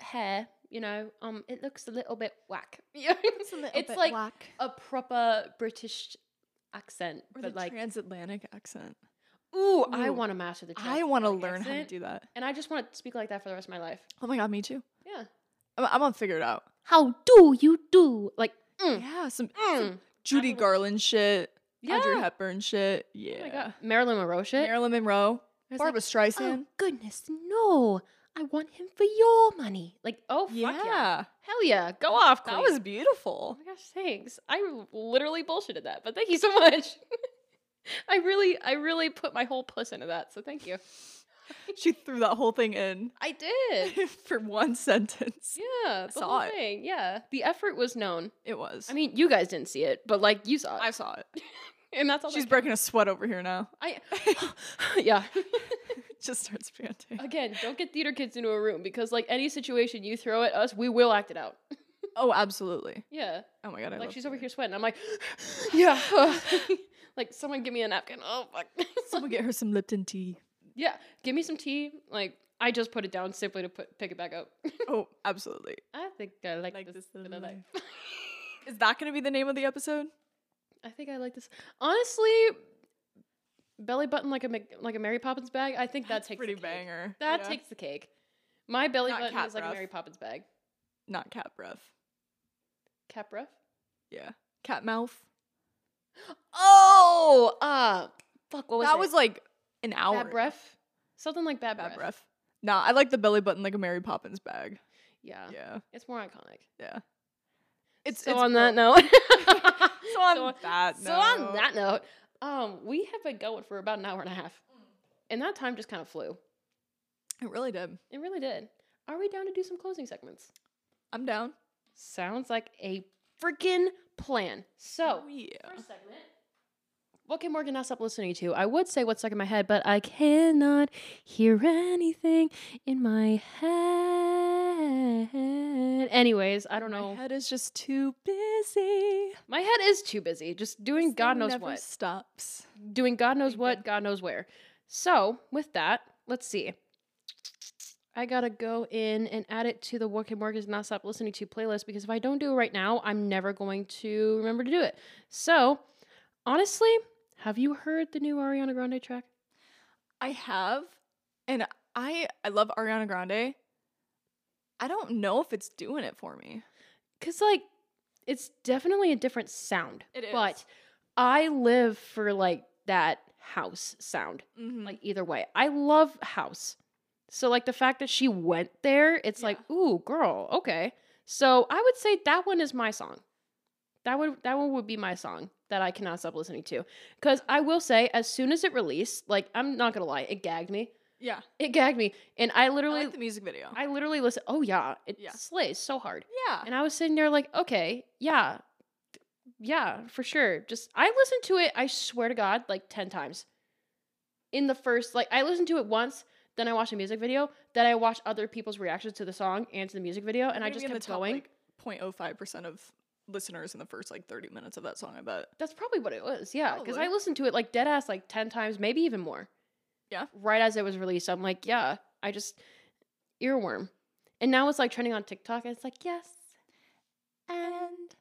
Speaker 1: hair you know um it looks a little bit whack (laughs) Yeah. it's like a proper british accent
Speaker 2: Or
Speaker 1: but
Speaker 2: the
Speaker 1: like
Speaker 2: transatlantic accent.
Speaker 1: ooh, i
Speaker 2: Ooh,
Speaker 1: want to master the
Speaker 2: I
Speaker 1: transatlantic
Speaker 2: want to learn how to
Speaker 1: accent,
Speaker 2: do that.
Speaker 1: and i just want to speak like that for the rest of my life
Speaker 2: Oh my god, me too.
Speaker 1: yeah
Speaker 2: I'm, I'm gonna figure it out.
Speaker 1: how do you do like mm,
Speaker 2: Yeah, some, some
Speaker 1: mm.
Speaker 2: Judy
Speaker 1: wanna-
Speaker 2: Garland shit, Audrey
Speaker 1: Yeah.
Speaker 2: Hepburn shit. Yeah,
Speaker 1: oh my god marilyn monroe shit
Speaker 2: Marilyn Monroe,
Speaker 1: I was like,
Speaker 2: Barbara Streisand.
Speaker 1: oh goodness no i want him for your money like oh fuck
Speaker 2: yeah.
Speaker 1: yeah. Hell yeah, go off,
Speaker 2: that
Speaker 1: queen.
Speaker 2: was
Speaker 1: Oh
Speaker 2: beautiful.
Speaker 1: my gosh, thanks. I literally bullshitted that, but (laughs) thank you so much. I really, I really put my whole puss into that, so thank you.
Speaker 2: she threw that whole
Speaker 1: (laughs)
Speaker 2: thing in (laughs)
Speaker 1: I did.
Speaker 2: for one sentence.
Speaker 1: Yeah, the
Speaker 2: saw
Speaker 1: whole
Speaker 2: it.
Speaker 1: thing. Yeah, the effort was known.
Speaker 2: It was.
Speaker 1: I mean, you guys didn't see it, but like you saw it,
Speaker 2: I saw it.
Speaker 1: and that's all. that
Speaker 2: She's
Speaker 1: counts.
Speaker 2: breaking a sweat over here now. (laughs)
Speaker 1: I, (laughs) yeah.
Speaker 2: Just starts panting.
Speaker 1: Again, don't get theater kids into a room because like any situation you throw at us, we will act it out.
Speaker 2: Oh, absolutely.
Speaker 1: Yeah.
Speaker 2: Oh my god, I
Speaker 1: like
Speaker 2: love
Speaker 1: she's over
Speaker 2: theater.
Speaker 1: here sweating. I'm like, (laughs) yeah. (laughs) uh," like someone give me a napkin. Oh fuck.
Speaker 2: Someone get her some Lipton tea.
Speaker 1: (laughs) yeah. Give me some tea. Like I just put it down simply to put pick it back up. (laughs)
Speaker 2: Oh, absolutely.
Speaker 1: I think I like,
Speaker 2: Like (laughs)
Speaker 1: this.
Speaker 2: this little
Speaker 1: little
Speaker 2: life.
Speaker 1: (laughs) life.
Speaker 2: Is that going to be the name of the episode?
Speaker 1: I think I like this. Honestly, belly button like a Mc- like a Mary Poppins bag. I think that
Speaker 2: That's
Speaker 1: takes
Speaker 2: pretty
Speaker 1: the cake.
Speaker 2: banger.
Speaker 1: That
Speaker 2: Yeah.
Speaker 1: takes the cake. My belly
Speaker 2: Not
Speaker 1: button
Speaker 2: cat
Speaker 1: is like a
Speaker 2: breath.
Speaker 1: Mary Poppins bag.
Speaker 2: not cat breath.
Speaker 1: Cap rough.
Speaker 2: Yeah, cat mouth.
Speaker 1: Oh, uh, fuck. What was
Speaker 2: that
Speaker 1: it?
Speaker 2: was like an hour.
Speaker 1: bad
Speaker 2: ago.
Speaker 1: breath. Something like bad,
Speaker 2: Bad breath.
Speaker 1: breath.
Speaker 2: Nah, I like the belly button like a Mary Poppins bag.
Speaker 1: Yeah.
Speaker 2: Yeah,
Speaker 1: it's more iconic.
Speaker 2: yeah. It's
Speaker 1: so
Speaker 2: it's
Speaker 1: on that
Speaker 2: real-
Speaker 1: note. (laughs)
Speaker 2: So on
Speaker 1: so on-
Speaker 2: that.
Speaker 1: so on
Speaker 2: note-
Speaker 1: that note, um, we have been going for about an hour and a half, and that time just kind of flew.
Speaker 2: It really did.
Speaker 1: It really did. Are we down to do some closing segments?
Speaker 2: I'm down.
Speaker 1: Sounds like a freaking plan. So,
Speaker 2: Oh, yeah.
Speaker 1: first segment. What can Morgan not stop listening to? I would say what's stuck in my head, but I cannot hear anything in my head. Anyways, I don't know.
Speaker 2: My head is just too busy.
Speaker 1: My head is too busy, just doing
Speaker 2: This
Speaker 1: God
Speaker 2: thing
Speaker 1: knows
Speaker 2: never
Speaker 1: what.
Speaker 2: stops.
Speaker 1: doing God knows
Speaker 2: Thank
Speaker 1: what,
Speaker 2: you.
Speaker 1: God knows where. So, with that, let's see. I gotta go in and add it to the What Can Morgan's Not Stop Listening to playlist because if I don't do it right now, I'm never going to remember to do it. So, honestly, have you heard the new Ariana Grande track?
Speaker 2: I have, and I I love Ariana Grande. I don't know if it's doing it for me.
Speaker 1: Because, like, it's definitely a different sound.
Speaker 2: It is.
Speaker 1: But I live for, like, that house sound.
Speaker 2: Mm-hmm.
Speaker 1: Like either way, I love house. So like the fact that she went there, it's like, ooh, girl, okay. So I would say that one is my song. That would that one would be my song that I cannot stop listening to. Cause I will say, as soon as it released, like I'm not gonna lie, it gagged me.
Speaker 2: yeah,
Speaker 1: It gagged me. And I
Speaker 2: I
Speaker 1: literally I,
Speaker 2: like the music video.
Speaker 1: literally listen oh yeah, it
Speaker 2: Yeah.
Speaker 1: slays so hard.
Speaker 2: yeah,
Speaker 1: And I was sitting there like, okay, yeah. Yeah, for sure. Just I listened to it, I swear to God, like 10 times. In the first, like I listened to it once, then I watched a music video, then I watched other people's reactions to the song and to the music video, and I just kept going.
Speaker 2: Point oh five percent of listeners in the first like thirty minutes of that song. I bet.
Speaker 1: That's probably what it was. Yeah, because I
Speaker 2: Probably.
Speaker 1: listened to it like dead ass like 10 times, maybe even more.
Speaker 2: Yeah.
Speaker 1: Right as it was released, I'm like, yeah, I just earworm. And now it's like trending on TikTok, and it's like, yes, and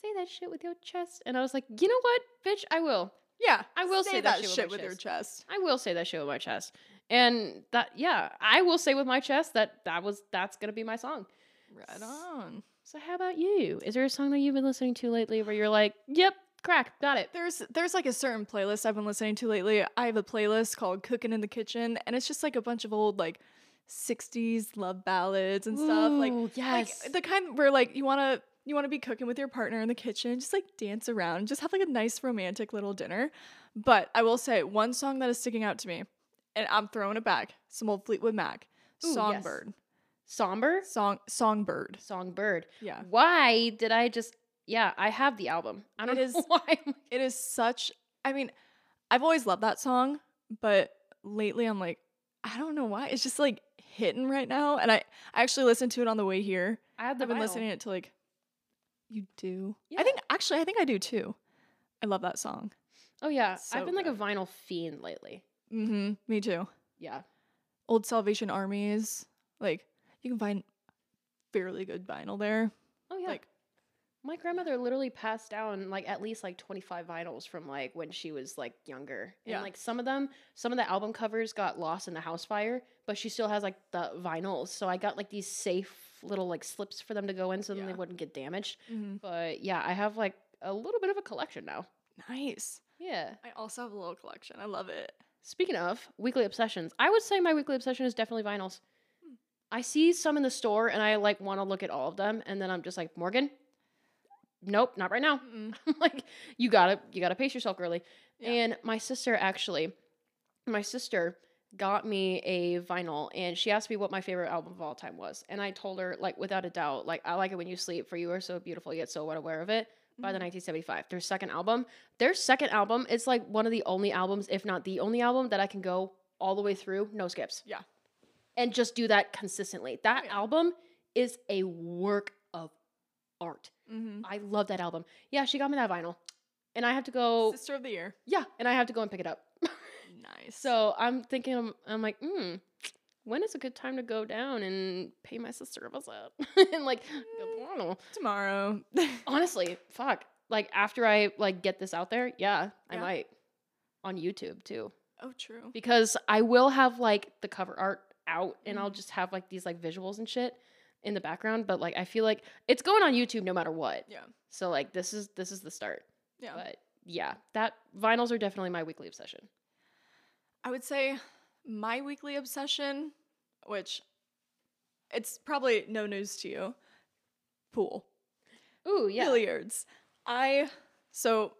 Speaker 1: say that shit with your chest. And I was like, you know what, bitch, I will.
Speaker 2: Yeah,
Speaker 1: I will say that shit
Speaker 2: shit
Speaker 1: with
Speaker 2: with
Speaker 1: my
Speaker 2: your chest.
Speaker 1: I will say that shit with my chest. And that, yeah, I will say with my chest that that was that's gonna be my song.
Speaker 2: Right on.
Speaker 1: So how about you? Is there a song that you've been listening to lately where you're like, yep, crack, got it?
Speaker 2: There's there's like a certain playlist I've been listening to lately. I have a playlist called Cooking in the Kitchen, and it's just like a bunch of old like '60s love ballads and stuff. Like
Speaker 1: Ooh, yes.
Speaker 2: Like the kind where like you wanna you wanna be cooking with your partner in the kitchen, just like dance around, just have like a nice romantic little dinner. But I will say one song that is sticking out to me, and I'm throwing it back, some old Fleetwood Mac.
Speaker 1: Ooh, yes.
Speaker 2: Songbird.
Speaker 1: Somber?
Speaker 2: Song Songbird.
Speaker 1: Songbird.
Speaker 2: Yeah.
Speaker 1: Why did I just yeah, I have the album. I don't
Speaker 2: It
Speaker 1: know
Speaker 2: is-
Speaker 1: (laughs) why. I'm like,
Speaker 2: It is such I mean, I've always loved that song, but lately I'm like, I don't know why. It's just like hitting right now. And I, I actually listened to it on the way here.
Speaker 1: I had the
Speaker 2: I've been
Speaker 1: vinyl.
Speaker 2: listening to it to like you do.
Speaker 1: Yeah.
Speaker 2: I think actually I think I do too. I love that song.
Speaker 1: Oh yeah, I've
Speaker 2: So
Speaker 1: been like a vinyl fiend lately.
Speaker 2: Mm-hmm. Me too.
Speaker 1: Yeah.
Speaker 2: Old Salvation Armies. Like you can find fairly good vinyl there.
Speaker 1: Oh yeah.
Speaker 2: Like
Speaker 1: my grandmother literally passed down like at least like 25 vinyls from like when she was like younger. And
Speaker 2: Yeah.
Speaker 1: like some of them, some of the album covers got lost in the house fire, but she still has like the vinyls. So I got like these safe little like slips for them to go in so then they
Speaker 2: Yeah.
Speaker 1: wouldn't get damaged.
Speaker 2: mhm.
Speaker 1: But yeah, I have like a little bit of a collection now.
Speaker 2: nice.
Speaker 1: Yeah.
Speaker 2: I also have a little collection. I love it.
Speaker 1: Speaking of weekly obsessions, I would say my weekly obsession is definitely vinyls. I see some in the store and I like want to look at all of them, and then I'm just like, Morgan, nope, not right now. (laughs)
Speaker 2: Mm-mm.
Speaker 1: I'm like, you gotta, you gotta pace yourself, girly.
Speaker 2: Yeah.
Speaker 1: And my sister actually, my sister got me a vinyl and she asked me what my favorite album of all time was. And I told her, like, without a doubt, like, I like it when you sleep, for you are so beautiful yet so unaware of it
Speaker 2: Mm-hmm.
Speaker 1: by the 1975 their second album their second album it's like one of the only albums if not the only album that i can go all the way through no skips
Speaker 2: Yeah.
Speaker 1: and just do that consistently that
Speaker 2: yeah.
Speaker 1: album is a work of art
Speaker 2: Mm-hmm.
Speaker 1: i love that album yeah she got me that vinyl and i have to go
Speaker 2: Sister of the Year.
Speaker 1: yeah and i have to go and pick it
Speaker 2: (laughs)
Speaker 1: up
Speaker 2: Nice.
Speaker 1: so i'm thinking i'm, I'm like hmm when is a good time to go down and pay my sister a visit (laughs) and like get the
Speaker 2: Mm.
Speaker 1: vinyl
Speaker 2: tomorrow. (laughs)
Speaker 1: honestly fuck like after i like get this out there yeah, i
Speaker 2: Yeah.
Speaker 1: might on youtube too
Speaker 2: oh, true.
Speaker 1: because i will have like the cover art out and i'll
Speaker 2: Mhm.
Speaker 1: just have like these like visuals and shit in the background but like i feel like it's going on youtube no matter what
Speaker 2: Yeah.
Speaker 1: so like this is this is the start
Speaker 2: Yeah.
Speaker 1: but yeah that vinyls are definitely my weekly obsession
Speaker 2: I would say my weekly obsession, which it's probably no news to you, pool.
Speaker 1: ooh yeah
Speaker 2: billiards. I so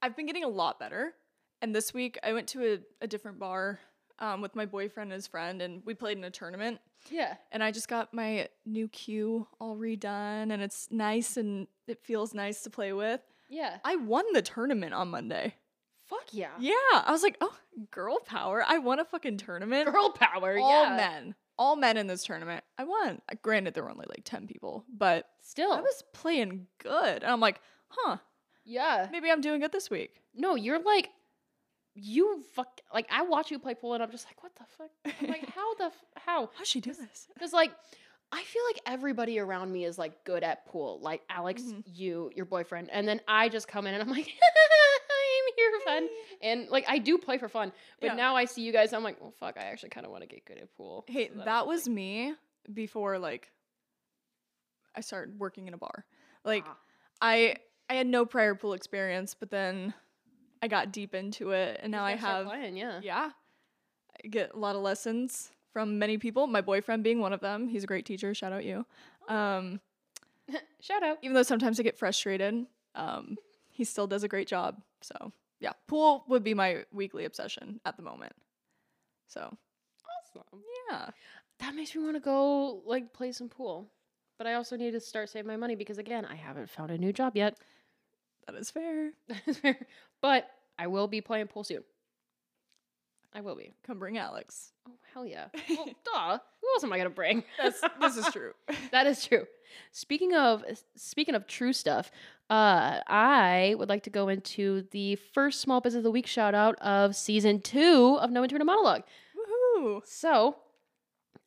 Speaker 2: I've been getting a lot better. And this week I went to a, a different bar um, with my boyfriend and his friend, and we played in a tournament.
Speaker 1: yeah
Speaker 2: And I just got my new cue all redone, and it's nice and it feels nice to play with.
Speaker 1: yeah
Speaker 2: I won the tournament on Monday.
Speaker 1: fuck yeah,
Speaker 2: Yeah, I was like, oh, girl power! I won a fucking tournament.
Speaker 1: girl power
Speaker 2: all
Speaker 1: yeah
Speaker 2: men, all men in this tournament. I won. Granted, there were only like ten people, but
Speaker 1: still
Speaker 2: I was playing good. And I'm like, huh,
Speaker 1: yeah
Speaker 2: maybe I'm doing good this week.
Speaker 1: No, you're like, you fuck. Like I watch you play pool, and I'm just like, what the fuck? I'm like, how the f- how?
Speaker 2: (laughs) How'd she do
Speaker 1: (laughs)
Speaker 2: this?
Speaker 1: Because like, I feel like everybody around me is like good at pool. Like Alex,
Speaker 2: Mhm.
Speaker 1: you, your boyfriend, and then I just come in and I'm like, (laughs) I'm here for
Speaker 2: (laughs)
Speaker 1: fun, and like I do play for fun. But
Speaker 2: Yeah.
Speaker 1: now I see you guys, I'm like, well, fuck. I actually kind of want to get good at pool.
Speaker 2: Hey,
Speaker 1: So
Speaker 2: that was me before like I started working in a bar. Like
Speaker 1: ah,
Speaker 2: I I had no prior pool experience, but then I got deep into it and
Speaker 1: you
Speaker 2: now
Speaker 1: just
Speaker 2: I
Speaker 1: gotta start
Speaker 2: have
Speaker 1: playing, yeah.
Speaker 2: yeah. I get a lot of lessons from many people, my boyfriend being one of them. He's a great teacher, shout out you. Um
Speaker 1: Shout out.
Speaker 2: even though sometimes I get frustrated, um, he still does a great job. So yeah, pool would be my weekly obsession at the moment. So
Speaker 1: Awesome.
Speaker 2: yeah,
Speaker 1: That makes me want to go like play some pool. But I also need to start saving my money because again, I haven't found a new job yet. (laughs)
Speaker 2: that is fair.
Speaker 1: but I will be playing pool soon. I will be.
Speaker 2: Come bring Alex.
Speaker 1: Oh hell yeah!
Speaker 2: (laughs)
Speaker 1: Well, duh. Who else am I gonna bring?
Speaker 2: That's this is true.
Speaker 1: (laughs)
Speaker 2: (laughs)
Speaker 1: that is true. Speaking of speaking of true stuff, uh, I would like to go into the first small business of the week shout out of season two of No Internal Monologue.
Speaker 2: Woohoo! Oh,
Speaker 1: So,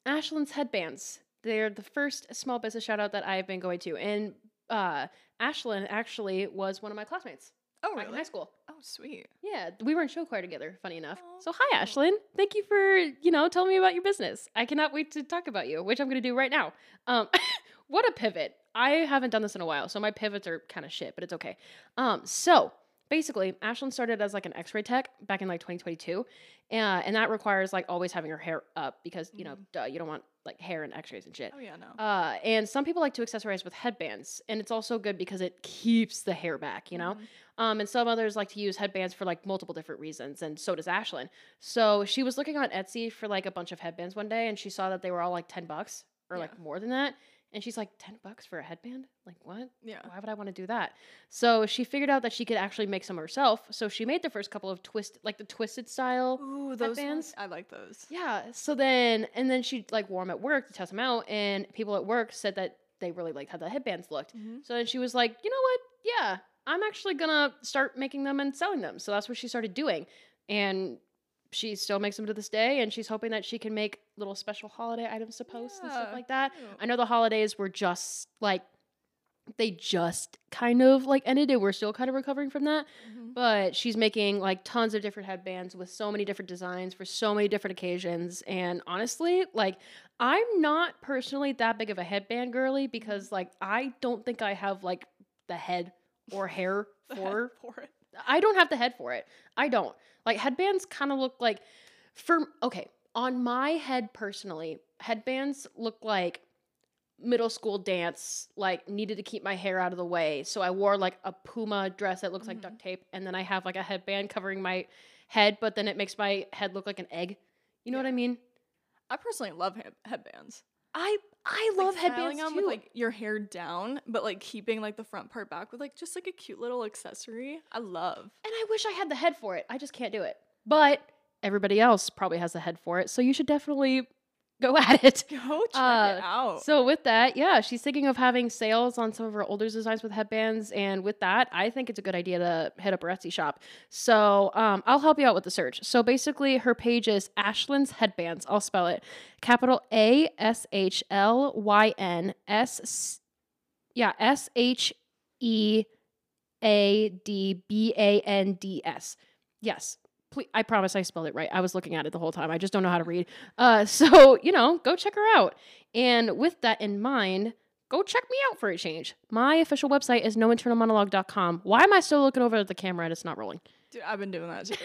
Speaker 1: Ashland's headbands. They're the first small business shout out that I've been going to, and uh, Ashland actually was one of my classmates
Speaker 2: Oh
Speaker 1: back in high
Speaker 2: really?
Speaker 1: school.
Speaker 2: Oh sweet.
Speaker 1: Yeah, th- we were in show choir together, funny enough.
Speaker 2: Aw.
Speaker 1: So, hi, Ashlyn. Thank you for, you know, telling me about your business. I cannot wait to talk about you, which I'm going to do right now. Um, (laughs) what a pivot. I haven't done this in a while, so my pivots are kind of shit, but it's okay. Um, so, basically, Ashlyn started as like an x ray tech back in like 2022. Uh, and that requires like always having your hair up because, you know,
Speaker 2: Mhm.
Speaker 1: duh, you don't want like hair and x rays and shit.
Speaker 2: Oh yeah, no.
Speaker 1: Uh, and some people like to accessorize with headbands, and it's also good because it keeps the hair back, you know?
Speaker 2: Mhm.
Speaker 1: Um, and some others like to use headbands for like multiple different reasons, and so does Ashlyn. So she was looking on Etsy for like a bunch of headbands one day, and she saw that they were all like ten bucks or like
Speaker 2: Yeah.
Speaker 1: more than that, and she's like, ten bucks for a headband? Like what?
Speaker 2: Yeah.
Speaker 1: Why would I want to do that? So she figured out that she could actually make some herself. So she made the first couple of twist, like the twisted style.
Speaker 2: Ooh, those
Speaker 1: Headbands?
Speaker 2: ones. I like those.
Speaker 1: Yeah. So then, and then she like wore them at work to test them out, and people at work said that they really liked how the headbands looked.
Speaker 2: Mm-hmm.
Speaker 1: So then she was like, you know what? Yeah, I'm actually gonna start making them and selling them. So that's what she started doing. And she still makes them to this day, and she's hoping that she can make little special holiday items to post and stuff
Speaker 2: Yeah.
Speaker 1: like that. I know the holidays were just like they just kind of like ended and we're still kind of recovering from that.
Speaker 2: Mm-hmm. (laughs)
Speaker 1: (laughs) But she's making like tons of different headbands with so many different designs for so many different occasions. And honestly, like I'm not personally that big of a headband girly because like I don't think I have like the head or hair
Speaker 2: (laughs)
Speaker 1: for
Speaker 2: for it.
Speaker 1: I don't have the head for it. I don't. Like headbands kind of look like for okay, on my head personally, headbands look like middle school dance like needed to keep my hair out of the way. So I wore like a puma dress that looks like
Speaker 2: Mhm.
Speaker 1: duct tape and then I have like a headband covering my head, but then it makes my head look like an egg. You know what I mean?
Speaker 2: I personally love he- headbands.
Speaker 1: I I love
Speaker 2: like, styling
Speaker 1: headbands too.
Speaker 2: them with like your hair down, but like keeping like the front part back with like just like a cute little accessory. I love.
Speaker 1: and I wish I had the head for it. I just can't do it. But everybody else probably has the head for it, so you should definitely go (laughs) at it.
Speaker 2: (laughs) Go check
Speaker 1: Uh,
Speaker 2: it out.
Speaker 1: So with that, yeah, she's thinking of having sales on some of her older designs with headbands, and with that, I think it's a good idea to hit up her Etsy shop. So um, I'll help you out with the search. So basically, her page is Ashland's Headbands. I'll spell it capital A S H L Y N S, yeah S H E A D B A N D S. Yes. Please, I promise I spelled it right. I was looking at it the whole time. I just don't know how to read. Uh, (laughs) so, you know, go check her out. And with that in mind, go check me out for a change. My official website is nointernalmonologue.com. Why am I still looking over at the camera and it's not rolling? (laughs)
Speaker 2: Dude, I've been doing that too.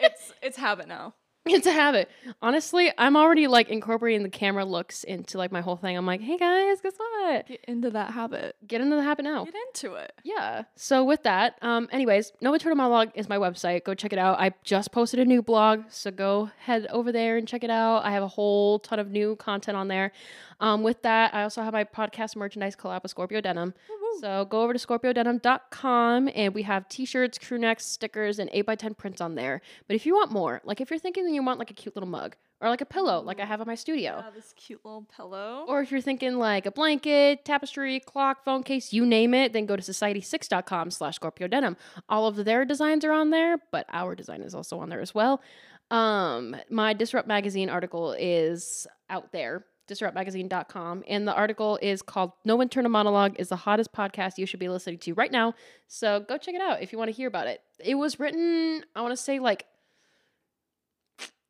Speaker 2: it's it's habit now.
Speaker 1: It's a habit. Honestly, I'm already like incorporating the camera looks into like my whole thing. I'm like, hey guys, guess what?
Speaker 2: Get into that habit.
Speaker 1: Get into the habit now.
Speaker 2: Get into it.
Speaker 1: Yeah. So with that, um, anyways, No Eternal Monologue is my website. Go check it out. I just posted a new blog, so go head over there and check it out. I have a whole ton of new content on there. Um, with that, I also have my podcast merchandise collab with Scorpio Denim. So go over to scorpiodenim.com and we have t-shirts, crew necks, stickers, and 8x10 prints on there. But if you want more, like if you're thinking that you want like a cute little mug or like a pillow like I have in my studio,
Speaker 2: Yeah, this cute little pillow.
Speaker 1: or if you're thinking like a blanket, tapestry, clock, phone case, you name it, then go to society6.com slash Scorpio Denim. All of their designs are on there, but our design is also on there as well. Um, my Disrupt Magazine article is out there, disruptmagazine.com, and the article is called No Internal Monologue is the hottest podcast you should be listening to right now. So go check it out if you want to hear about it. It was written, I want to say like,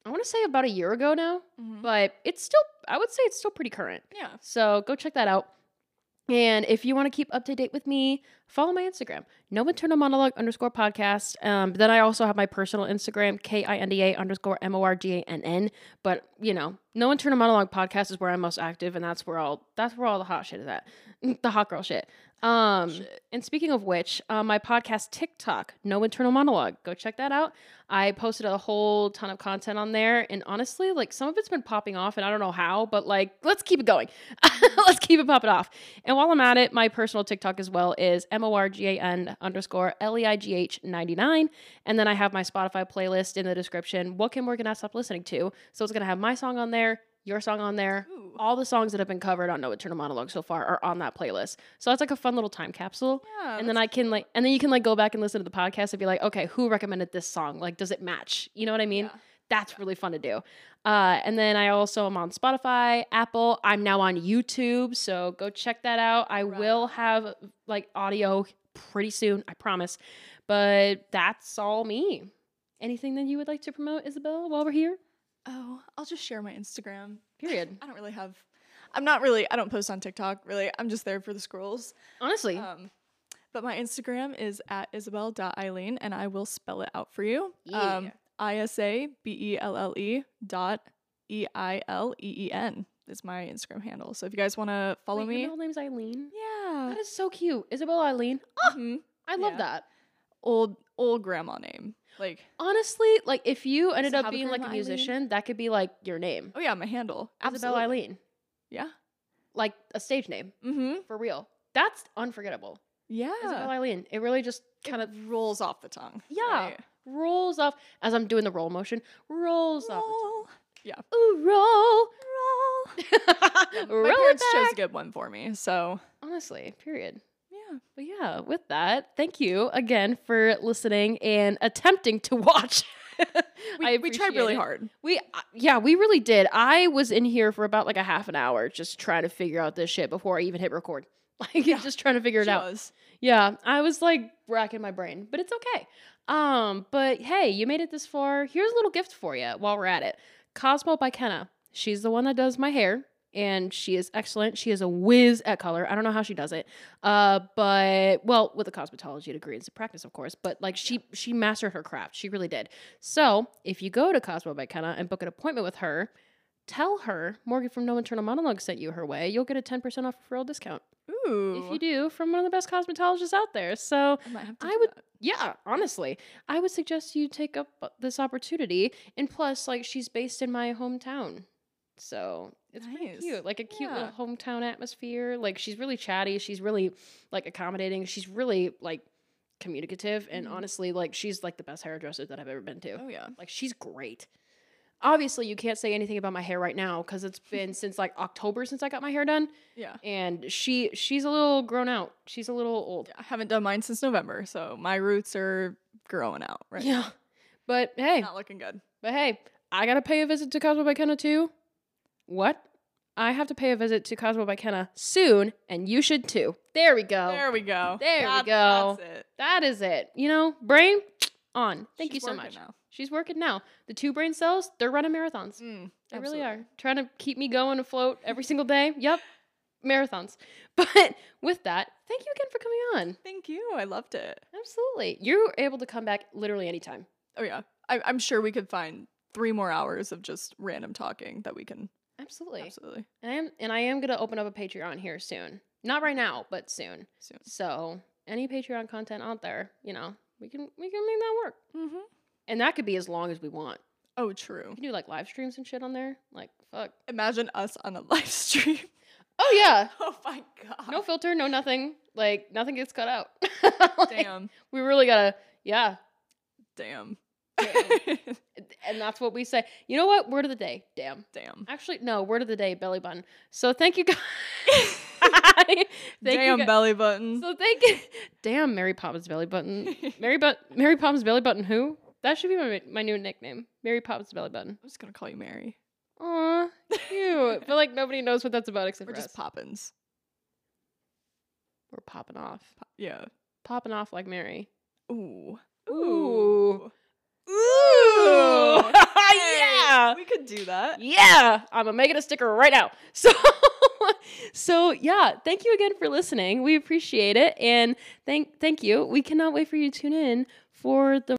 Speaker 1: I want to say about a year ago now
Speaker 2: Mhm.
Speaker 1: but it's still i would say it's still pretty current
Speaker 2: yeah.
Speaker 1: so go check that out and if you want to keep up to date with me follow my instagram no internal monologue underscore podcast um, then i also have my personal instagram k-i-n-d-a underscore m-o-r-g-a-n-n but you know no internal monologue podcast is where i'm most active and that's where all that's where all the hot shit is at (laughs) the hot girl shit um
Speaker 2: Shit.
Speaker 1: and speaking of which uh, my podcast tiktok no internal monologue go check that out I posted a whole ton of content on there, and honestly, like some of it's been popping off, and I don't know how, but like let's keep it going. (laughs) let's keep it popping off. And while I'm at it, my personal TikTok as well is m o r g a n underscore l e i g h ninety nine, and then I have my Spotify playlist in the description. What can Morgan not stop listening to? So it's gonna have my song on there, your song on there.
Speaker 2: Ooh.
Speaker 1: All the songs that have been covered on No Eternal Monologue so far are on that playlist. So that's like a fun little time capsule
Speaker 2: yeah.
Speaker 1: and then I can like, and then you can like go back and listen to the podcast and be like, okay, who recommended this song? Like, does it match? You know what I mean? That's really fun to do. Uh, and then I also am on Spotify, Apple. I'm now on YouTube, so go check that out. I
Speaker 2: Right
Speaker 1: will
Speaker 2: on.
Speaker 1: have like audio pretty soon, I promise. But that's all me. Anything that you would like to promote, Isabel, while we're here?
Speaker 2: Oh, I'll just share my Instagram. (laughs)
Speaker 1: Period.
Speaker 2: I don't really have. I'm not really. I don't post on TikTok really. I'm just there for the scrolls.
Speaker 1: Honestly,
Speaker 2: Um, but my Instagram is at isabel.eileen, and I will spell it out for you.
Speaker 1: Yeah.
Speaker 2: Um, I S A B E L L E dot E I L E E N is my Instagram handle. So if you guys want to follow
Speaker 1: Wait,
Speaker 2: me,
Speaker 1: Your middle name's Eileen.
Speaker 2: yeah,
Speaker 1: That is so cute, Isabel Eileen.
Speaker 2: Mhm.
Speaker 1: I love
Speaker 2: Yeah.
Speaker 1: that.
Speaker 2: old old grandma name. Like,
Speaker 1: Honestly, like if you ended
Speaker 2: Just
Speaker 1: up
Speaker 2: have a
Speaker 1: being like a
Speaker 2: grandma Eileen.
Speaker 1: musician, that could be like your name.
Speaker 2: oh yeah, my handle.
Speaker 1: Isabel
Speaker 2: Absolutely.
Speaker 1: Eileen.
Speaker 2: Yeah.
Speaker 1: Like a stage name
Speaker 2: Mm-hmm.
Speaker 1: for real. That's unforgettable.
Speaker 2: Yeah.
Speaker 1: Isabel Eileen. It really just kind of
Speaker 2: rolls off the tongue.
Speaker 1: Yeah.
Speaker 2: right?
Speaker 1: rolls off as I'm doing the roll motion. Rolls off. the
Speaker 2: Roll.
Speaker 1: tongue. Ooh, (laughs) roll.
Speaker 2: My
Speaker 1: roll. it
Speaker 2: parents chose
Speaker 1: back.
Speaker 2: a good one for me, so
Speaker 1: Honestly, period.
Speaker 2: yeah.
Speaker 1: But yeah, with that, thank you again for listening and attempting to watch. (laughs)
Speaker 2: We,
Speaker 1: I
Speaker 2: we tried
Speaker 1: appreciate
Speaker 2: really
Speaker 1: it.
Speaker 2: hard.
Speaker 1: We uh, yeah, we really did. I was in here for about like a half an hour just trying to figure out this shit before I even hit record. (laughs) Like
Speaker 2: Yeah.
Speaker 1: just trying to figure it
Speaker 2: She
Speaker 1: out.
Speaker 2: was.
Speaker 1: Yeah, I was like racking my brain, but it's okay. Um, but hey, you made it this far. Here's a little gift for you while we're at it. Cosmo by Kenna. She's the one that does my hair, and she is excellent. She is a whiz at color. I don't know how she does it, uh, but well, with a cosmetology degree, it's a practice, of course. But like she she mastered her craft. She really did. So if you go to Cosmo by Kenna and book an appointment with her, tell her Morgan from No Internal Monologue sent you her way. You'll get a ten percent off referral discount.
Speaker 2: Ooh.
Speaker 1: if you do, from one of the best cosmetologists out there. So,
Speaker 2: I might have to
Speaker 1: I
Speaker 2: do
Speaker 1: would-
Speaker 2: that.
Speaker 1: yeah, honestly, I would suggest you take up uh, this opportunity. And plus, like, she's based in my hometown. So it's pretty
Speaker 2: Nice.
Speaker 1: cute. Like a cute
Speaker 2: Yeah.
Speaker 1: little hometown atmosphere. Like, she's really chatty. She's really, like, accommodating. She's really, like, communicative. And
Speaker 2: Mhm.
Speaker 1: honestly, like, she's, like, the best hairdresser that I've ever been to.
Speaker 2: Oh yeah.
Speaker 1: Like she's great. Obviously, you can't say anything about my hair right now because
Speaker 2: (laughs)
Speaker 1: it's been since like October since I got my hair done,
Speaker 2: Yeah.
Speaker 1: and she she's a little grown out. She's a little old.
Speaker 2: Yeah, I haven't done mine since November, so my roots are growing out, right?
Speaker 1: Yeah, but hey,
Speaker 2: Not looking good.
Speaker 1: but hey, I gotta pay a visit to Cosmo by Kenna too. What? I have to pay a visit to Cosmo by Kenna soon, and you should too. There we go.
Speaker 2: There we go.
Speaker 1: Oh. There we
Speaker 2: That-
Speaker 1: go.
Speaker 2: That's it.
Speaker 1: That is it. You know, brain on. Thank
Speaker 2: She's
Speaker 1: you so
Speaker 2: working
Speaker 1: much.
Speaker 2: now.
Speaker 1: She's working now. The two brain cells, they're running marathons.
Speaker 2: Mm,
Speaker 1: They really
Speaker 2: absolutely.
Speaker 1: are trying to keep me going afloat every single day. Yep, marathons. (laughs) But with that, thank you again for coming on.
Speaker 2: Thank you. I loved it.
Speaker 1: Absolutely, you're able to come back literally anytime.
Speaker 2: Oh yeah. I, I'm sure we could find three more hours of just random talking that we can
Speaker 1: Absolutely,
Speaker 2: absolutely
Speaker 1: And I am, and I am gonna open up a Patreon here soon. Not right now, but soon.
Speaker 2: soon.
Speaker 1: So any Patreon content out there, you know, we can we can make that work,
Speaker 2: Mm-hmm.
Speaker 1: and that could be as long as we want.
Speaker 2: Oh, true.
Speaker 1: We can do like live streams and shit on there. Like fuck.
Speaker 2: Imagine us on a (laughs) live stream.
Speaker 1: (laughs) Oh yeah,
Speaker 2: oh my
Speaker 1: (laughs)
Speaker 2: god.
Speaker 1: no filter, no nothing. Like nothing gets cut out. (laughs) Like,
Speaker 2: Damn.
Speaker 1: we really gotta yeah.
Speaker 2: Damn.
Speaker 1: And that's what we say. You know what? Word of the day. Damn.
Speaker 2: (laughs) Damn.
Speaker 1: Actually, no, word of the day, belly button. So thank you guys. (laughs) thank
Speaker 2: Damn
Speaker 1: you guys.
Speaker 2: belly button. (laughs)
Speaker 1: So thank you. Damn, Mary Poppins belly button. Mary but Mary Poppins belly button who? That should be my, my new nickname. Mary Poppins belly button.
Speaker 2: I'm just gonna call you Mary.
Speaker 1: Aw, cute. but like nobody knows what that's about except
Speaker 2: We're
Speaker 1: for
Speaker 2: just
Speaker 1: us.
Speaker 2: Poppins.
Speaker 1: We're popping off.
Speaker 2: Pop- yeah.
Speaker 1: Popping off like Mary.
Speaker 2: Ooh.
Speaker 1: Ooh.
Speaker 2: (laughs) Ooh. Hey,
Speaker 1: yeah.
Speaker 2: We could do that.
Speaker 1: Yeah, I'm gonna make it a sticker right now. (laughs) So, so yeah, thank you again for listening. We appreciate it, and thank thank you. We cannot wait for you to tune in for the